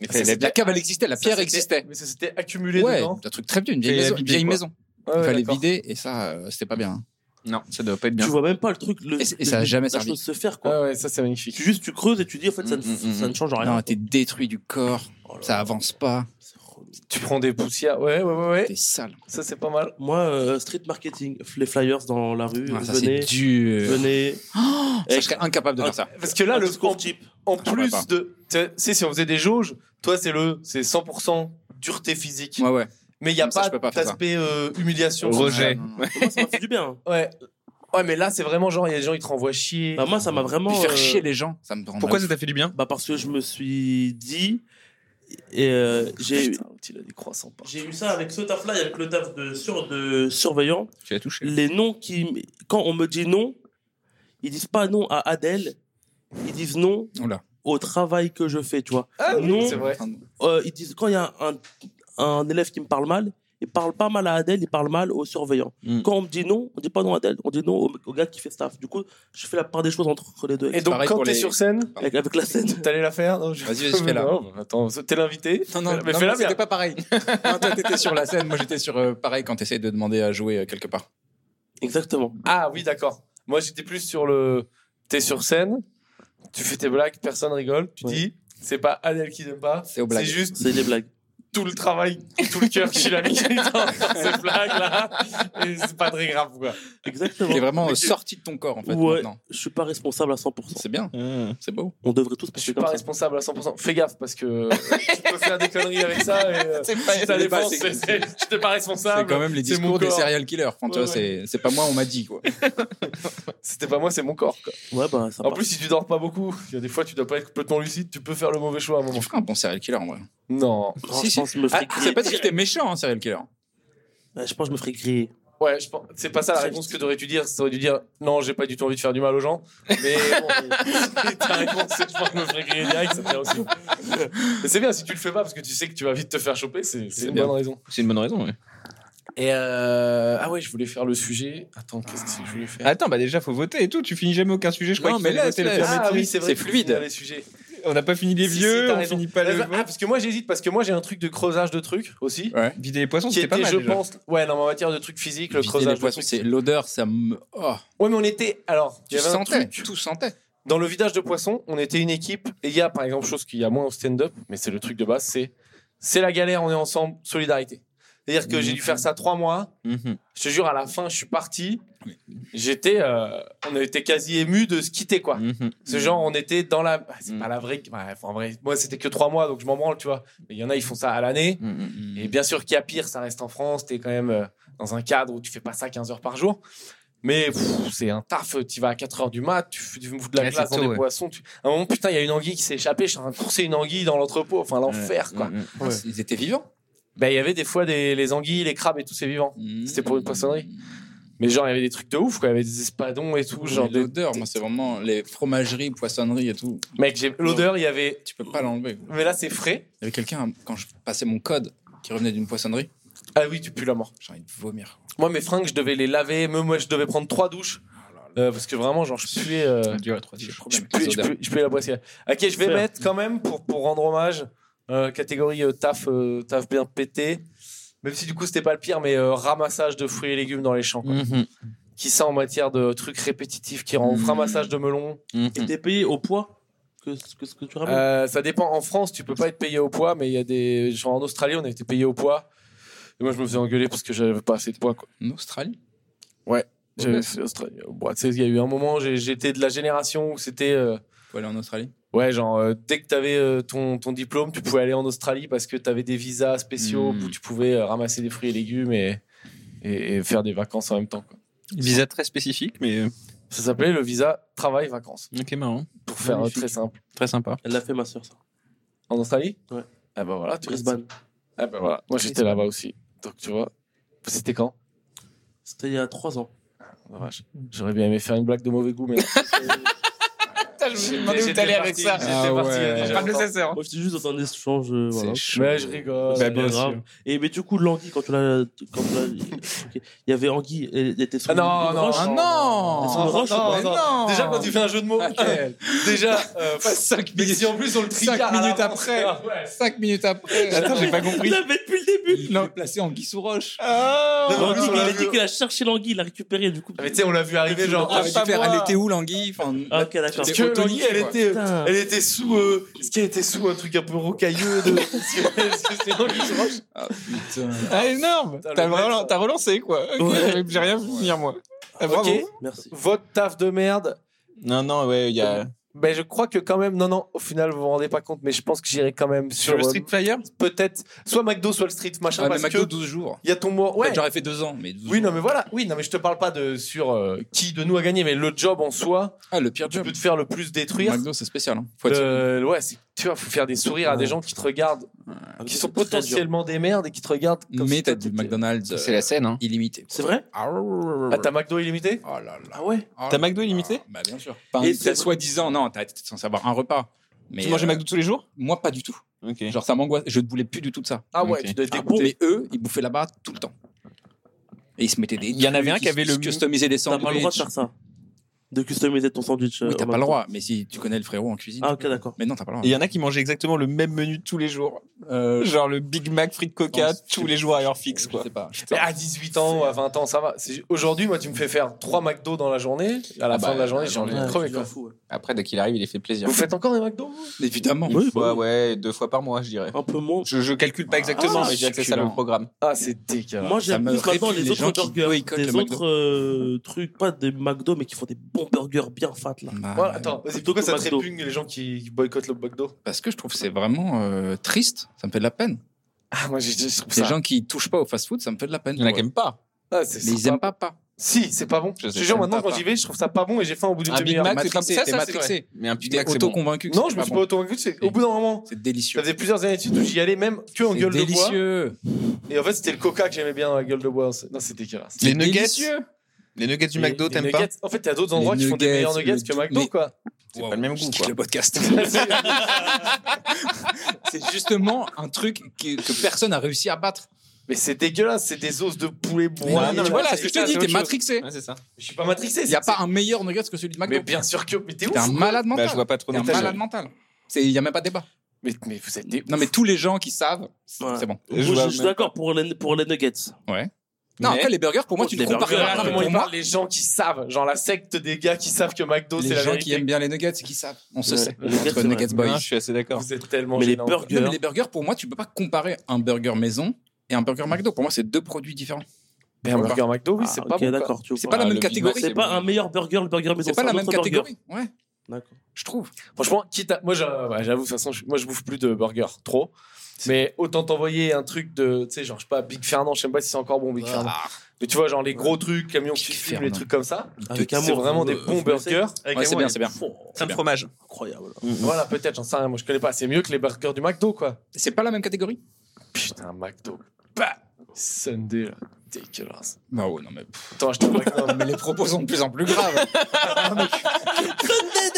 D: Mais
B: Ça,
D: fais
B: c'est-
D: la-
B: La cave elle existait, la
A: Ça,
B: pierre
A: c'était-
B: existait.
A: Mais ça s'était accumulé
B: Ouais,
A: dedans.
B: un truc très vieux, une vieille
D: Fallait la
B: maison. une
D: vider,
B: vieille
D: quoi.
B: maison.
A: Ouais,
B: Il
A: ouais,
B: fallait
A: d'accord.
B: vider et ça euh, c'était pas bien. hein.
D: Non, ça doit pas être bien.
C: Tu vois même pas le truc. Le,
B: Et c'est- et ça a
C: le-
B: jamais
C: la
B: servi.
C: chose se faire, quoi.
A: Ouais, ouais, ça c'est magnifique.
C: Tu, juste, tu creuses et tu dis, en fait, ça, ne,
D: Mm, mm, mm.
C: ça ne change rien.
B: Non, t'es détruit du corps,
C: Oh là
B: ça
C: là.
B: avance pas,
C: C'est relou.
A: Tu prends des poussières. Ouais, ouais, ouais, ouais.
B: t'es sale.
A: Ça c'est pas mal.
C: Moi, euh, street marketing, f- les flyers dans la rue,
B: Ah, ça c'est
C: venez,
B: dur.
C: venez.
B: Oh, ça,
C: Et-
B: je serais incapable de faire ça.
A: Parce que là,
C: Un
A: le
C: discours
A: en,
C: type.
A: en
B: je pourrais
A: plus
B: pas.
A: de, tu sais, si on faisait des jauges, toi c'est le, c'est 100% dureté physique.
B: Ouais ouais.
A: Mais il y a
B: Comme ça,
A: pas,
B: je peux pas faire ça.
A: d'aspect euh, humiliation.
D: Rejet.
B: Non, non, non.
C: Moi, ça m'a fait du bien.
A: Ouais. Ouais, mais là c'est vraiment genre il y a des gens ils te renvoient chier.
C: Bah, moi, ça m'a vraiment.
B: Puis
C: euh,
B: faire chier les gens, ça me rend
D: Pourquoi
B: ouf.
D: ça t'a fait du bien
C: Bah, parce que je me suis dit. Et euh, j'ai eu.
A: Putain, il a des croissants pas.
C: J'ai eu ça avec ce taf-là et avec le taf de, sur, de surveillant.
D: Tu l'as touché.
C: Les noms qui. m- Quand on me dit non, ils disent pas non à Adèle, ils disent non
B: Oula.
C: au travail que je fais, tu vois.
D: Ah
C: non,
A: c'est vrai.
C: euh, ils disent quand il y a un, un élève qui me parle mal, il parle pas mal à Adèle, il parle mal au surveillant.
D: Mm.
C: Quand on me dit non, on dit pas non à Adèle, on dit non au, au gars qui fait staff. Du coup, je fais la part des choses entre les deux.
A: Et donc
B: pareil
A: quand
B: pour
A: t'es
B: les-
A: sur scène,
C: avec, avec la scène.
A: t'allais la faire Non, je-
B: Vas-y, vas-y, fais-la.
A: Non, Attends, t'es l'invité.
B: Non, non,
A: mais
B: non,
A: fais-la
B: c'était
A: bien.
B: pas pareil. non, toi, t'étais sur la scène, moi, j'étais sur euh, pareil quand t'essayes de demander à jouer euh, quelque part.
C: Exactement.
A: Ah oui, d'accord. Moi, j'étais plus sur le. T'es sur scène, tu fais tes blagues, personne rigole, tu
C: Ouais.
A: dis, c'est pas Adèle qui n'aime pas,
B: C'est aux
A: c'est
B: blagues.
A: juste
C: C'est des blagues.
A: tout le travail, tout le cœur qu'il a mis dans ces blagues-là. Et c'est pas très grave, quoi.
C: Exactement.
B: T'es vraiment euh,
A: tu-
B: sorti de ton corps, en fait,
C: Ouais.
B: maintenant.
C: Je suis pas responsable à 100%.
B: C'est bien,
A: Mmh.
B: c'est beau.
C: On devrait tous
A: Je suis
C: passer comme
A: pas
C: ça.
A: responsable à 100%. Fais gaffe, parce que tu peux faire des conneries avec ça. Et, euh,
B: C'est
A: si ta défense, c'est- c'est- je t'ai pas responsable.
B: quand même les
A: c'est mon
B: discours des
A: corps.
B: serial killers. Enfin, tu
A: Ouais,
B: vois, c'est- c'est pas moi, on m'a dit, quoi.
A: C'était pas moi, c'est mon corps. quoi.
C: Ouais, bah ça
A: En
C: part.
A: plus, si tu dors pas beaucoup, il y a des fois, tu dois pas être complètement lucide, tu peux faire le mauvais choix à un moment.
B: Tu ferais un bon serial killer, en vrai.
A: Non.
C: Oh,
B: si,
C: je, pense que je me ferais
B: Ah, c'est
C: griller.
B: pas si t'es méchant, un serial killer.
C: Ouais, je pense que je me ferais griller.
A: Ouais, je pense. C'est pas ça la
C: Très
A: réponse que t'aurais dû dire. T'aurais dû dire non, j'ai pas du tout envie de faire du mal aux gens. Mais bon, ta réponse, c'est je pense que je me ferais griller direct, ça te fait aussi. Mais c'est bien si tu le fais pas parce que tu sais que tu vas vite te faire choper. C'est c'est
D: C'est
A: une
D: bien.
A: bonne raison.
D: C'est une bonne raison, ouais.
A: Et euh... ah ouais, je voulais faire le sujet. Attends, qu'est-ce que c'est que je voulais faire
D: Attends, bah déjà, faut voter et tout. Tu finis jamais aucun sujet, je
B: Non,
D: crois qu'il
B: Ah,
D: fallait
B: mais là,
D: voter le
B: c'est-
D: pire
A: Ah
D: métier.
A: oui, c'est vrai.
B: C'est
A: faut
B: fluide.
A: finir Les sujets.
D: On n'a pas fini les
A: Si, si,
D: vieux,
A: t'as
D: on
A: raison.
D: finit pas le.
A: Ah, parce que moi j'hésite parce que moi j'ai un truc de creusage de trucs aussi.
B: Ouais.
D: Vider les poissons,
A: Qui
D: c'était
A: était,
D: pas mal.
A: je
D: déjà.
A: pense, ouais, non, mais en matière de trucs physiques, le
B: Vider
A: creusage
B: les
A: de
B: poissons,
A: trucs.
B: c'est l'odeur, ça me. Oh,
A: Ouais, mais on était, alors, il
B: tu
A: y avait un
B: sentais,
A: truc.
B: tout sentait.
A: Dans le vidage de poissons, on était une équipe. Et il y a, par exemple, chose qu'il y a moins au stand-up, mais c'est le truc de base, c'est c'est la galère, on est ensemble, solidarité. C'est-à-dire que j'ai dû faire ça trois mois.
D: Mhm.
A: Je te jure, à la fin, je suis parti. J'étais, euh, on était quasi ému de se quitter, quoi.
D: Mhm.
A: Ce genre, on était dans la. Ah, C'est
D: Mm.
A: pas la vraie. ouais, en vrai, moi, c'était que trois mois, donc je m'en branle, tu vois. Mais il y en a, ils font ça à l'année.
D: Mhm.
A: Et bien sûr qu'il y a pire, ça reste en France. T'es quand même euh, dans un cadre où tu fais pas ça 15 heures par jour. Mais pff, c'est un taf. euh, Tu vas à 4 heures du mat, tu, f- tu fous de la
D: Ouais,
A: glace
D: c'est
A: dans
D: tôt,
A: des
D: ouais.
A: poissons. tu- À un moment, putain, il y a une anguille qui s'est échappée. Je suis en train de courser une anguille dans l'entrepôt. Enfin, l'enfer, quoi.
D: Mhm.
B: Ah, c'est- Ils étaient vivants.
A: Ben, il y avait des fois des, les anguilles, les crabes et tout, c'est vivant. C'était
B: Mmh.
A: pour une poissonnerie. Mais genre, il y avait des trucs de ouf, quoi. Il y avait des espadons et tout. Genre,
B: Genre
A: de...
B: l'odeur, moi, c'est vraiment les fromageries, poissonneries et tout.
A: mec, j'ai- l'odeur, il y avait.
B: Tu peux pas l'enlever.
A: Mais là, c'est frais.
B: Il y avait quelqu'un, quand je passais mon code, qui revenait d'une poissonnerie,
A: Ah oui, tu pues la mort.
B: j'ai envie de vomir.
A: Moi, mes fringues, je devais les laver. Même moi, je devais prendre trois douches.
D: Oh
A: Euh, parce que vraiment, genre, je puais. euh,
D: Ça dure à trois
B: J'ai
D: jours.
B: le problème
A: je,
B: avec les
A: puais, je
B: odeurs.
A: puais- je puais la boissière. Ok, je vais
C: Faire.
A: mettre quand même pour, pour rendre hommage. euh, catégorie euh, taf, euh, taf bien pété. Même si du coup, c'était pas le pire, mais euh, ramassage de fruits et légumes dans les champs. quoi.
D: Mhm.
A: Qui ça en matière de trucs répétitifs qui rend
D: Mhm.
A: ramassage de melons
C: Et
D: Mhm.
C: t'es payé au poids que ce que, ce que tu ramènes
A: Mm-hmm. Euh, ça dépend. En France, tu peux pas être payé au poids, mais il y a des. Genre en Australie, on a été payé au poids. Et moi, je me faisais engueuler parce que j'avais pas assez de poids. quoi.
B: En Australie
A: J'avais- c'est Australie. Bon, tu sais, il y a eu un moment, j'ai- j'étais de la génération où c'était. euh,
B: Faut aller en Australie
A: ouais, genre, euh, dès que t'avais avais ton, ton diplôme, tu pouvais aller en Australie parce que t'avais des visas spéciaux
D: Mm.
A: où tu pouvais euh, ramasser des fruits et légumes et, et, et faire des vacances en même temps. quoi.
D: Visa très spécifique, mais euh,
A: Ça s'appelait le visa travail-vacances,
D: ok, marrant.
A: pour faire euh,
C: Magnifique.
A: très simple.
D: Très sympa.
C: Elle l'a fait, ma soeur, ça.
A: En Australie
C: Ouais.
A: Ah bah voilà, tu
C: Brisbane.
A: Ah bah voilà, moi j'étais là-bas aussi. Donc tu vois, c'était quand
C: C'était il y a trois ans.
A: Dommage. J'aurais bien aimé faire une blague de mauvais goût, mais.
D: je
A: me suis demandé où J'étais- t'allais avec j'étais ça. parti,
D: Ah,
A: j'étais parti, il y a déjà longtemps.
C: Moi, j'étais juste dans un échange. euh, voilà.
A: Mais je rigole.
D: Bah,
C: C'est
D: bien
C: pas
D: sûr.
C: grave. Et mais du coup, l'anguille, quand tu l'as. quand tu l'as- ok. Il y avait anguille, elle était sur
A: Ah non,
C: une- une
A: non,
C: roche.
A: non.
C: Elles sont roches,
A: non,
C: ouais.
A: non. Déjà,
B: Oh.
A: quand tu fais un jeu de
B: Ah,
A: mots, déjà, euh,
B: 5
A: mais si en plus on le tricard
B: Cinq
A: à l'avance.
B: minutes après.
A: Ouais.
B: 5 minutes après
D: Attends, j'ai pas
C: Il
D: compris.
C: l'avait depuis le début.
B: Il l'a placé en Guy sous roche.
A: Non, mais en
C: Non,
A: plus, Ah,
C: il
A: on l'a
C: a
A: vu-
C: dit qu'il a cherché l'anguille, il l'a récupérée du coup.
A: Ah, Mais tu sais, on l'a vu arriver, genre.
B: Ah,
A: ah,
B: j'ai
A: pas
B: fait,
A: moi.
B: elle était où l'anguille enfin,
C: Ah, ok, d'accord.
A: Parce
B: C'était
A: que
B: autonique,
A: Languille, elle
B: quoi.
A: était,
C: Putain.
A: elle était sous. euh, Est-ce qu'elle était sous un truc un peu rocailleux de... Est-ce que c'était Languille sur roche
B: Ah, putain.
D: Ah, énorme
A: Putain, le
D: T'as
A: mec,
D: relan-
A: ça.
D: t'as relancé, quoi. Ok,
C: Ouais.
D: j'avais- J'ai rien vu venir, moi. Ah, bravo.
A: Ok.
C: Merci.
A: Votre taf de merde.
D: Non, non, ouais, il y a...
A: Ben, je crois que quand même, non, non, au final, vous vous rendez pas compte, mais je pense que j'irai quand même sur,
D: Sur le
A: euh,
D: Street Player
A: peut-être, soit McDo, soit le street, machin,
B: Ah, mais
A: parce
B: McDo,
A: que
B: 12 jours.
A: il y a ton mot.
B: Ouais.
A: Ouais,
B: J'aurais fait 2 ans, mais 12
A: Oui,
B: jours.
A: non, mais voilà. Oui, non, mais je te parle pas de sur euh, qui de nous a gagné, mais le job en soi,
B: Ah, le pire
A: tu
B: job.
A: peux te faire le plus détruire.
B: McDo, c'est spécial. Hein. Faut être-
A: Euh, ouais, c'est- tu vois, faut faire des sourires à des
C: Ouais.
A: gens qui te regardent,
C: Ah,
A: qui
C: c'est
A: sont
C: très dur.
A: potentiellement des merdes et qui te regardent. Comme
B: mais
A: si
B: t'as
A: toi,
B: du
A: t'étais-
B: McDonald's euh,
D: C'est la scène, hein.
B: illimité.
C: C'est vrai
A: Ah, t'as McDo illimité
B: Oh là là.
C: Ah ouais
D: T'as McDo illimité
B: Ah, Bah bien sûr.
C: Et
B: Enfin,
C: c'est-
B: t'as soi-disant, non, t'as t'es censé avoir un repas. Mais
D: Tu mangeais
B: euh,
D: McDo tous les jours
B: Moi, pas du tout.
D: Ok.
B: Genre, ça m'angoisse. Je ne voulais plus du tout de ça.
A: Ah ouais,
D: Ok.
A: tu dois être
B: Ah
A: dégoûté.
B: Mais eux, ils bouffaient là-bas tout le temps. Et ils se mettaient des.
D: Il y en avait
B: trucs,
D: un qui
B: ils
D: avait le-
B: customisé des
C: T'as pas le droit de
B: sandwichs.
C: faire ça. De customiser ton sandwich. euh,
B: Oui, t'as
C: en
B: pas
C: même
B: le droit. Mais si tu connais le frérot en cuisine.
C: temps. Ah,
B: tu
C: ok,
B: peux.
C: d'accord.
B: Mais non, t'as pas
D: Et
B: le
D: il
B: droit.
D: y en a qui mangeaient exactement le même menu tous les jours.
B: Euh,
D: Genre le Big Mac, frites coca,
B: Non, c'est-
D: tous les jours à l'heure fixe,
B: Je
D: quoi.
B: sais pas.
A: Mais à 18 ans ou à 20 ans, ça va. C'est- Aujourd'hui, moi, tu me fais faire 3 McDo dans la journée. À la
D: Ah
A: fin
D: bah,
A: de la journée, j'ai
D: j'en
A: envie
D: ai
A: de
C: Ouais,
A: crever.
C: je m'en
A: quoi.
C: fous, ouais.
D: Après, dès qu'il arrive, il est fait plaisir.
A: Vous faites encore des McDo vous
B: Évidemment.
C: Oui, bah
D: Fois, ouais, deux fois par mois, je dirais.
C: Un peu moins.
D: Je, je calcule pas exactement,
C: Ah,
D: mais je dirais que c'est ça le
B: succulent.
D: programme.
A: Ah, c'est dégueulasse.
C: Moi,
B: ça
C: j'aime
B: me
C: plus maintenant
B: répugne
C: les,
B: les gens
C: autres
B: qui
C: burgers,
B: boycottent
C: les
B: le McDo.
C: autres euh, trucs, pas des McDo, mais qui font des bons burgers bien fat là.
B: Bah,
A: Voilà, attends, vas-y,
C: Plutôt
A: pourquoi ça te
C: McDo.
A: répugne les gens qui boycottent le McDo
B: Parce que je trouve que c'est vraiment euh, triste. Ça me fait de la peine.
A: Ah, moi, j'ai- je trouve
B: Les
A: ça.
B: gens qui touchent pas au fast-food, ça me fait de la peine.
D: Il y en a
B: pour
D: qui
B: eux.
D: aiment pas.
A: Ah, c'est-
B: Mais ils
A: c'est
B: aiment pas pas.
A: Si, c'est pas bon.
D: Je
A: Je
D: sais,
A: te jure,
D: j'aime
A: maintenant,
D: pas,
A: quand
D: pas.
A: j'y vais, je trouve ça pas bon et j'ai faim au bout d'une
D: Un Big
A: demi-heure.
D: Mac, c'est comme
B: Matrixé,
D: ça,
B: t'es
D: ça, c'est
B: matrixé.
D: vrai. Mais un
B: Tu
D: Big
B: t'es
D: Mac, c'est bon.
B: auto-convaincu. que
A: Non,
B: c'est
A: je me
B: pas
A: suis
B: bon.
A: pas auto-inquiété. c'est- Au bout d'un moment,
B: C'est
A: ça
B: délicieux.
A: faisait plusieurs années d'études où j'y allais même que en
B: C'est
A: gueule de bois.
B: délicieux.
A: Et en fait, c'était le coca que j'aimais bien dans la gueule de bois. Non, c'est dégueulasse.
D: Les
B: C'est
D: nuggets
B: délicieux.
D: Les nuggets du
A: Les-
D: McDo,
A: les
D: t'aimes pas
A: nuggets- En fait, il y a d'autres endroits
B: Les
A: qui font des
B: nuggets,
A: meilleurs nuggets
B: le
A: que
B: tout-
A: McDo,
B: mais-
A: quoi.
B: C'est
D: pas le même goût, quoi.
B: Le podcast.
A: C'est-
B: c'est justement un truc qui- que personne n'a réussi à battre.
A: Mais c'est dégueulasse, c'est des os de poulet
B: Mais
A: broyés.
D: non, mais
B: voilà
D: c'est-
B: ce que je
D: ça,
B: te dis,
D: c'est
B: t'es
D: autre chose.
B: matrixé.
D: Ouais, c'est ça.
A: Je suis pas matrixé.
B: Il n'y a
A: c'est-
B: pas un meilleur nugget que celui de
A: Mais
B: McDo.
A: bien sûr que. Mais t'es ouf.
B: T'es un malade
D: Bah, je
B: mental.
D: vois pas trop
B: T'es un
A: Étagère.
B: malade
D: d'intérêt.
B: mental. Il n'y a même pas de débat.
A: Mais, mais vous êtes des.
B: Non, mais tous les gens qui savent,
C: Ouais.
B: c'est bon.
D: Je
C: Moi,
D: vois
C: je, je suis
D: même
C: d'accord pour les, pour les nuggets.
B: Ouais. Non,
A: Mais-
B: après, les burgers, pour moi,
C: Oh,
B: tu
C: les
B: les compares
C: burgers,
B: pas. Non, mais
A: comment
B: pour
A: ils
B: moi,
A: parlent les gens qui savent, genre la secte des gars qui savent que McDo c'est
B: les
A: la
B: gens qui
A: vérité.
B: aiment bien les nuggets, c'est qu'ils savent. On se
C: Ouais.
B: sait.
C: Les nuggets,
B: Entre
C: c'est
B: Nuggets
C: vrai. Ah,
B: Boys.
D: Non, je suis assez d'accord.
A: Vous êtes tellement
C: Mais les
A: gênants,
C: burgers-
B: Non, mais les burgers, pour moi, tu peux pas comparer un burger maison et un burger McDo. Pour moi, c'est deux produits différents.
A: quoi. Mais un burger McDo, oui,
C: Ah,
A: c'est
C: ok,
A: pas bon. quoi.
C: d'accord. tu vois.
B: C'est pas la
D: Ah,
B: même
D: le Big
B: catégorie.
D: Mac,
C: C'est pas un meilleur burger, le burger maison.
B: C'est pas
C: un
B: la même
C: autre burger.
B: catégorie. Ouais,
C: D'accord.
B: je trouve.
A: Franchement, quitte à. Moi, j'a- bah, j'avoue, de toute façon, je- moi, je bouffe plus de burgers, trop. Mais autant t'envoyer un truc de. Tu sais, genre, je sais pas, Big Fernand, je sais pas si c'est encore bon, Big Fernand. Mais tu vois, genre, les gros trucs, camions qui
B: Ah. Big
A: fument, les
B: Fernand.
A: truc comme ça.
C: Avec
A: C'est
C: amour,
A: vraiment
C: vous-
A: des
C: vous
A: bons
C: connaissez
A: burgers.
E: Avec
B: Ouais, c'est
E: amour,
B: bien,
E: il-
B: c'est bien.
C: Fou,
E: C'est un fromage.
C: Incroyable.
A: Voilà, peut-être, j'en sais rien. Moi, je connais pas. C'est mieux que les burgers du McDo, quoi.
B: C'est pas la même catégorie.
A: Putain, McDo. Bah Sunday, là. Dégueulasse.
B: Bah ouais, non, mais.
A: Attends, je te McDo.
B: Mais les propos sont de plus en plus graves.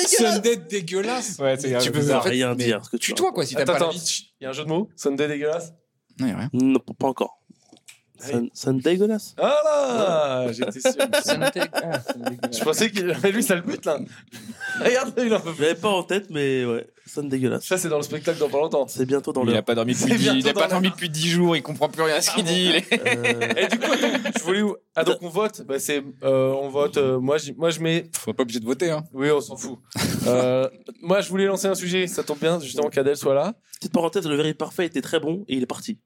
B: Sunday dégueulasse.
D: Ouais, c'est
B: Tu peux
C: bizarre.
B: en fait,
C: Rien
B: mais
C: dire, ce que tu
B: Tue-toi, quoi, si t'as
A: Attends,
B: pas la
A: attends.
B: vie.
A: Il y a un jeu de mots Sunday dégueulasse
B: Non, y a rien.
C: Non, pas encore.
A: Allez.
C: Ça ça me dégueulasse.
A: Ah là J'étais sûr. Je pensais qu'il. Mais lui, ça le but, là. Regarde, il en peut
C: Je l'avais pas en tête, mais ouais, ça me dégueulasse.
A: Ça, c'est dans le spectacle dans pas longtemps.
C: C'est bientôt dans
D: Il
C: le.
D: n'a pas dormi
A: C'est
D: depuis dix-
A: bientôt
D: il a
A: dans
D: pas
A: la-
D: dormi depuis 10 jours, il comprend plus rien à ce qu'il dit. il est-
C: Euh,
A: Et du coup, attends, je voulais où Ah, donc on vote bah, c'est, euh, On vote. euh, moi, je, moi, je mets.
B: Faut pas obligé de voter, hein.
A: Oui, on s'en fout. Euh, moi, je voulais lancer un sujet. Ça tombe bien, justement, qu'Adèle soit là.
C: Petite parenthèse, le Very Parfait était très bon et il est parti.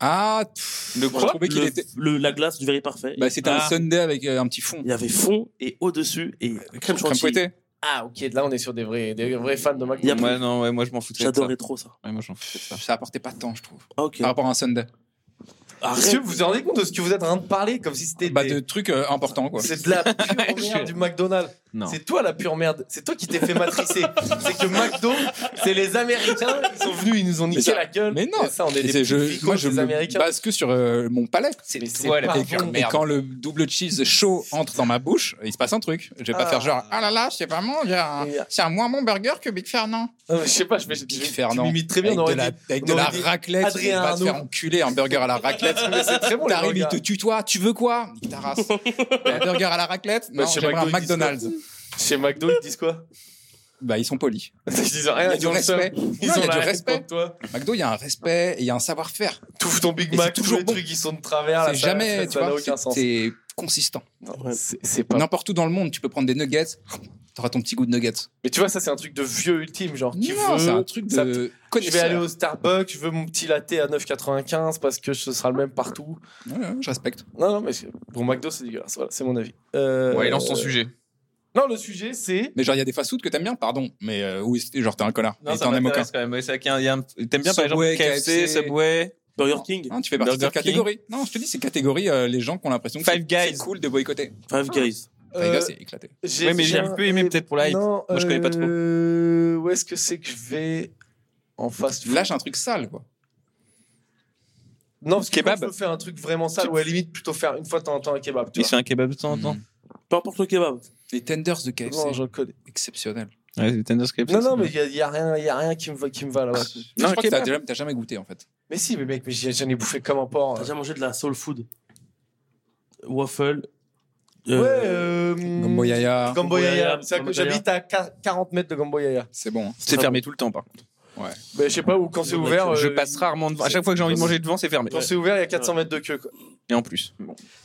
B: Ah, pff, le je trouvais qu'il
C: Le-
B: était.
C: le- La glace du Very Parfait. Ah.
B: Bah, c'était un Sunday avec euh, un petit fond.
C: Il y avait fond et au-dessus et crème
B: Crème
C: chantilly.
B: fouettée.
A: Ah, ok. Là, on est sur des vrais, des vrais fans de McDo.
C: Il y a
D: Ouais, non, ouais, moi je m'en foutais. de ça.
C: J'adorais trop ça.
D: Ouais, moi, je m'en foutais de ça.
B: Ça apportait pas tant, je trouve.
C: Ah, ok.
B: Par rapport à un Sunday.
A: Monsieur,
C: Arrête.
A: vous vous rendez compte de ce que vous êtes en train de parler Comme si c'était.
B: Bah,
A: des-
B: de trucs euh, importants, quoi.
A: C'est de la pure merde du McDonald's.
D: Non.
A: C'est toi la pure merde. C'est toi qui t'es fait matricer. c'est que McDo, c'est les Américains. Ils sont venus, ils nous ont niqué
B: ça-
A: la gueule.
B: mais non.
A: Et ça, on est
B: Et
A: des
B: c'est-
A: petits
B: je,
A: ficos,
B: moi, je
A: des
B: me
A: Américains.
B: base que sur euh, mon palais.
D: C'est
A: Mais c'est
D: toi
A: pas
D: la pure
A: bon.
B: Et
D: merde.
B: quand le double cheese chaud entre dans ma bouche, il se passe un truc. Je vais pas
A: Ah.
B: faire genre, ah là là, c'est vraiment, il y a un-
A: Et-
B: c'est un moins bon burger que Big Fernand.
A: Non, mais je sais pas, je, fais- je,
B: Big
A: je- tu
B: Fernand.
A: m'imites très bien. on
B: avec
A: aurait
B: de la,
A: dit-
B: avec
A: on
B: de la
A: aurait dit
B: raclette, tu
A: Adrien
B: vas te faire
A: Arnaud. Oh
B: enculer un burger à la raclette.
A: Mais c'est très bon, les
B: T'arrives, il
A: burgers.
B: te tutoie, tu veux quoi Nique ta race. un burger à la raclette Non,
A: Ouais, chez
B: j'aimerais un
A: McDo, ils disent
B: McDonald's.
A: Chez McDo, ils disent quoi
B: Bah, ils sont polis.
A: Ils disent
B: Il y
A: rien,
B: a
A: ils
B: du
A: ont le seum.
B: respect. Non,
A: Ils
B: il y
A: ont
B: a
A: la
B: du
A: haine
B: respect.
A: contre toi.
B: McDo, il y a un respect et il y a un savoir-faire.
A: Tout ton Big
B: Et
A: Mac,
B: c'est
A: toujours
B: toujours
A: les
B: bon.
A: trucs qui sont de travers.
B: C'est
A: Ah, la salade,
B: jamais,
A: ça,
B: tu
A: ça n'a
B: vois,
A: aucun
B: c'est-
A: sens.
B: c'est consistant.
A: Non, c'est- c'est pas.
B: N'importe où dans le monde, tu peux prendre des nuggets, t'auras ton petit goût de nuggets.
A: Mais tu vois, ça, c'est un truc de vieux ultime. Genre, qui
B: Non,
A: veut.
B: c'est un truc
A: ça
B: de
A: Je vais aller
B: connaisseur.
A: au Starbucks, je veux mon petit latte à 9,95 parce que ce sera le même partout.
B: Ouais, ouais, je respecte.
A: Non, non, mais c'est- bon, McDo, c'est dégueulasse. Voilà, c'est mon avis. Euh,
D: Ouais, il lance son sujet.
A: Non, le sujet, c'est.
B: Mais genre, il y a des fast-food que t'aimes bien, pardon. Mais euh, oui, c'était genre, t'es un connard. et t'en aimes aucun.
D: quand même. Ouais, c'est vrai qu'il y a un- il y a un- T'aimes bien par
B: Subway,
D: exemple KFC,
B: KFC.
D: Subway,
C: Burger King,
B: Hein, tu fais partie de
D: Burger
B: cette catégorie. Non, je te dis, c'est catégorie euh, les gens qui ont l'impression que
D: Five
B: c'est
D: Guys.
B: c'est cool de boycotter.
C: Five
D: Ah.
C: Guys.
B: Five
A: Euh,
B: Guys, c'est éclaté.
A: j'ai
D: Ouais, mais j'ai
A: bien-
D: un peu aimé peut-être pour la hype.
A: Non,
D: Moi, je connais pas trop.
A: euh, Où est-ce que c'est que je vais en fast food
B: Lâche un truc sale, quoi.
A: Non, parce que
D: Kebab
A: je peux faire un truc vraiment sale ou à la limite plutôt faire une fois de temps en temps un kebab. Tu
D: Il se fait
A: vois.
D: un kebab de temps en temps.
C: Peu importe le kebab.
B: Les tenders de KFC,
A: Non, j'en connais.
B: exceptionnel.
D: Ouais, c'est Tenders KFC.
A: Non, non, mais il n'y a, rien- y a rien qui me va, qui me va là-bas.
B: je crois que t'as
D: kebab.
B: déjà- t'as jamais goûté, en fait.
A: mais si, mais mec, mais j'ai- j'en ai bouffé comme un porc.
C: T'as déjà mangé de la soul food Waffle.
A: Ouais,
C: euh,
A: euh.
B: Gamboyaya,
A: Gamboyaya.
C: Gamboyaya.
A: C'est vrai que j'habite à 40 mètres de Gamboyaya.
B: c'est bon. hein.
D: C'est fermé tout le temps, par contre.
A: Ben, je sais pas où, quand c'est
C: Je
A: ouvert.
D: Je
A: euh,
D: passe rarement devant. À chaque fois que j'ai envie de manger devant, c'est fermé.
A: Quand c'est ouvert, il y a 400 mètres de queue. Quoi.
D: Et en plus.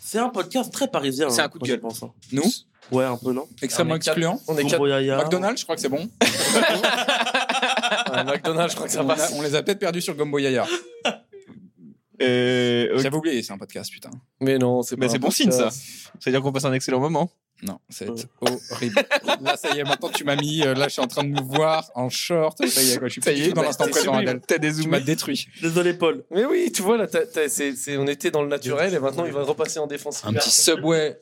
C: C'est un podcast très parisien.
D: C'est
C: hein,
D: un coup de
C: moi, je
D: gueule.
C: pense, hein.
B: Nous,
C: Ouais, un peu, non
B: extrêmement
A: on est quatre- Ah.
B: excluant.
A: On est quatre.
C: Gamboyaya.
B: McDonald's, je crois que c'est bon.
A: Ah, McDonald's, je crois que ça
B: on, a-
A: passe.
B: on les a peut-être perdus sur Gumbo Yaya.
D: Euh, ok.
B: J'avais oublié, c'est un podcast, putain.
A: Mais non, c'est
D: Mais
A: pas
D: c'est
A: un
D: bon signe, ça.
A: podcast.
D: C'est-à-dire qu'on passe un excellent moment.
B: Non, c'est horrible. Là, ça y est, maintenant tu m'as mis. euh, Là, je suis en train de nous voir en short. Ça y est, quoi, je suis plus du tout dans l'instant
A: t'es
B: présent,
A: sublime.
B: Adèle.
D: T'as
B: Tu
D: dézoomé.
B: m'as détruit.
C: Désolé, Paul.
A: Mais oui, tu vois, là, t'as- t'as- c'est- c'est- on était dans le naturel et maintenant il va repasser en défense.
B: Un petit Subway,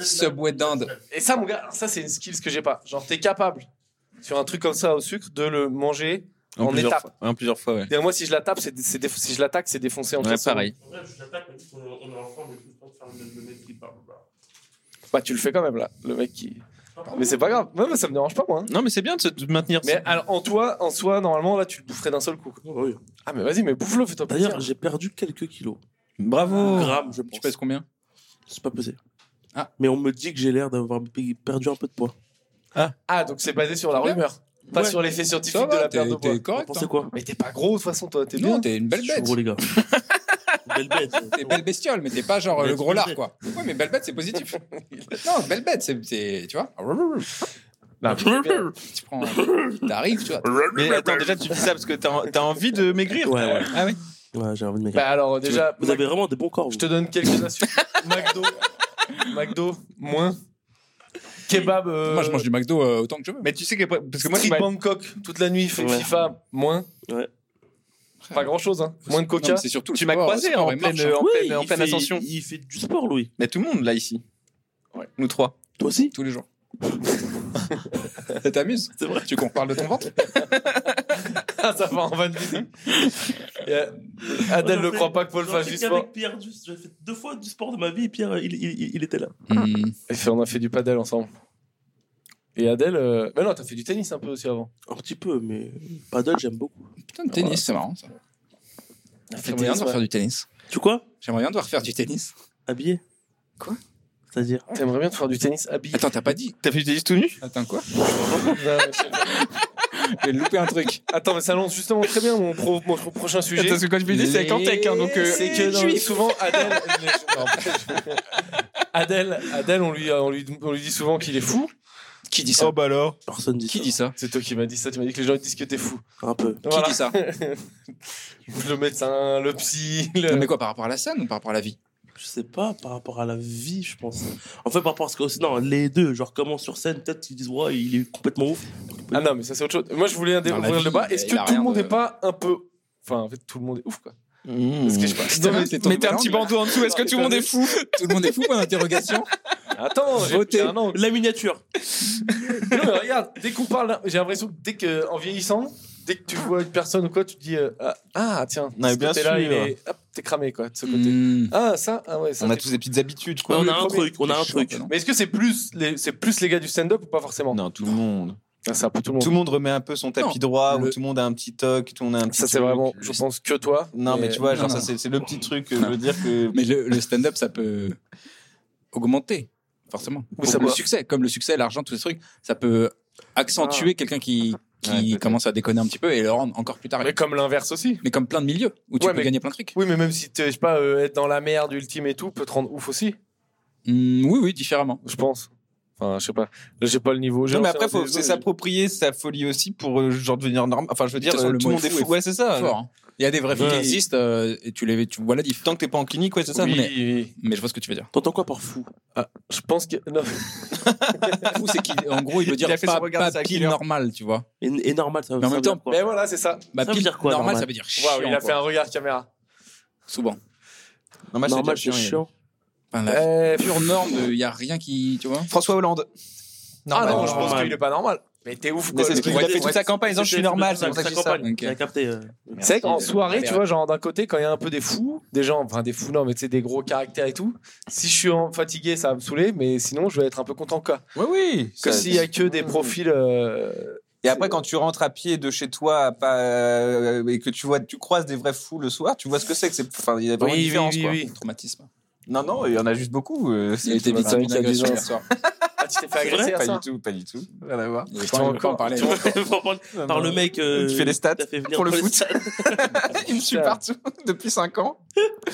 B: Subway d'Inde.
A: Et ça, mon gars, alors ça, c'est une skill que j'ai pas. Genre, t'es capable, sur un truc comme ça au sucre, de le manger. En
D: plusieurs
A: étape.
D: fois. Ouais, En plusieurs fois, ouais.
A: D'ailleurs, moi, si je la tape, c'est c'est déf- si je l'attaque, c'est défoncé en
D: Ouais,
A: 400.
D: pareil.
A: Bah, tu le fais quand même, là, le mec qui. Mais c'est pas grave. Ouais, mais ça me dérange pas, moi. hein.
D: Non, mais c'est bien de se de maintenir.
A: Mais alors, en toi, en soi, normalement, là, tu le boufferais d'un seul coup. quoi.
C: Oh, oui.
A: Ah, mais vas-y, mais bouffe-le, fais-toi plaisir.
C: D'ailleurs, j'ai perdu quelques kilos.
D: Bravo.
C: Grammes, je pense.
B: Tu pèses combien
C: C'est pas pesé.
B: Ah.
C: Mais on me dit que j'ai l'air d'avoir p- perdu un peu de poids.
A: Ah, donc c'est basé sur la rumeur, pas
C: Ouais.
A: sur l'effet scientifique
B: Ça
A: de
B: va,
A: la perte de
B: t'es
A: poids.
B: t'es
C: Vous
B: correct.
C: pensez
B: hein.
C: quoi
A: Mais t'es pas gros de toute façon, toi, t'es
B: Non,
A: bien.
B: t'es une
C: Je
B: belle
C: suis
B: bête.
C: gros, les gars. belle bête.
B: T'es belle bestiole, mais t'es pas genre euh, le
C: Bête
B: gros lard,
C: bête.
B: quoi. Ouais, mais belle bête, c'est positif. non, belle bête, c'est. c'est- Tu vois
A: Non,
B: Tu prends. T'arrives, tu vois.
D: Mais attends, déjà, tu dis ça parce que t'as en- t'as envie de maigrir.
C: Ouais, ouais.
D: Ah oui.
C: Ouais, j'ai envie de m'écrire.
A: Bah alors,
C: Tu-
A: déjà,
C: vous avez vraiment des bons corps.
A: je te donne quelques astuces. McDo. McDo, moins. Kebab. euh,
B: Moi, je mange du McDo euh, autant que je veux.
D: Mais tu sais que parce que moi,
A: Street
D: tu m'as-
A: Bangkok, toute la nuit, fait
C: Ouais.
A: FIFA, moins.
C: Ouais.
A: Pas grand chose, hein. Moins de
B: Non,
A: coca.
B: mais c'est surtout le
D: tu m'as
B: sport,
D: croisé
B: sport
D: en
B: et
D: pleine, euh,
B: marche, hein.
D: en
C: Oui,
D: pleine, en
C: il
D: pleine
C: fait-
D: ascension.
C: Il fait du sport, Louis.
D: Mais tout le monde là ici. Nous trois.
C: Toi aussi
B: tous les jours. Ça t'amuse
C: C'est vrai.
B: Tu qu'on parle de ton ventre
A: Ah, ça va en van visible. Et, euh, Adèle
C: Moi,
A: ne
C: j'en
A: croit
C: fais-
A: pas que Paul
C: j'en
A: fasse
C: fais
A: du
C: qu'avec
A: sport.
C: Pierre, juste, j'ai fait deux fois du sport de ma vie. Pierre, il, il- il- il était là.
A: Et fait- on a fait du padel ensemble. Et Adèle. euh, Mais non, t'as fait du tennis un peu aussi avant.
C: Un petit peu, mais paddle, j'aime beaucoup.
B: Putain, le tennis, c'est marrant ça. J'aimerais Ah, bien
A: tennis,
B: devoir
A: ouais.
B: faire du tennis.
C: Tu quoi
B: J'aimerais bien devoir faire du tennis.
C: Habillé
B: Quoi
C: C'est-à-dire
A: T'aimerais bien te faire du tennis habillé.
B: Attends, t'as pas dit
D: T'as fait du tennis tout nu
B: Attends, quoi
A: Non, mais je-
B: J'ai loupé un truc.
A: bah, Attends, mais ça lance justement très bien mon, pro- mon pro- prochain sujet.
D: Parce que quand je me dis, c'est avec Antec. Hein, donc, euh,
A: C'est que
B: je
A: non,
B: suis-
A: souvent Adèle, Adèle, Adèle, on lui, on lui, on lui dit souvent qu'il est fou.
B: Qui dit ça
C: Oh,
D: bah alors.
C: Personne dit
B: Qui
C: ça.
B: dit ça
A: C'est toi qui m'as dit ça. Tu m'as dit que les gens disent que t'es fou.
C: Un peu.
A: Voilà.
B: Qui dit ça
A: Le médecin, le psy, le-
D: Euh.
B: Non, Mais quoi, par rapport à la scène ou par rapport à la vie
C: Je sais pas, par rapport à la vie, je pense. En fait, par rapport à ce que. Non, les deux, genre, comment sur scène, peut-être ils disent, ouais, il est complètement ouf.
A: Ah non, mais ça c'est autre chose. Moi, je voulais
B: la
A: ouvrir
B: vie,
A: le bas. Est-ce
B: il
A: que
B: a
A: tout le
B: rien
A: monde
B: de-
A: n'est pas un peu Enfin, en fait, tout le monde est ouf, quoi. Parce que je sais pas.
B: Putain,
A: Non, mais-
B: Hmm. c'est ton
D: Mettez un
B: blanc,
D: petit
B: là.
D: bandeau en dessous. Est-ce que tout le monde est fou
B: Tout le monde est fou, point d'interrogation.
A: Attends, j'ai-
B: Votez.
A: j'ai un angle.
C: La miniature.
A: Non, mais regarde, dès qu'on parle, j'ai l'impression que dès que, en vieillissant, dès que tu vois une personne ou quoi, tu te dis euh, ah, ah, tiens,
D: Non, mais
A: ce
D: bien
A: côté-là,
D: sûr.
A: il est- hop, t'es cramé quoi, de ce côté.
B: Hmm.
A: Ah ça, ah ouais, ça.
D: On a
A: t'es-
D: tous des petites habitudes,
C: Ouais,
D: quoi.
C: on
A: le
C: a un
A: premier.
C: truc, on a un
B: Je
C: truc.
B: sais pas, non.
A: Mais est-ce que c'est plus les, c'est plus les gars du stand-up ou pas forcément
D: Non, tout le monde.
A: Ah, C'est un peu tout le monde.
D: Tout le monde remet un peu son tapis
B: Non,
D: droit, ou
B: le-
D: tout le monde a un petit toc, tout le monde a un petit.
A: ça c'est
D: truc.
A: vraiment, je pense que toi.
D: Non, mais tu vois,
B: Non,
D: genre,
B: non.
D: ça, c'est c'est le petit truc que je veux dire que.
B: Mais le, le stand-up, ça peut augmenter, forcément.
A: Oui,
B: Comme
A: ça
B: le
A: peut.
B: succès, comme le succès, l'argent, tous ces trucs, ça peut accentuer quelqu'un qui, qui
D: Ah. Ouais, peut-être.
B: commence à déconner un petit peu et le rendre encore plus tard.
A: Mais
B: Ah, Mais,
A: comme l'inverse aussi.
B: comme plein de milieux où tu
A: Ouais,
B: peux
A: mais-
B: gagner plein de trucs.
A: Oui, mais même si t'es, je sais pas, euh, être dans la merde ultime et tout peut te rendre ouf aussi,
B: Hmm, oui, oui, différemment.
A: je pense. Enfin, je sais pas. Là, J'ai pas le niveau. J'ai
D: Non, mais
A: lancé
D: après,
A: un
D: faut-
A: des-
D: c'est s'approprier sa folie aussi pour euh, genre devenir normal. Enfin, je veux dire,
B: De toute façon,
D: euh,
B: le
D: tout le
B: mot
D: monde
B: est
D: est
B: fou
D: fou.
B: et
D: Ouais, c'est ça.
B: Fort, hein. Il y a des vrais fous qui
A: Ouais.
B: existent euh, et tu, les, tu vois la diff.
D: Tant que t'es pas en clinique, ouais, c'est ça.
A: Oui,
B: mais-
A: oui.
B: Mais je vois ce que tu veux dire.
C: T'entends quoi par fou
A: Je pense que non.
B: Fou, c'est qu'en gros, il veut dire
D: Il a fait son
B: pas,
D: regard,
B: pas
D: c'est un
B: pile
D: killer.
B: normal, tu vois.
C: et, et normal, ça
B: Mais en
C: ça
B: même
C: veut
B: temps,
C: dire quoi
A: Mais voilà, c'est ça.
B: Bah,
C: Ça veut
B: pile
C: dire quoi,
B: normal,
C: normal
B: ça veut dire chiant.
A: Waouh, il a
B: quoi.
A: fait un regard caméra.
B: Souvent.
D: Normal,
C: normal,
D: c'est
C: c'est
D: chiant.
C: chiant.
B: Enfin, la
A: Euh,
B: pure norme, il y a rien qui, tu vois.
D: François Hollande.
A: ah
D: bah,
A: non, je
C: normal.
A: pense qu'il est pas normal. Mais t'es ouf.
D: Mais
A: quoi,
D: c'est ce
A: le
D: qu'il
A: mec.
D: a fait
A: Ouais.
D: toute sa campagne. Genre, je suis normal, c'est pour ça que je dis ça.
C: campagne.
B: Ok.
C: J'ai capté. euh.
A: C'est vrai qu'en
B: Merci.
A: soirée, tu
B: Allez,
A: vois, genre d'un côté, quand il y a un peu des fous, des gens, enfin des fous, non, mais tu sais, des gros caractères et tout, si je suis en- fatigué, ça va me saouler, mais sinon, je vais être un peu content, quoi.
D: Oui, oui.
A: Que
D: ça-
A: s'il y a que des profils. euh,
D: Et après, quand tu rentres à pied de chez toi à pas... euh, et que tu vois, tu croises des vrais fous le soir, tu vois ce que c'est que c'est. Enfin, il y a vraiment une différence, quoi.
B: Traumatisme.
D: Non, non, il y en a juste beaucoup. euh,
B: Il a été
D: voilà.
A: victime
B: victime d'une
A: qu'il y a des
B: agression
A: gens.
B: hier soir.
A: Ah, tu t'es fait
C: C'est vrai,
A: agresser à
D: Pas
A: ça.
D: du tout, pas du tout. Rien à voir.
B: Il est
A: Putain,
B: pas- il est
A: encore.
B: pas en parler.
A: Tu vois,
C: euh, Par contre, Par le mec. euh,
D: Tu fais les stats
C: t'as fait venir
D: pour le
C: les
D: foot.
C: stats.
D: Il me suit
A: Putain.
D: partout depuis 5 ans.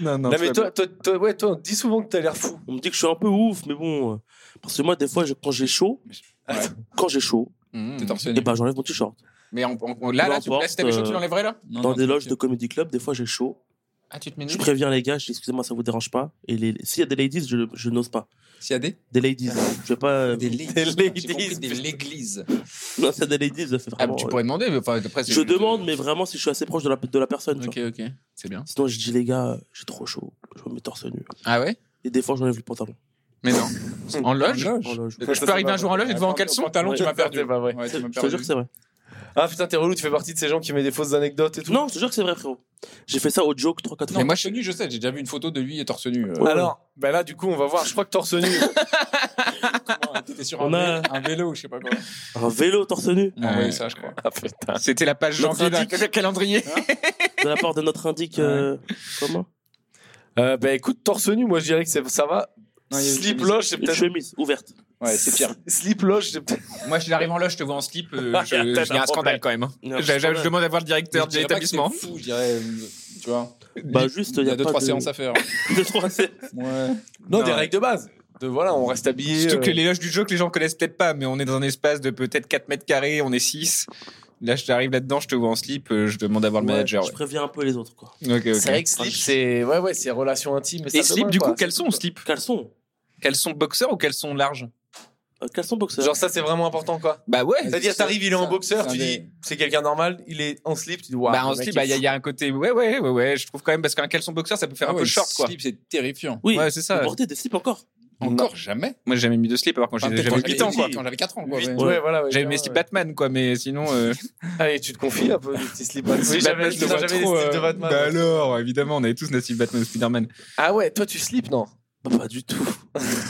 D: Non, non.
A: Non, mais toi, toi, toi, ouais, toi, on te dit souvent que t'as l'air fou.
C: On me dit que je suis un peu ouf, mais bon. euh, Parce que moi, des fois, je- quand j'ai chaud,
B: Ouais.
C: quand j'ai chaud,
D: Mmh.
B: T'es torsionné.
C: et ben j'enlève mon t-shirt.
D: Mais on- on- on- là,
C: Peu
D: là, tu,
C: importe,
D: là, si t'avais chaud, tu
C: euh,
D: l'enlèverais là
B: Non,
C: Dans
B: non,
C: des
B: non,
C: loges
B: ok.
C: de comedy club, des fois, j'ai chaud.
D: Ah, tu te mets
C: Je préviens les gars, je dis excusez-moi, ça vous dérange pas. Et les... s'il y a des ladies, je, je n'ose pas.
B: S'il y a des.
C: Des ladies. Je vais pas. euh,
B: Des
A: ladies.
B: l'église. Des l'église.
C: Non, c'est des ladies, ça fait
D: Ah,
C: vraiment. euh,
D: tu pourrais demander, mais enfin, après, c'est-
C: Je demande, mais vraiment si je suis assez proche de la, de la personne. tu
B: Ok,
C: vois.
B: ok. C'est bien.
C: Sinon, je dis les gars, euh, j'ai trop chaud, je me mets torse nu.
D: Ah ouais
C: Et des fois, j'enlève le pantalon.
D: Mais non. En loge
C: Oh là, je-
D: Je peux arriver un jour en loge et te voir en caleçon
B: talon, tu m'as perdu.
A: C'est pas vrai.
B: Ouais, tu m'as
C: Je te jure
B: perdu.
C: que c'est vrai.
A: Ah putain, t'es relou, tu fais partie de ces gens qui mettent des fausses anecdotes et tout.
C: Non, je te jure que c'est vrai, frérot. J'ai fait ça au joke 3-4 fois.
B: Non, moi, je suis nu, je sais. J'ai déjà vu une photo de lui torse nu. euh.
C: Ouais.
A: Alors, bah là, du coup, on va voir. Je crois que torse nu. hein,
B: T'étais sur un,
C: On a-
B: vé- un vélo, je sais pas quoi.
C: Un vélo torse nu
B: On a envoyé ça, je crois.
A: ah putain.
D: C'était la page
C: Notre
D: janvier d'un calendrier.
C: de la part de notre indique. euh, Comment
A: Euh, bah écoute, torse nu, moi je dirais que c'est- ça va.
B: Non, il y a une
A: Slip
B: chemise.
A: loge, c'est
C: Une
A: peut-être.
C: chemise ouverte.
B: Ouais, c'est pire.
A: Slip loge, c'est peut-être.
D: Moi, je l'arrive en loge, je te vois en slip. euh,
A: Ah,
D: je-
A: il y a
D: je-
A: peut-être
D: Il y a
A: un
D: un scandale quand même. hein.
C: Il y a un
D: Je je- je
C: scandale.
D: demande à voir le directeur de
B: Je dirais pas que
D: l'établissement.
B: c'est fou, je dirais. euh, Tu tu vois.
C: Bah, juste,
B: il y a
C: pas
B: deux, trois
C: de-
B: séances à faire. Ah
C: deux, trois séances.
B: Ouais.
A: Non,
D: Non.
A: des règles de base. De voilà, on reste habillé.
D: Surtout que
A: euh,
D: l'éloge du jeu que les gens connaissent peut-être pas, mais on est dans un espace de peut-être 4 mètres carrés, on est 6. Là, je t'arrive là-dedans, je te vois en slip, euh, je demande à voir le
C: Ouais,
D: manager.
C: Je préviens un peu les autres, quoi.
D: ouais. Ok, ok.
A: C'est vrai que slip, c'est ouais, ouais, c'est relation intime.
D: Et slip, du coup, caleçon ou slip
C: Caleçon.
D: Caleçon boxeur ou caleçon large
C: Euh, Caleçon boxeur.
A: genre ça, c'est vraiment important, quoi.
D: Bah ouais
A: C'est-à-dire, t'arrives, il est en
B: Ça,
A: boxeur,
B: ça
A: tu
B: dé-
A: dis, c'est quelqu'un normal, il est en slip, tu dis, waouh.
D: bah en
A: le mec,
D: slip,
A: il
D: bah,
A: est
D: il y, a- il y a un côté ouais ouais ouais ouais, je trouve quand même parce qu'un caleçon boxeur ça peut faire
B: Ah
D: un
B: ouais,
D: peu short quoi.
B: slip, c'est terrifiant.
C: Oui,
D: Ouais, c'est ça.
C: vous portez des slips encore.
B: Encore jamais.
D: Moi j'ai jamais mis de slip alors quand
B: Enfin,
D: j'ai-
B: Bah, peut-être
D: j'avais
B: quand
D: 8 ans
B: j'avais-
D: quoi.
B: Quand j'avais 4 ans, quoi.
A: huit,
B: ouais.
A: ouais, voilà, ouais,
D: J'avais mes
A: ouais.
D: slips Batman quoi, mais sinon euh,
A: Allez, tu te confies un peu, des petits slips Batman.
D: slip Batman, je le vois
A: j'avais des
D: trop,
A: slips de
D: euh,
A: Batman.
D: Bah alors, évidemment, on avait tous nos slips Batman ou Spider-Man.
A: Ah ouais, toi, tu slips, non
C: Bah, pas du tout.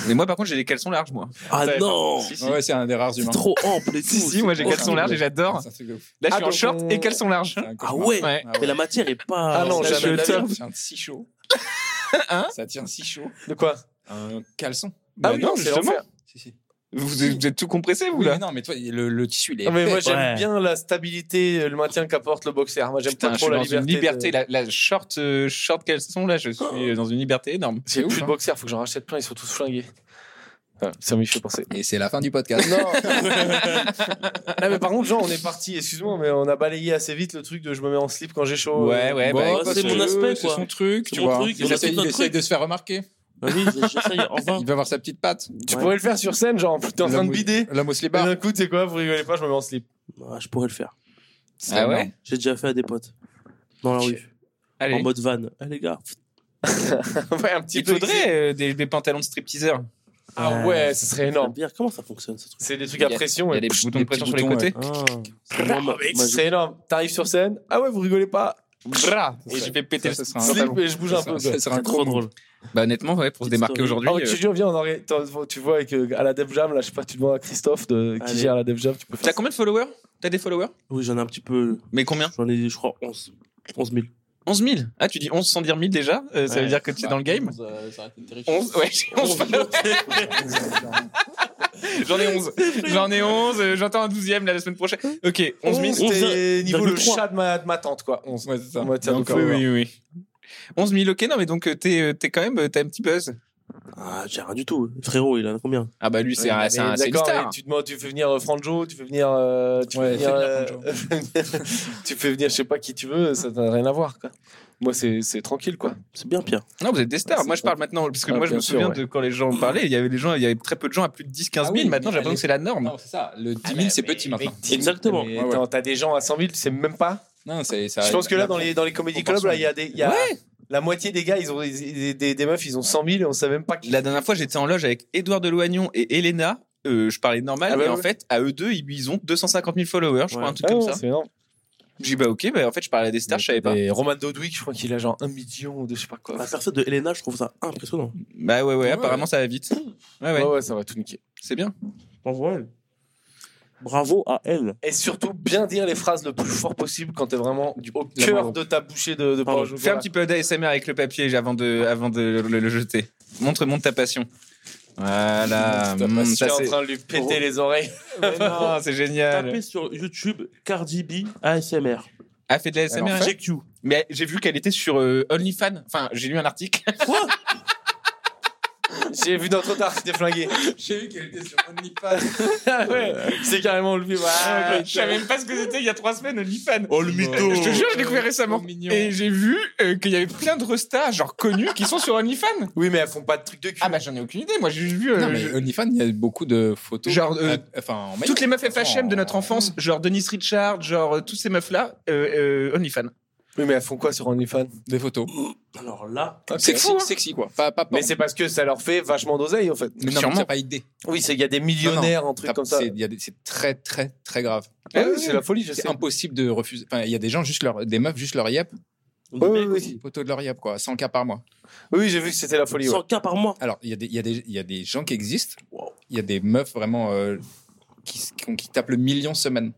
D: Mais moi par contre, j'ai des caleçons larges moi.
C: Ah
A: Ouais,
C: non
D: Si si.
B: Ouais, c'est un des rares
C: C'est
B: humains.
C: trop ample et tout.
D: Si, si, moi j'ai
C: oh, C'est
D: caleçon
C: horrible.
D: large et j'adore.
B: C'est un truc de ouf.
D: Là, je
A: Ah,
D: suis en
A: donc
D: short
A: on-
D: et caleçon large.
B: C'est un
C: Ah
B: cauchemar.
C: ouais
D: Ouais.
C: Mais la matière est pas.
A: Ah non,
C: Ça,
A: jamais
C: je-
A: de la
C: tiens,
A: vie.
B: Ça tient si chaud.
D: Hein
B: Ça tient si chaud.
A: De quoi
B: Un caleçon.
D: Bah
A: Ah oui,
D: non,
A: c'est
D: justement.
A: l'enfer.
B: Si, si.
D: Vous êtes, vous êtes tout compressé, vous
B: Oui,
D: là
B: mais non, mais toi, le, le tissu, il est.
A: Ah, mais moi,
B: épais.
A: j'aime
C: Ouais.
A: bien la stabilité, le maintien qu'apporte le boxeur. Moi, j'aime
D: Putain,
A: pas
D: je suis
A: trop la
D: dans
A: liberté.
D: une liberté,
A: de-
D: la, la short, euh, short caleçon, là, je suis euh, dans une liberté énorme.
A: J'ai
D: ouf,
A: plus de
D: hein.
A: boxers, faut que j'en rachète plein, ils sont tous flingués. Voilà, ça me fait penser.
B: Et c'est la fin du podcast.
A: Non. Non, Ah, mais par contre, genre, on est parti, excuse-moi, mais on a balayé assez vite le truc de je me mets en slip quand j'ai chaud.
D: Ouais,
B: Eh
D: ouais, bah,
C: c'est
B: parce
C: mon
B: que
C: aspect,
B: ben, euh, C'est
C: quoi.
B: son truc,
C: C'est
B: tu
C: mon
B: vois.
C: truc,
B: il
C: on a
B: essaye,
C: fait notre
B: il essaye
C: truc.
B: de se faire remarquer.
C: Bah oui, j'essaye, enfin.
B: Il veut avoir sa petite patte.
A: Tu
C: Ouais.
A: pourrais le faire sur scène, genre, putain, en train de
B: L'homme au-
A: bider.
B: L'homme au
A: Et
B: slébard.
A: d'un coup, tu sais quoi, vous rigolez pas, je me mets en slip.
C: Ah, je pourrais le faire.
D: Ah ouais
C: J'ai déjà fait à des potes. Dans la rue. En
D: Allez.
C: mode van. Eh les gars.
A: ouais, un petit
D: Il
A: peu.
D: faudrait euh, des, des pantalons de stripteaseur.
A: Ah ouais, ça serait énorme.
C: Bien, comment ça fonctionne ce truc
A: C'est des trucs à
D: Il y a-
A: pression.
D: Il
A: et
D: y a des
A: pfff,
D: boutons de
B: des
D: pression
B: petits
D: sur les
B: boutons,
D: côtés.
C: Ah.
A: Bah, c'est
C: Moi, ma-
A: mec,
C: ma-
A: ce serait énorme. T'arrives sur scène, ah ouais, vous rigolez pas. Brah
D: Et je vais péter
B: Ça,
D: le
B: ça sera un
D: slip.
A: Slip et je bouge un peu. quoi.
B: Ça sera
C: C'est trop drôle.
D: Bah honnêtement, ouais, pour se
C: Petite
D: démarquer
C: story.
D: aujourd'hui.
A: Ah ouais,
D: euh,
A: je te jure, viens, on en ré- t'en- tu vois, avec, euh, à la Dev Jam, là, je sais pas, tu demandes à Christophe de, qui
C: Allez.
A: gère la Dev Jam, tu peux
D: T'as
A: faire. ça.
D: combien de followers T'as des followers
C: Oui, j'en ai un petit peu.
D: Mais combien
C: J'en ai, je crois, 11. 11 000.
D: 11 000 Ah, tu dis 11 sans dire 1000 déjà Euh, Ça
C: Ouais.
D: veut dire que tu es dans le game 11 Ouais, j'ai 11 J'en ai 11. J'en ai 11. euh, J'entends un 12 e là la semaine prochaine. Ok, 11 000.
A: 11,
C: Onze
A: c'est niveau le
C: virgule trois.
A: chat de ma, de ma tante, quoi. 11.
B: Ouais, c'est ça.
A: En matière de
D: Donc, oui,
A: followers.
D: oui, oui. 11 000, ok, non, mais donc euh, t'es euh, t'es quand même, euh, t'as un petit buzz.
C: Ah, j'ai rien du tout. Frérot, il en a combien
D: Ah bah lui, c'est
A: Ouais,
D: un-
A: mais
D: c'est un- c'est une
A: d'accord,
D: star.
A: mais tu, demandes- tu fais venir euh, Franjo, tu fais venir. euh, tu,
B: Ouais,
A: fais venir
B: fais venir
A: euh, tu fais venir, je sais pas qui tu veux, ça n'a rien à voir, quoi. Moi, c'est c'est tranquille, quoi.
C: C'est bien pire.
D: Non, vous êtes des stars.
A: Ouais,
D: moi,
A: c'est
D: je parle maintenant, parce que
A: Ah,
D: moi, je
A: bien
D: me
A: sûr,
D: souviens
A: ouais.
D: de quand les gens en parlaient, il y avait des gens, il y avait très peu de gens à plus de 10, 15 000.
B: Ah oui,
D: maintenant, j'ai
B: mais
D: l'impression que c'est la norme.
B: Non, Ah, c'est ça. Le 10 000, c'est petit maintenant.
C: Exactement.
A: Ah, Mais
B: Ouais, ouais.
A: attends, T'as des gens à 100 000, tu sais même pas.
B: Non, c'est ça.
A: Je pense que là, dans les, dans les comédie clubs,
B: proportion,
A: là, il y a des. il Y a La moitié des gars, ils ont des, des, des- des meufs, ils ont 100 000 et on savait même pas qui.
D: La dernière fois, j'étais en loge avec Édouard Deloignon et Elena. Euh, je parlais normal,
A: Ah
D: mais
A: ouais,
D: en
A: ouais.
D: fait, à eux deux, ils- ils ont 250 000 followers, je crois,
C: Ouais.
D: un truc comme ça.
A: Ah C'est énorme.
D: J'ai dit, bah ok, bah en fait, je parlais à des stars, je savais pas.
A: Et Roman Dodwick, je crois qu'il a genre 1 million ou de je sais pas quoi.
C: La personne de Elena, je trouve ça impressionnant.
D: Bah ouais, ouais,
B: Ouais.
D: apparemment, ça va vite. Ouais, ouais,
A: ouais, ouais, ça va tout niquer.
D: c'est bien.
C: Bravo à elle.
A: Et surtout, bien dire les phrases le plus fort possible quand t'es vraiment du- au
B: La
A: cœur
B: main.
A: de ta bouchée de, de
C: Pardon.
A: pain au chocolat.
D: Fais un petit peu d'ASMR avec le papier avant de, avant de le, le- le jeter. Montre, montre ta passion. Voilà.
B: Montre ta
D: Mm,
B: passion.
A: Je
D: ça,
A: suis en
D: c'est-
A: train de lui péter les oreilles.
D: Non, c'est génial.
C: Tapez sur YouTube Cardi B ASMR.
D: A fait Ah, de l'ASMR.
B: Alors,
D: elle
C: GQ.
D: Mais j'ai vu qu'elle était sur euh, OnlyFans. Enfin, j'ai lu un article.
A: J'ai vu notre tard, c'était flingué.
B: J'ai vu qu'elle était sur OnlyFans.
A: Ah ouais, c'est carrément le film. Ah,
D: je savais même pas ce que c'était il y a trois semaines, OnlyFans.
C: Oh le
B: mytho.
D: Je te jure, je l'ai découvert
B: Oh,
D: récemment.
B: mignon.
D: Et j'ai vu euh, qu'il y avait plein de restas, genre connus, qui sont sur OnlyFans.
A: Oui, mais elles font pas de trucs de cul.
D: Ah bah j'en ai aucune idée. Moi, j'ai juste vu. euh,
B: Non, mais
D: je-
B: OnlyFans, il y a beaucoup de photos.
D: Genre, euh,
B: Ah, enfin, en maillot.
D: Toutes les meufs FHM de notre
B: Oh.
D: enfance, genre Denise Richard, genre euh, tous ces meufs-là, euh, euh, OnlyFans.
A: Oui, mais elles font quoi sur OnlyFans
B: Des photos.
C: Alors là,
B: Sexy,
D: fou, hein.
B: Ah, sexy, quoi. Pas, pas,
A: Mais c'est parce que ça leur fait vachement d'oseille, en fait.
B: Mais non, mais
D: Sûrement.
B: t'as pas idée.
A: Oui, c'est- il y a des millionnaires, un
B: T'as-
A: truc comme ça.
B: c'est- il y a des- C'est très, très, très grave.
A: Ah
D: Ouais,
A: oui, c'est la folie, je
B: C'est
A: sais.
B: impossible de refuser. Enfin, il y a des gens, juste leur, des meufs, juste leur yep,
C: on
A: Oui, oui,
C: dit mec,
A: oui.
B: photo de leur yep, quoi. 100 cas par mois.
A: Oui, j'ai vu que c'était la folie. ouais.
C: 100 k par mois.
B: Alors, il y, a des- il y, a des- il y a des gens qui existent.
C: Wow.
B: Il y a des meufs vraiment euh, qui, s- qui, ont- qui tapent le million semaine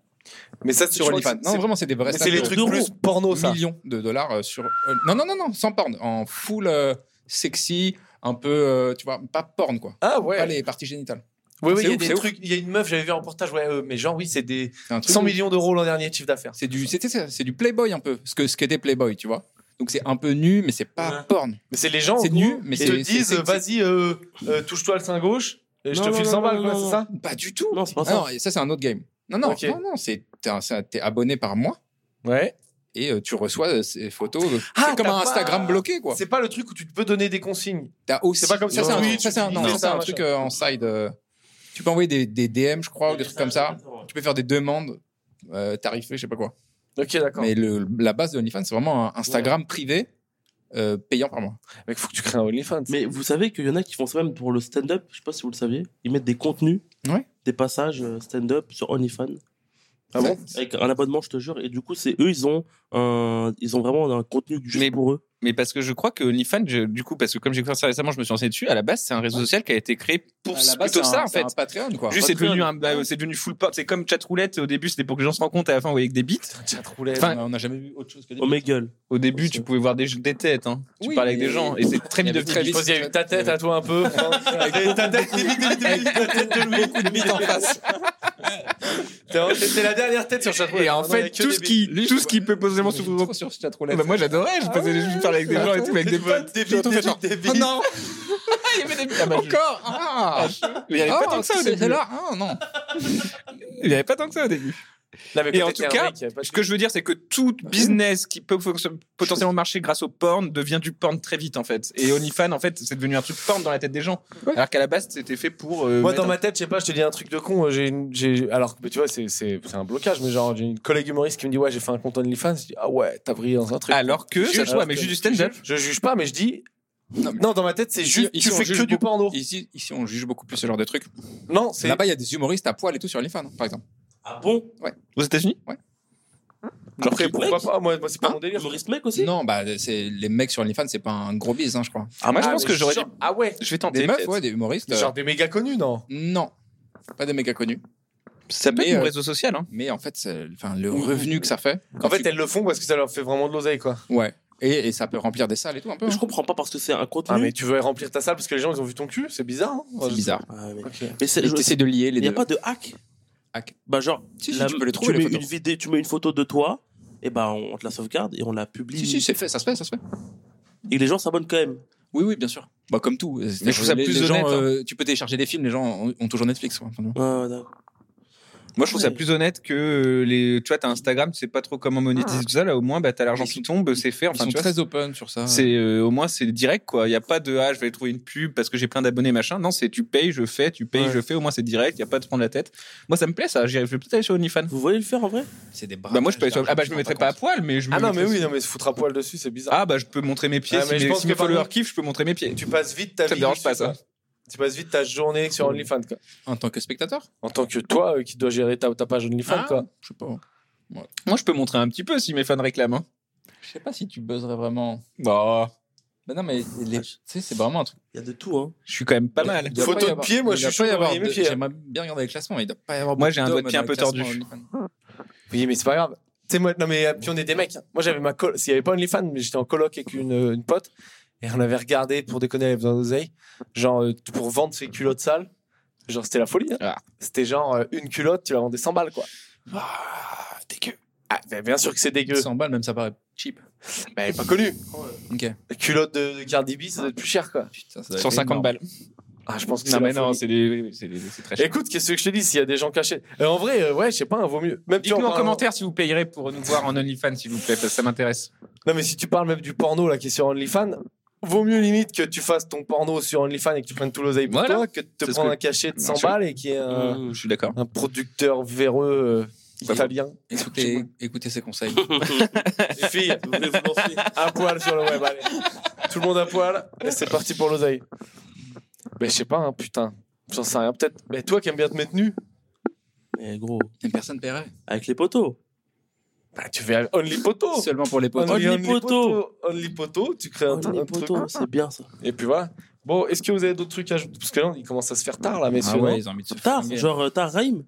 A: Mais ça,
B: sur OnlyFans. Non, vraiment, c'est des vrais
A: C'est
B: stars.
A: les
C: euros.
A: trucs plus porno, ça.
B: millions de dollars euh, sur. euh, non, non, non, non, sans porn. En full euh, sexy, un peu, euh, tu vois, pas porn, quoi.
A: Ah
B: Pas
A: ouais.
B: les parties génitales.
A: Oui, oui,
B: C'est
A: il y a
B: ouf,
A: des
B: c'est ouf.
A: trucs. Il y a une meuf, j'avais vu un reportage, ouais, euh, mais genre, oui, c'est des
B: C'est un truc
A: 100
B: de-
A: millions d'euros l'an dernier de chiffre d'affaires.
B: C'est du, c'était ça, c'est du Playboy un peu, ce que ce qu'était Playboy, tu vois. Donc c'est un peu nu, mais c'est pas
C: Ouais.
B: porn.
A: Mais c'est les gens
B: C'est
A: en gros,
B: nu, mais
A: ils te
B: c'est- c'est-
A: disent
B: c'est-
A: vas-y, euh, euh, touche-toi le sein gauche et je
C: Non,
A: te
C: non,
A: file
C: non,
A: 100 balles,
C: non,
A: quoi,
C: non,
A: c'est ça
B: Pas du tout.
C: Non, c'est pas
B: Ah
C: ça.
B: non, et ça c'est un autre game. Non, non,
A: Ok.
B: non, non, c'est t'es un- ça- t'es abonné par mois
A: Ouais.
B: et euh, tu reçois euh, ces photos. euh,
A: Ah,
B: c'est comme
A: t'as
B: un
A: pas-
B: Instagram bloqué quoi.
A: C'est pas le truc où tu te peux donner des consignes.
B: T'as aussi.
A: C'est pas comme
B: ça,
A: sur
B: c'est un,
A: Twitch,
B: ça, c'est un,
A: tu
B: non,
A: fais
B: ça, c'est
A: ça,
B: un
A: machin.
B: truc euh, en side. euh, tu peux envoyer des, des DM, je crois, ou des trucs comme ça. Tu peux faire des demandes euh, tarifées, je sais pas quoi.
A: Ok, d'accord.
B: Mais le, la base de OnlyFans, c'est vraiment un Instagram privé euh, payant par mois.
A: Mec, faut que tu crées un OnlyFans.
C: Mais vous savez qu'il y en a qui font ça même pour le stand-up. Je sais pas si vous le saviez. Ils mettent des contenus,
B: Ouais.
C: des passages euh, stand-up sur OnlyFans.
A: Ah bon
B: Ça-
C: Avec un abonnement, je te jure. Et du coup, c'est eux, ils ont, un, ils ont vraiment un contenu juste
D: Mais-
C: pour eux.
D: Mais parce que je crois que OnlyFans, je- du coup, parce que comme j'ai découvert ça récemment, je me suis renseigné dessus. À la base, c'est un réseau social qui a été créé pour
B: à Bah, la base,
D: plutôt
B: c'est
D: ça
B: un-
D: en
B: c'est
D: fait.
B: un Patreon quoi.
D: Juste, c'est devenu, un- bah, c'est devenu full port. C'est comme chatroulette. Au début, c'était pour que les gens se rencontrent. À la fin, on voyait que des bites.
B: Enfin, on n'a jamais vu autre chose que des
C: Oh, mes gueules.
D: Au début, tu pouvais voir des, des têtes. hein. Tu
B: Oui,
D: parlais avec
B: mais-
D: des gens. Et c'est très
B: Il y
D: vite devenu
B: avait très
A: Je
B: vite-
A: pense qu'il y a eu ta tête à toi un peu. Avec ta tête, vite, vite, vite, vite, ta tête de Louis.
B: coups de bite en face.
A: T'es- C'était la dernière tête sur chaque
D: Et en fait, tout ce qui,
B: Lui,
D: tout
B: je
D: ce qui peut potentiellement se trouver.
B: sur cette
D: Bah, moi, j'adorais. Je
B: Ah
D: faisais juste je parlais avec des gens et tout, avec des potes.
A: Des
D: Je me
A: bites,
D: retrouvais
A: des
D: genre,
A: bites, des bites.
B: Oh non Il y avait des Encore
D: Ah.
B: Ah,
D: Mais il
A: Oh.
D: n'y avait pas tant que ça au début.
B: là non.
D: Ah, Il n'y avait pas tant que ça au début.
A: Non, mais
D: Et
A: peut-être
D: en tout
A: qu'il y a un
D: cas,
A: mec qui a pas de-
D: Ce que je veux dire, c'est que tout business qui peut fonc- potentiellement marcher grâce au porn devient du porn très vite, en fait. Et OnlyFans, en fait, c'est devenu un truc porn dans la tête des gens.
B: Ouais.
D: Alors qu'à la base, c'était fait pour. euh,
A: Moi,
D: mettre
A: dans
D: un-
A: ma tête, je sais pas, je te dis un truc de con. euh, J'ai une- j'ai- Alors, mais tu vois, c'est- c'est c'est un blocage. Mais genre, j'ai une collègue humoriste qui me dit Ouais, j'ai fait un compte OnlyFans. Je dis Ah ouais, t'as brillé dans un truc.
D: Alors que, ça se
A: Alors
D: voit, mais
A: que-
D: juste du stand-up.
A: Je juge pas, mais je dis.
B: Non, mais-
A: Non, dans ma tête, c'est juste.
B: Ici,
A: Tu
B: on
A: fais
B: juge
A: que du
B: beaucoup.
A: porno.
B: Ici, ici, on juge beaucoup plus ce genre de trucs.
A: Non, c'est.
B: Là-bas, il y a des humoristes à poil et tout sur les fans, hein, par exemple.
C: Ah bon
D: Aux États-Unis
A: Genre, bah, Après,
C: Mec.
A: pourquoi pas Moi, moi, c'est pas mon délire.
C: Humoriste mec aussi
B: Non, bah, c'est les mecs sur les fans, c'est pas un gros bise, hein, je crois.
D: Ah, moi, je
A: Ah,
D: pense
A: mais
D: que j'aurais.
A: genre- Ah ouais
D: Je vais tenter.
B: Des meufs,
D: peut-être.
B: ouais, des humoristes. euh,
A: Genre des méga connus, non
B: Non, pas des méga connus.
D: Ça peut
B: Mais,
D: être mon
B: euh,
D: réseau social. Hein.
B: Mais en fait, c'est- enfin, le revenu que ça fait.
A: En
B: quand
A: fait,
B: tu-
A: elles le font parce que ça leur fait vraiment de l'oseille, quoi.
B: ouais. Et, et ça peut remplir des salles et tout un peu. hein.
C: Je comprends pas parce que c'est un contenu.
A: Ah, mais tu veux remplir ta salle parce que les gens, ils ont vu ton cul C'est bizarre, hein
B: C'est bizarre.
C: Ah, mais-
A: Ok.
C: mais c'est-
B: Et
C: je-
B: t'essaies de lier les
C: Il
B: deux.
C: n'y a pas de hack.
B: Hack.
C: Bah genre,
B: Si, si,
C: la-
B: tu peux les trouver,
C: tu
B: les
C: mets
B: photos.
C: une vidéo, tu mets une photo de toi, et bah on te la sauvegarde et on la publie.
B: Si, si, c'est fait, ça se fait, ça se fait.
C: Et les gens s'abonnent quand même.
B: Oui, oui, bien sûr. Bah, comme tout. euh,
D: Mais je trouve ça
B: les-
D: plus
B: les gens,
D: honnête, hein.
B: euh, tu peux télécharger des films, les gens ont, ont toujours Netflix. quoi.
C: Ouais, ouais, Ah, d'accord.
D: Moi, je trouve ça
C: Ouais.
D: plus honnête que euh, les. Tu vois, t'as Instagram, tu sais pas trop comment monétiser tout ça. Là, au moins, bah, t'as l'argent
B: Ils
D: qui tombe, c'est fait. Enfin,
B: Ils sont
D: tu vois,
B: très open sur ça.
D: c'est euh, au moins c'est direct quoi. Il y a pas de ah je vais trouver une pub parce que j'ai plein d'abonnés machin. Non, c'est tu payes, je fais, tu payes,
C: Ouais.
D: je fais. Au moins c'est direct. Il y a pas de prendre la tête. Moi, ça me plaît ça. J'y- Je vais peut-être aller sur OnlyFans.
C: Vous voyez le faire en vrai
B: C'est des bras.
D: Bah moi, je peux aller sur- Ah bah je me mettrai pas à poil, Mmh, mais je. me
A: Ah non, mais
D: mettrai-
A: oui, non, mais se foutre à poil dessus, c'est bizarre.
D: Ah bah je peux montrer mes pieds.
A: Ah,
D: si
A: mais je
D: mes,
A: pense
D: si
A: que
D: mes
A: par
D: followers
A: contre-
D: kiffent, je peux montrer mes pieds.
A: Tu passes vite ta
D: Ah. Ça me
A: vie.
D: dérange
A: dessus,
D: pas, ça.
A: quoi. Tu passes vite ta journée sur OnlyFans, quoi.
B: En tant que spectateur
A: En tant que toi euh, qui dois gérer ta, ta page OnlyFans,
B: Ah,
A: quoi.
B: Je sais pas.
D: Moi, je peux montrer un petit peu si mes fans réclament. hein.
B: Je sais pas si tu buzzerais vraiment.
D: Bah,
B: Bah non, mais les- tu sais, c'est vraiment un truc.
C: Il y a de tout, hein.
D: je suis quand même pas mal.
B: Il doit
A: Photo
B: pas y
A: de
B: avoir-
A: pied, moi,
B: il
A: je
B: doit
A: suis
B: pas y
A: chaud pour
B: avoir
A: les
B: de-
A: mes pieds, hein.
B: J'aimerais bien regarder les classements, mais il doit pas y avoir.
D: Moi,
B: beaucoup
D: j'ai un doigt de
B: d'hommes
D: pied un
B: dans
D: peu
B: les
D: tordu.
B: classements OnlyFans.
A: Oui, mais c'est pas grave. Tu sais, moi, non, mais euh, puis on est des mecs. hein. Moi, j'avais ma col- s'il y avait pas OnlyFans, mais j'étais en coloc avec une, euh, une pote et on avait regardé pour déconner, elle avait besoin d'oseille, genre euh, pour vendre ses culottes sales. Genre, c'était la folie. hein.
D: Ah.
A: C'était genre euh, une culotte, tu la vendais 100 balles, quoi.
B: Ah, dégueu.
A: Ah, ben, bien sûr que c'est dégueu.
B: 100 balles, même ça paraît cheap.
A: Ben, elle est pas connue.
B: Ok.
A: La culotte de, de Cardi B, ça doit être plus cher, quoi.
B: Putain, ça doit être
D: 150
B: énorme.
D: balles.
A: Ah, je pense que c'est
D: Non, mais
A: la
D: non,
A: folie.
D: c'est des- c'est des- c'est très cher.
A: Écoute, qu'est-ce que je te dis s'il y a des gens cachés Euh, En vrai, euh, ouais, je sais pas, hein, vaut mieux. Même tu
D: Dites-nous en
A: parles-
D: commentaire si vous payerez pour nous voir en OnlyFans, s'il vous plaît, parce que ça m'intéresse.
A: Non, mais si tu parles même du porno là qui est sur OnlyFans, vaut mieux limite que tu fasses ton porno sur OnlyFans et que tu prennes tout l'oseille pour
D: Voilà.
A: toi que de te
D: C'est ce
A: prendre
D: que-
A: un cachet de
D: Bien
A: 100
D: sûr. Euh.
A: balles et qui est un,
C: Mmh.
D: Je suis d'accord.
A: un producteur véreux euh,
B: Bah,
A: italien.
B: Écoutez, écoutez ces conseils.
A: Les filles,
C: Vous voulez vous lancer
A: à poil sur le web, allez. Tout le monde à poil et c'est parti pour l'oseille. Mais je sais pas, hein, putain. J'en sais rien, peut-être. Mais toi qui aimes bien te mettre nu,
C: Mais gros,
B: Et Personne paierait.
C: avec les poteaux.
A: bah, tu fais un Only Poto.
B: Seulement pour les potes.
C: Only Poto.
A: Poto. Only Poto, tu crées un,
C: Oh,
A: un
C: les
A: truc.
C: poteaux, c'est bien ça.
A: Et puis voilà. Bon, est-ce que vous avez d'autres trucs à ajouter Parce que là, il commence à se faire tard, là, messieurs.
B: Ah
A: non
B: ouais, ils ont envie de se
C: Tard,
B: flinguer.
C: genre euh, tard Raïm,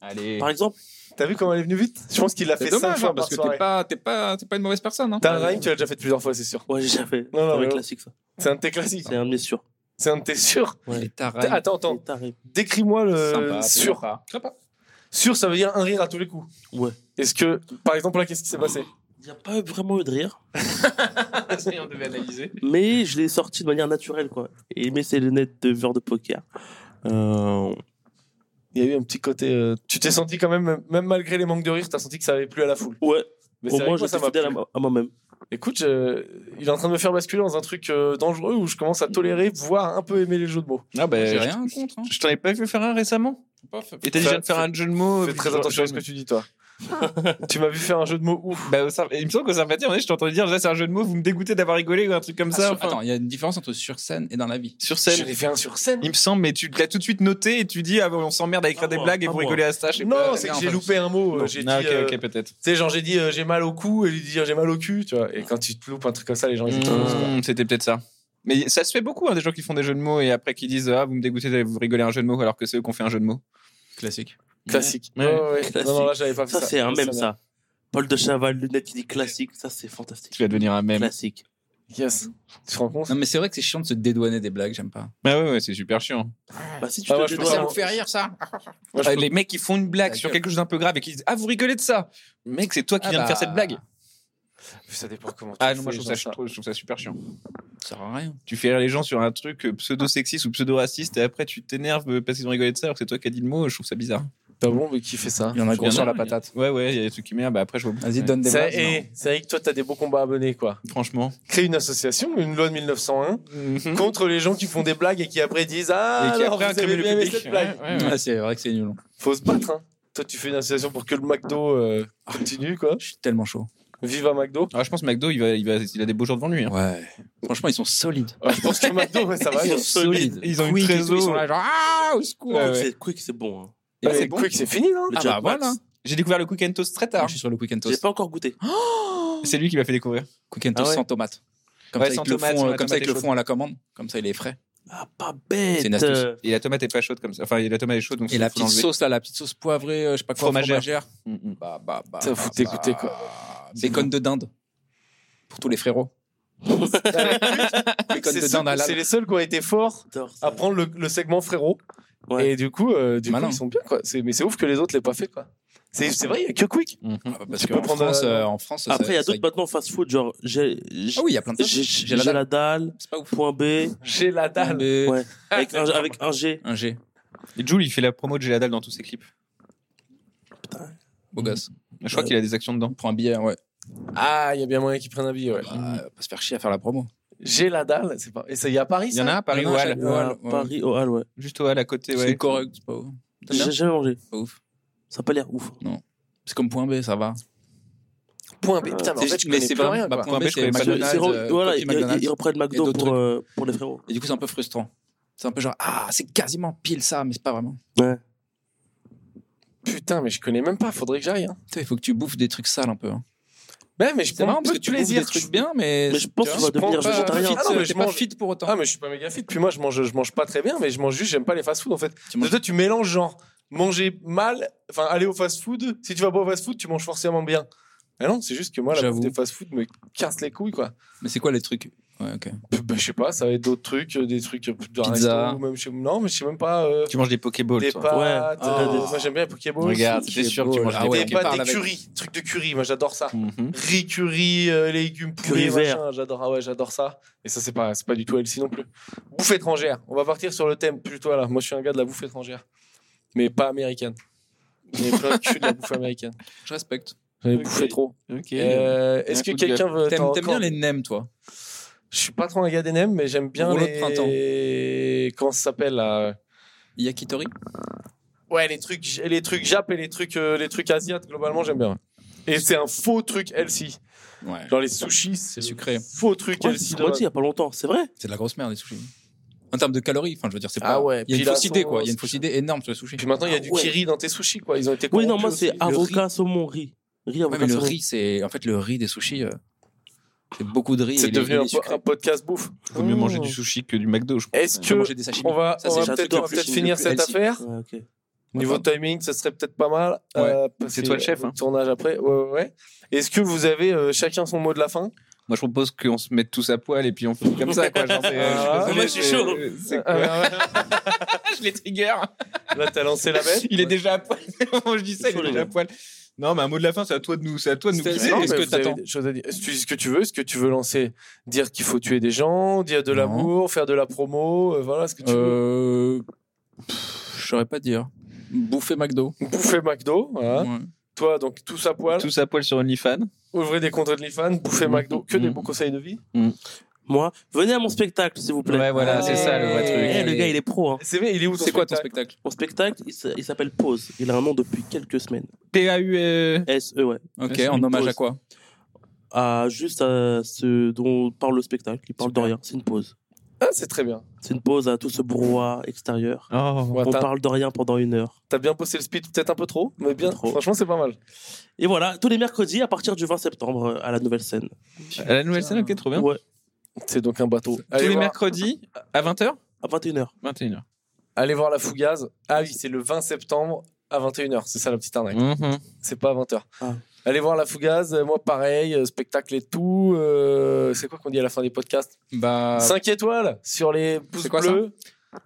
D: Allez.
C: par exemple.
A: T'as vu comment elle est venue vite Je pense qu'il l'a
D: C'est
A: fait cinq
D: dommage,
A: fois
D: hein, parce
A: par soirée.
D: que t'es pas, t'es pas, t'es pas une mauvaise personne. Hein.
A: T'as un rhyme, tu l'as déjà fait plusieurs fois, c'est sûr.
C: Ouais, j'ai déjà fait.
A: Non, non,
C: C'est
A: mais non.
C: un classique, ça.
A: C'est un de tes classiques.
C: C'est un de mes sûrs.
A: C'est un de tes sûrs.
B: Il est tard.
A: T'as- Attends, attends.
C: Tard Raïm.
A: Décris-moi le
D: Sympa,
A: sûr.
D: sympa. Sympa.
A: Sûr, ça veut dire un rire à tous les coups.
C: Ouais.
A: Est-ce que, par exemple, là, qu'est-ce qui s'est passé
C: Il n'y a pas vraiment eu de rire,
D: Ça y est, on devait analyser.
C: mais je l'ai sorti de manière naturelle, quoi. Et il met ses lunettes de verre de poker. Euh,
A: Il y a eu un petit côté. euh, Tu t'es senti quand même, même malgré les manques de rire, t'as senti que ça avait plu à la foule.
C: Ouais,
A: Mais c'est
C: au
A: vrai
C: moins
A: que moi,
C: j'étais
A: ça m'a
C: fidèle à,
A: plu.
C: ma- à moi-même.
A: Écoute, je- il est en train de me faire basculer dans un truc euh, dangereux où je commence à tolérer, voire un peu aimer les jeux de mots.
D: Ah bah,
B: J'ai
D: je,
B: rien contre. Hein.
D: je t'en ai pas vu faire un récemment. Et t'as
A: Fais-
D: déjà de faire un jeu de mots.
A: Fais
D: euh,
A: très
D: genre-
A: attention à ce que tu dis, toi. tu m'as vu faire un jeu de mots ouf.
D: Bah, au Sar- il me semble qu'au Sarfati, on est, je t'ai entendu dire, là, c'est un jeu de mots, vous me dégoûtez d'avoir rigolé ou un truc comme
B: Ah,
D: ça.
B: sur-
D: enfin.
B: Attends, il y a une différence entre sur scène et dans la vie.
D: Sur
A: Je
D: scène.
A: l'ai fait un sur scène.
D: Il me semble, mais tu l'as tout de suite noté et tu dis, ah, on s'emmerde à écrire
C: Pas
D: des
C: moi,
D: blagues et
C: pas
D: vous
C: moi.
D: rigolez à ça. je sais
A: ah, Non,
D: pas.
A: c'est
B: non,
A: que
B: en
A: j'ai
B: fait,
A: loupé un mot. euh,
D: Non.
A: J'ai dit,
D: Ah, ok,
A: euh,
D: ok, peut-être.
A: Tu sais, genre j'ai dit euh, j'ai mal au cou et lui dire j'ai mal au cul, tu vois. Et quand tu te loupes un truc comme ça, les gens ils oh, explosent. quoi.
D: Hmm, C'était peut-être ça. Mais ça se fait beaucoup, hein, des gens qui font des jeux de mots et après qui disent, ah, vous me dégoûtez d'avoir vous rigolez à un jeu de mots alors que c'est eux qui ont fait un jeu de mots.
B: Classique.
A: Classique.
D: Ouais.
A: Ouais, ouais.
C: Classique.
A: Non, non, là j'avais pas fait
C: Ça,
A: Ah, ça.
C: c'est un même,
A: m'a-
C: ça. Paul de Chaval, lunettes, il dit classique. Ça, c'est fantastique.
D: Tu vas devenir un mème.
C: Classique.
A: Yes. Tu te rends compte
B: Non, mais c'est vrai que c'est chiant de se dédouaner des blagues, j'aime pas.
D: Ah ouais, ouais, c'est super chiant.
C: Bah, si tu
A: Ah,
C: te
A: moi, je
C: dédouanes-
A: peux
B: ça
A: ça
B: vous
A: vous
B: fait rire, ça
A: Moi, je
D: Euh,
A: peux-
D: les mecs qui font une blague
B: Ta
D: sur
B: gueule.
D: quelque chose d'un peu grave et qui disent Ah, vous rigolez de ça Mec, c'est toi qui
B: Ah
D: viens de
B: bah.
D: faire cette blague.
A: Ça dépend comment tu
D: Ah
A: le
D: non, moi
A: fais,
D: je trouve, ça,
A: genre
D: je trouve- je trouve ça super chiant.
B: Ça sert à rien.
D: Tu fais rire les gens sur un truc euh, pseudo-sexiste ou pseudo-raciste et après tu t'énerves euh, parce qu'ils ont rigolé de ça alors que c'est toi qui as dit le mot, je trouve ça bizarre.
A: T'as bon, mais qui fait ça
B: Il y en a gros
D: Il y en
B: sur
D: a,
B: la
D: il y a-
B: patate.
D: Ouais, ouais, il y a des trucs qui m'énervent, bah après je vois beaucoup.
B: Vas-y,
D: Ouais.
B: donne des
A: Ça,
B: blagues.
A: et- C'est vrai que toi t'as des bons combats à mener quoi.
D: Franchement.
A: Créer une association, une loi de 1901 contre les gens qui font des blagues et qui après disent ah
D: qui
A: alors,
D: après
A: vous avez
D: incriminent le
A: bien aimé
D: public.
A: cette blague.
D: Ouais, ouais, ouais.
B: Ah, c'est vrai que c'est nul.
A: Faut se battre. Hein. Toi tu fais une association pour que le McDo euh, continue quoi.
B: Je suis tellement chaud.
A: Vive à McDo.
D: Ah, je pense que McDo, il, va, il, va- il a des beaux jours devant lui. hein.
B: Ouais. Franchement, ils sont solides.
A: Ah, je pense que McDo ouais, ça va.
C: Ils
A: non.
C: sont solides.
D: Ils ont une
B: Quick et tout,
D: trésor.
B: Ils sont là, genre, ah, au secours.
D: Ouais, ouais.
C: C'est quick, c'est bon. hein.
D: Bah,
A: Mais
D: c'est bon.
A: Quick c'est fini non
C: Le
B: Ah,
C: Jack
B: bah,
C: Max,
B: voilà.
D: J'ai découvert le Quick and Toast très
B: Moi,
D: tard.
B: Je suis sur le quick and
C: J'ai
B: toast.
C: pas encore goûté.
D: C'est lui qui m'a fait découvrir.
B: Quick and toast
A: Ah ouais.
B: sans tomate. Comme
D: Ouais,
B: ça, ils
D: sans
B: te le
D: tomate,
B: font,
D: sans
B: euh,
D: la
B: comme ça, ils
D: tomate
B: te le
D: et
B: font à la commande. Comme ça, il est frais.
C: Ah, pas bête.
B: C'est une astuce.
C: Euh,
D: Et la tomate est pas chaude comme ça. Enfin, la tomate est chaude donc
B: Et
D: il
B: la
D: faut
B: petite
D: l'enlever.
B: sauce, là, la petite sauce poivrée, euh, je sais pas quoi,
D: Fromagère.
B: fromagère.
D: Mm, mm.
B: Bah, bah, bah.
A: Ça,
B: bah,
A: faut
B: bah.
A: t'écouter, quoi.
B: Bacon de dinde. Pour tous les frérots. Bacon
A: C'est
B: de
A: ceux-
B: dinde à la
A: c'est les seuls qui ont été forts
C: j'adore ça.
A: à prendre le, le segment frérot.
C: Ouais.
A: Et du coup, euh, du coup,
B: Malin.
A: ils sont bien. Quoi. C'est- Mais c'est ouf que les autres l'aient pas fait. quoi. C'est c'est vrai, il n'y a que Quick.
D: Mhm.
B: Ah, Parce
A: Tu
B: que
A: peux
B: en
A: prendre,
B: France,
A: euh,
B: euh, en France, ça-
C: Après, il y a
B: ça-
C: d'autres maintenant fast-food, genre j'ai j'ai-
B: Ah oui, il y a plein de
C: j'ai-
B: choses.
C: j'ai la, dalle,
B: C'est pas ouf.
C: point B,
A: J'ai la dalle.
B: Mais-
C: Ouais. avec un, avec un G.
B: Un G.
D: Et Jules, il fait la promo de Géladal dans tous ses clips.
B: Beau gosse.
D: Je crois
C: Ouais.
D: qu'il a des actions dedans.
B: Prends un billet, ouais.
A: Ah, il y a bien moyen qu'ils prennent un billet. ouais.
B: Bah, Pas se faire chier à faire la promo.
A: J'ai la dalle. c'est Pas... Et ça, il y a à Paris,
D: Il y en
A: ça
D: a un à Paris
B: Il y en
D: au
B: a un à
D: Hall.
B: chaque- Ouais,
C: à
B: ouais.
C: Euh, Paris, au Hall, ouais.
D: Juste au Hall à côté.
B: C'est
D: Ouais.
B: correct, c'est pas ouf. T'as bien
C: J'ai jamais mangé.
B: Pas ouf.
C: Ça a pas l'air ouf.
B: C'est comme point B, ça va.
A: Point B. Putain, Ah. mais en fait, je connais plus
B: vraiment-
A: rien.
B: bah,
A: quoi.
B: point B,
D: Point B, je
B: c'est
D: connais pas
B: McDonald's.
C: C'est-
B: euh,
C: voilà,
B: Copy
C: ils,
B: McDonald's.
C: ils reprennent
B: Et
C: McDo
B: d'autres
C: pour, euh, pour les frérots.
B: Et du coup, c'est un peu frustrant. C'est un peu genre, ah, c'est quasiment pile ça, mais c'est pas vraiment.
A: Putain, mais je connais même pas. Faudrait que j'aille. Hein.
B: Tu sais, il faut que tu bouffes des trucs sales un peu. hein.
A: Ouais, mais je
B: C'est
A: prends
B: marrant
A: un
B: parce
A: peu
B: que
A: de
B: tu bouffes
A: plaisir.
B: des trucs bien, mais.
C: Mais je pense
B: tu
C: qu'on
B: vois,
C: va
A: prends
C: devenir
A: pas-
C: végétarien.
A: Ah non, mais
B: t'es
A: je
B: pas
A: mange-
B: Bah, fit pour autant.
A: Ah, mais je suis pas méga fit. Puis moi, je mange, je mange pas très bien, mais je mange juste, j'aime pas les fast food en fait.
B: Tu manges-
A: Toi, tu mélanges genre manger mal, enfin aller au fast food. Si tu vas pas au fast food, tu manges forcément bien. Mais non, c'est juste que moi, la bouffe
B: J'avoue.
A: des fast food me casse les couilles quoi.
B: Mais c'est quoi les trucs Ouais, ok.
A: Bah, je sais pas, ça va être d'autres trucs, euh, des trucs euh, d'un
B: Pizza.
A: resto, ou même chez- Non, mais je sais même pas. euh,
D: Tu manges des Pokéballs.
A: des
D: toi.
A: pâtes.
C: Ouais.
A: euh,
B: Ah.
A: des- Moi, j'aime bien les Pokéballs.
D: Regarde,
A: aussi.
D: c'était sûr que tu manges
B: Ah
D: des
B: ouais,
A: Des
B: ok,
D: Pokéballs.
A: pâtes,
B: parle
A: des
B: avec-
A: curry, trucs de curry, moi j'adore ça.
D: Mhm.
A: Riz curry, euh, légumes
C: Curry
A: pourris,
C: vert.
A: machin, j'adore, ah ouais, j'adore ça. Et ça, c'est pas, c'est pas du tout healthy non plus. Bouffe étrangère, on va partir sur le thème plutôt là. Moi, je suis un gars de la bouffe étrangère, mais pas américaine. J'ai plein le cul de la bouffe américaine.
B: Je respecte.
A: J'en ai
D: Ok.
A: bouffé trop.
D: Ok.
A: Euh,
D: Un
A: Est-ce que
D: coup de gueule.
A: quelqu'un veut.
B: T'aimes
A: t'as
B: t'aimes bien
A: encore-
B: les nems, toi
A: Je suis pas trop un gars des nems, mais j'aime bien
B: Rouleau de
A: les. Comment ça s'appelle là
B: Yakitori
A: Ouais, les trucs, les trucs Jap et les trucs, euh, les trucs asiates, globalement, j'aime bien. Et c'est un faux truc healthy.
B: Ouais.
A: Genre les sushis, c'est le
B: sucré.
A: Faux truc
C: Ouais,
A: healthy.
C: c'est
A: de
C: ce qu'on dit il y a pas longtemps, c'est vrai.
B: C'est de la grosse merde, les sushis. En termes de calories, enfin, je veux dire, c'est
C: hein.
A: Ah
B: pas.
A: ouais,
B: il y a
A: puis
B: une
A: la
B: fausse idée, quoi. Il y a une
A: sauce.
B: fausse idée énorme sur les sushis.
A: Puis maintenant, il y a
C: Ah
A: du
C: ouais.
A: kiri dans tes sushis, quoi. Ils ont été
C: Oui, non,
A: corrompus
C: moi
A: aussi.
C: c'est
B: riz.
C: avocat, saumon, riz. Riz,
B: Ouais,
C: avocat,
B: mais le
C: saumon.
B: riz, c'est. En fait, le riz des sushis, euh, c'est beaucoup de riz.
A: C'est
B: et les-
A: devenu
B: et
A: un,
B: les sucrés.
A: po- un podcast bouffe.
D: Vaut mieux
C: Oh.
D: manger du sushi que du McDo, je pense.
A: Est-ce
B: Tu peux
A: que
B: manger des sashimi.
A: on va,
B: Ça,
A: on
B: c'est
A: va
B: le
A: peut-être
B: truc
A: on va
B: le
A: peut-être
B: plus-
A: finir
B: le plus
A: cette
B: healthy.
A: affaire
C: Ouais, ok.
A: Niveau
B: Enfin.
A: timing, ça serait peut-être pas mal.
B: Ouais.
A: euh, parce
D: C'est
A: que
D: toi le chef, hein.
A: Tournage après. Ouais, ouais, ouais. Est-ce que vous avez euh, chacun son mot de la fin
D: Moi, je propose qu'on se mette tous à poil et puis on fait comme ça, quoi. Genre, c'est- euh,
A: Ah,
D: désolé,
C: moi, je suis
D: c'est-
C: chaud.
D: c'est quoi
A: Ah, ouais,
D: Je les trigger.
A: ouais. Là, t'as lancé la bête. bah,
D: Il est déjà à poil. Au moment où je dis ça, il est
C: Chaud, les
D: déjà à
C: gars.
D: poil. Non, mais un mot de la fin, c'est à toi de nous, c'est à toi de nous.
B: C'était-
D: guider.
B: c'est-
A: Non,
B: est-ce
A: mais
B: que
A: vous avez
B: t'attends
A: des choses à dire. Est-ce que tu dis ce que tu veux Est-ce que tu veux lancer, dire qu'il faut tuer des gens, dire de
B: Non.
A: l'amour, faire de la promo, euh, voilà ce que tu veux.
B: Euh, pff, Je saurais pas dire. Bouffer McDo.
A: Bouffer McDo, voilà.
B: Ouais.
A: Toi, donc tous à poil,
D: Tous à poil sur OnlyFans.
A: ouvrez des comptes OnlyFans, bouffer
D: Mhm.
A: McDo, que des
D: Mhm.
A: bons conseils de vie.
C: Moi, venez à mon spectacle, s'il vous plaît.
D: Ouais, voilà,
B: Ouais.
D: c'est ça le vrai truc.
C: Eh, le gars, il est pro. hein.
A: C'est vrai, il est où ton
B: C'est quoi ton
A: spectacle
B: spectacle
C: Mon spectacle, il s- il s'appelle Pause. Il a un nom depuis quelques semaines.
D: PAU. euh,
C: S-E, ouais.
B: Ok,
D: c'est
B: en
C: une
B: hommage
C: pause.
B: à quoi
C: à juste à ce dont parle le spectacle. Il parle
B: Super.
C: de rien. C'est une pause.
A: Ah, c'est très bien.
C: C'est une pause à tout ce brouhaha extérieur.
D: Oh.
A: Ouais,
C: On
A: t'as-
C: parle de rien pendant une heure.
A: T'as bien bossé le speed, peut-être un peu trop, mais bien.
C: trop.
A: Franchement, c'est pas mal.
C: Et voilà, tous les mercredis à partir du 20 septembre euh, à la nouvelle scène.
D: À la nouvelle scène, ok, trop bien.
C: Ouais,
A: C'est donc un bateau.
D: Tous
A: Allez
D: les
A: voir,
D: mercredis à 20h
C: à 21h.
D: 21h.
A: allez voir la Fougaze. Ah oui, c'est le 20 septembre à 21h. C'est ça la petite arnaque.
D: Mhm.
A: C'est pas à 20h.
C: Ah.
A: Allez voir la Fougaze. euh, Moi, pareil, euh, spectacle et tout. euh, c'est quoi qu'on dit à la fin des podcasts
D: Ah.
B: Bah,
A: 5 étoiles sur les pouces
B: C'est quoi, ça
A: bleus.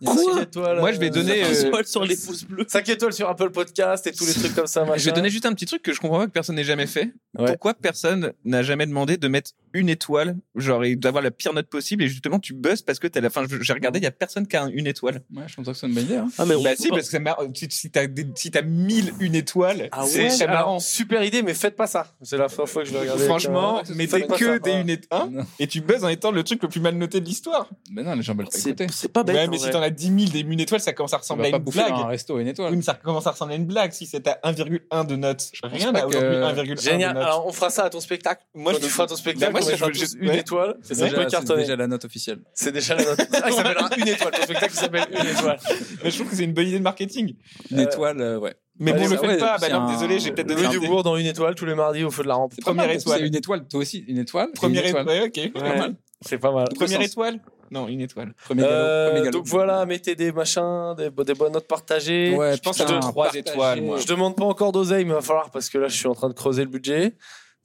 B: Il y a
A: Cinq
D: quoi
A: étoiles,
D: Moi, je vais donner,
A: cinq
D: euh,
A: étoiles.
C: sur les pouces bleus.
A: 5 étoiles sur Apple Podcast et tous les trucs comme ça.
D: Je vais donner juste un petit truc que je comprends pas que personne n'ait jamais fait.
A: Ouais.
D: Pourquoi personne n'a jamais demandé de mettre une étoile, genre et d'avoir la pire note possible et justement tu buzzes parce que t'as la fin. J'ai regardé, il y a personne qui a un- une étoile.
B: ouais, je pense que c'est une bonne idée. hein.
C: Ah mais on
D: bah
C: peut
D: si,
C: pas-
D: parce que ça mar- si, si t'as des- si t'as 1000 une étoile,
C: Ah
D: c'est
C: ouais
D: c'est marrant.
A: Alors, super idée, mais faites pas ça. C'est la première fois que je vais regarder.
D: Franchement,
B: Ouais,
D: mais
A: c'est
D: t'as
A: pas ça,
D: que des
A: ouais.
D: une étoile
B: Non.
D: et tu buzzes en étant le truc le plus mal noté de l'histoire.
B: Mais non, les gens veulent pas écouter.
C: c'est c'est pas bête.
D: Ouais,
C: en
D: mais si
C: vrai.
D: t'en as 10 000 des une étoile, ça commence à
B: Ça
D: ressembler
B: va
D: à
B: pas
D: une
B: bouffer dans
D: blague.
B: un resto et une
D: Oui,
B: étoile.
D: mais ça commence à ressembler à une blague si c'est à 1,1 de note. Rien
B: pas
D: à
B: que-
D: aujourd'hui 1,1
A: Génial.
D: de note.
A: Alors, on fera ça à ton spectacle.
D: Moi,
A: Quand
D: je-
A: tu feras ton spectacle.
D: Bah, moi,
A: on
D: si
A: mettra
D: je veux
A: tous
D: juste-
A: une
D: ouais.
A: étoile. C'est
B: C'est
A: ça,
B: déjà,
A: peut
B: c'est
A: cartonner.
B: déjà la note officielle.
A: C'est déjà la note. Ah, il s'appellera une étoile. Ton spectacle s'appelle une étoile.
D: Mais je trouve que c'est une bonne idée de marketing.
B: Une
A: Euh,
B: étoile, euh, ouais.
D: Mais
A: Allez,
D: bon, le
A: bah
D: faites
B: ouais,
D: pas. Bah
B: c'est
D: non,
B: un-
D: désolé, j'ai peut-être
A: Le
D: donné
A: lieu
D: un
A: du
D: dé-
A: bourg dans une étoile tous les mardis au feu de la rampe.
B: C'est pas
D: Première
B: mal, parce que
D: étoile.
B: C'est une étoile, toi aussi, une étoile. et une
D: Première étoile.
B: étoile.
D: Ouais, ok.
A: Ouais.
D: Pas mal.
A: C'est pas mal.
D: Première
B: sens.
D: étoile Non, une étoile.
B: Premier galop.
A: Euh,
B: premier galop.
A: donc voilà, mettez des machins, des, des bonnes notes partagées.
B: Ouais,
D: je pense
B: putain,
D: à un trois
B: partagé.
D: étoiles, moi.
A: Je demande pas encore d'oseille, mais va falloir parce que là, je suis en train de creuser le budget.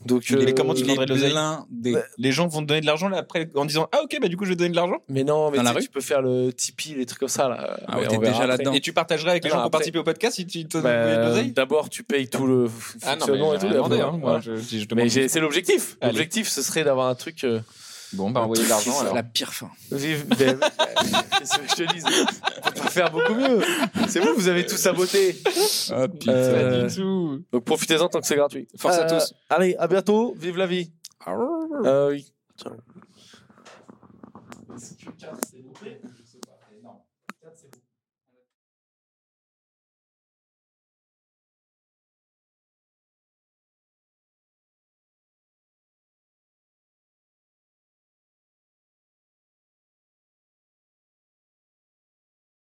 A: Donc,
D: Il est
A: euh,
D: comment tu
B: Il
D: demanderais de
B: est
D: l'oseille
B: blindé.
D: Les gens vont te donner de l'argent là, après en disant Ah, ok, bah du coup, je vais te donner de l'argent.
A: Mais non, mais
B: Dans la
A: tu sais,
B: rue
A: tu peux faire le Tipeee, les trucs comme ça. Là.
B: Ah
A: Mais
B: ouais,
A: on
B: t'es
A: verra
B: déjà
A: après.
B: là-dedans.
D: Et tu partageras avec les
A: Non,
D: gens qui ont
A: après-
D: participé au podcast si tu te donnes de
A: Bah,
D: l'oseille
A: D'abord, tu payes tout le f- fonctionnement et tout.
D: Ah j'ai rien
A: et après,
D: demandé,
A: voilà.
D: hein, moi, je, je- je demande.
A: Mais j'ai- c'est l'objectif.
D: Allez.
A: L'objectif, ce serait d'avoir un truc. euh,
D: Bon, bah envoyez de l'argent alors.
B: Oh, La pire fin.
A: Vive Dev. Qu'est-ce que je te dis On peut pas faire beaucoup mieux. C'est vous, vous avez tout saboté.
B: Ah, putain.
A: Euh,
D: Pas du tout.
A: Donc profitez-en tant que c'est gratuit.
B: Force à
A: Euh,
B: tous.
A: Allez, à bientôt. Vive la vie. Euh, oui.
C: Ciao.
A: Si tu casses, c'est loupé. Je sais pas. Énorme.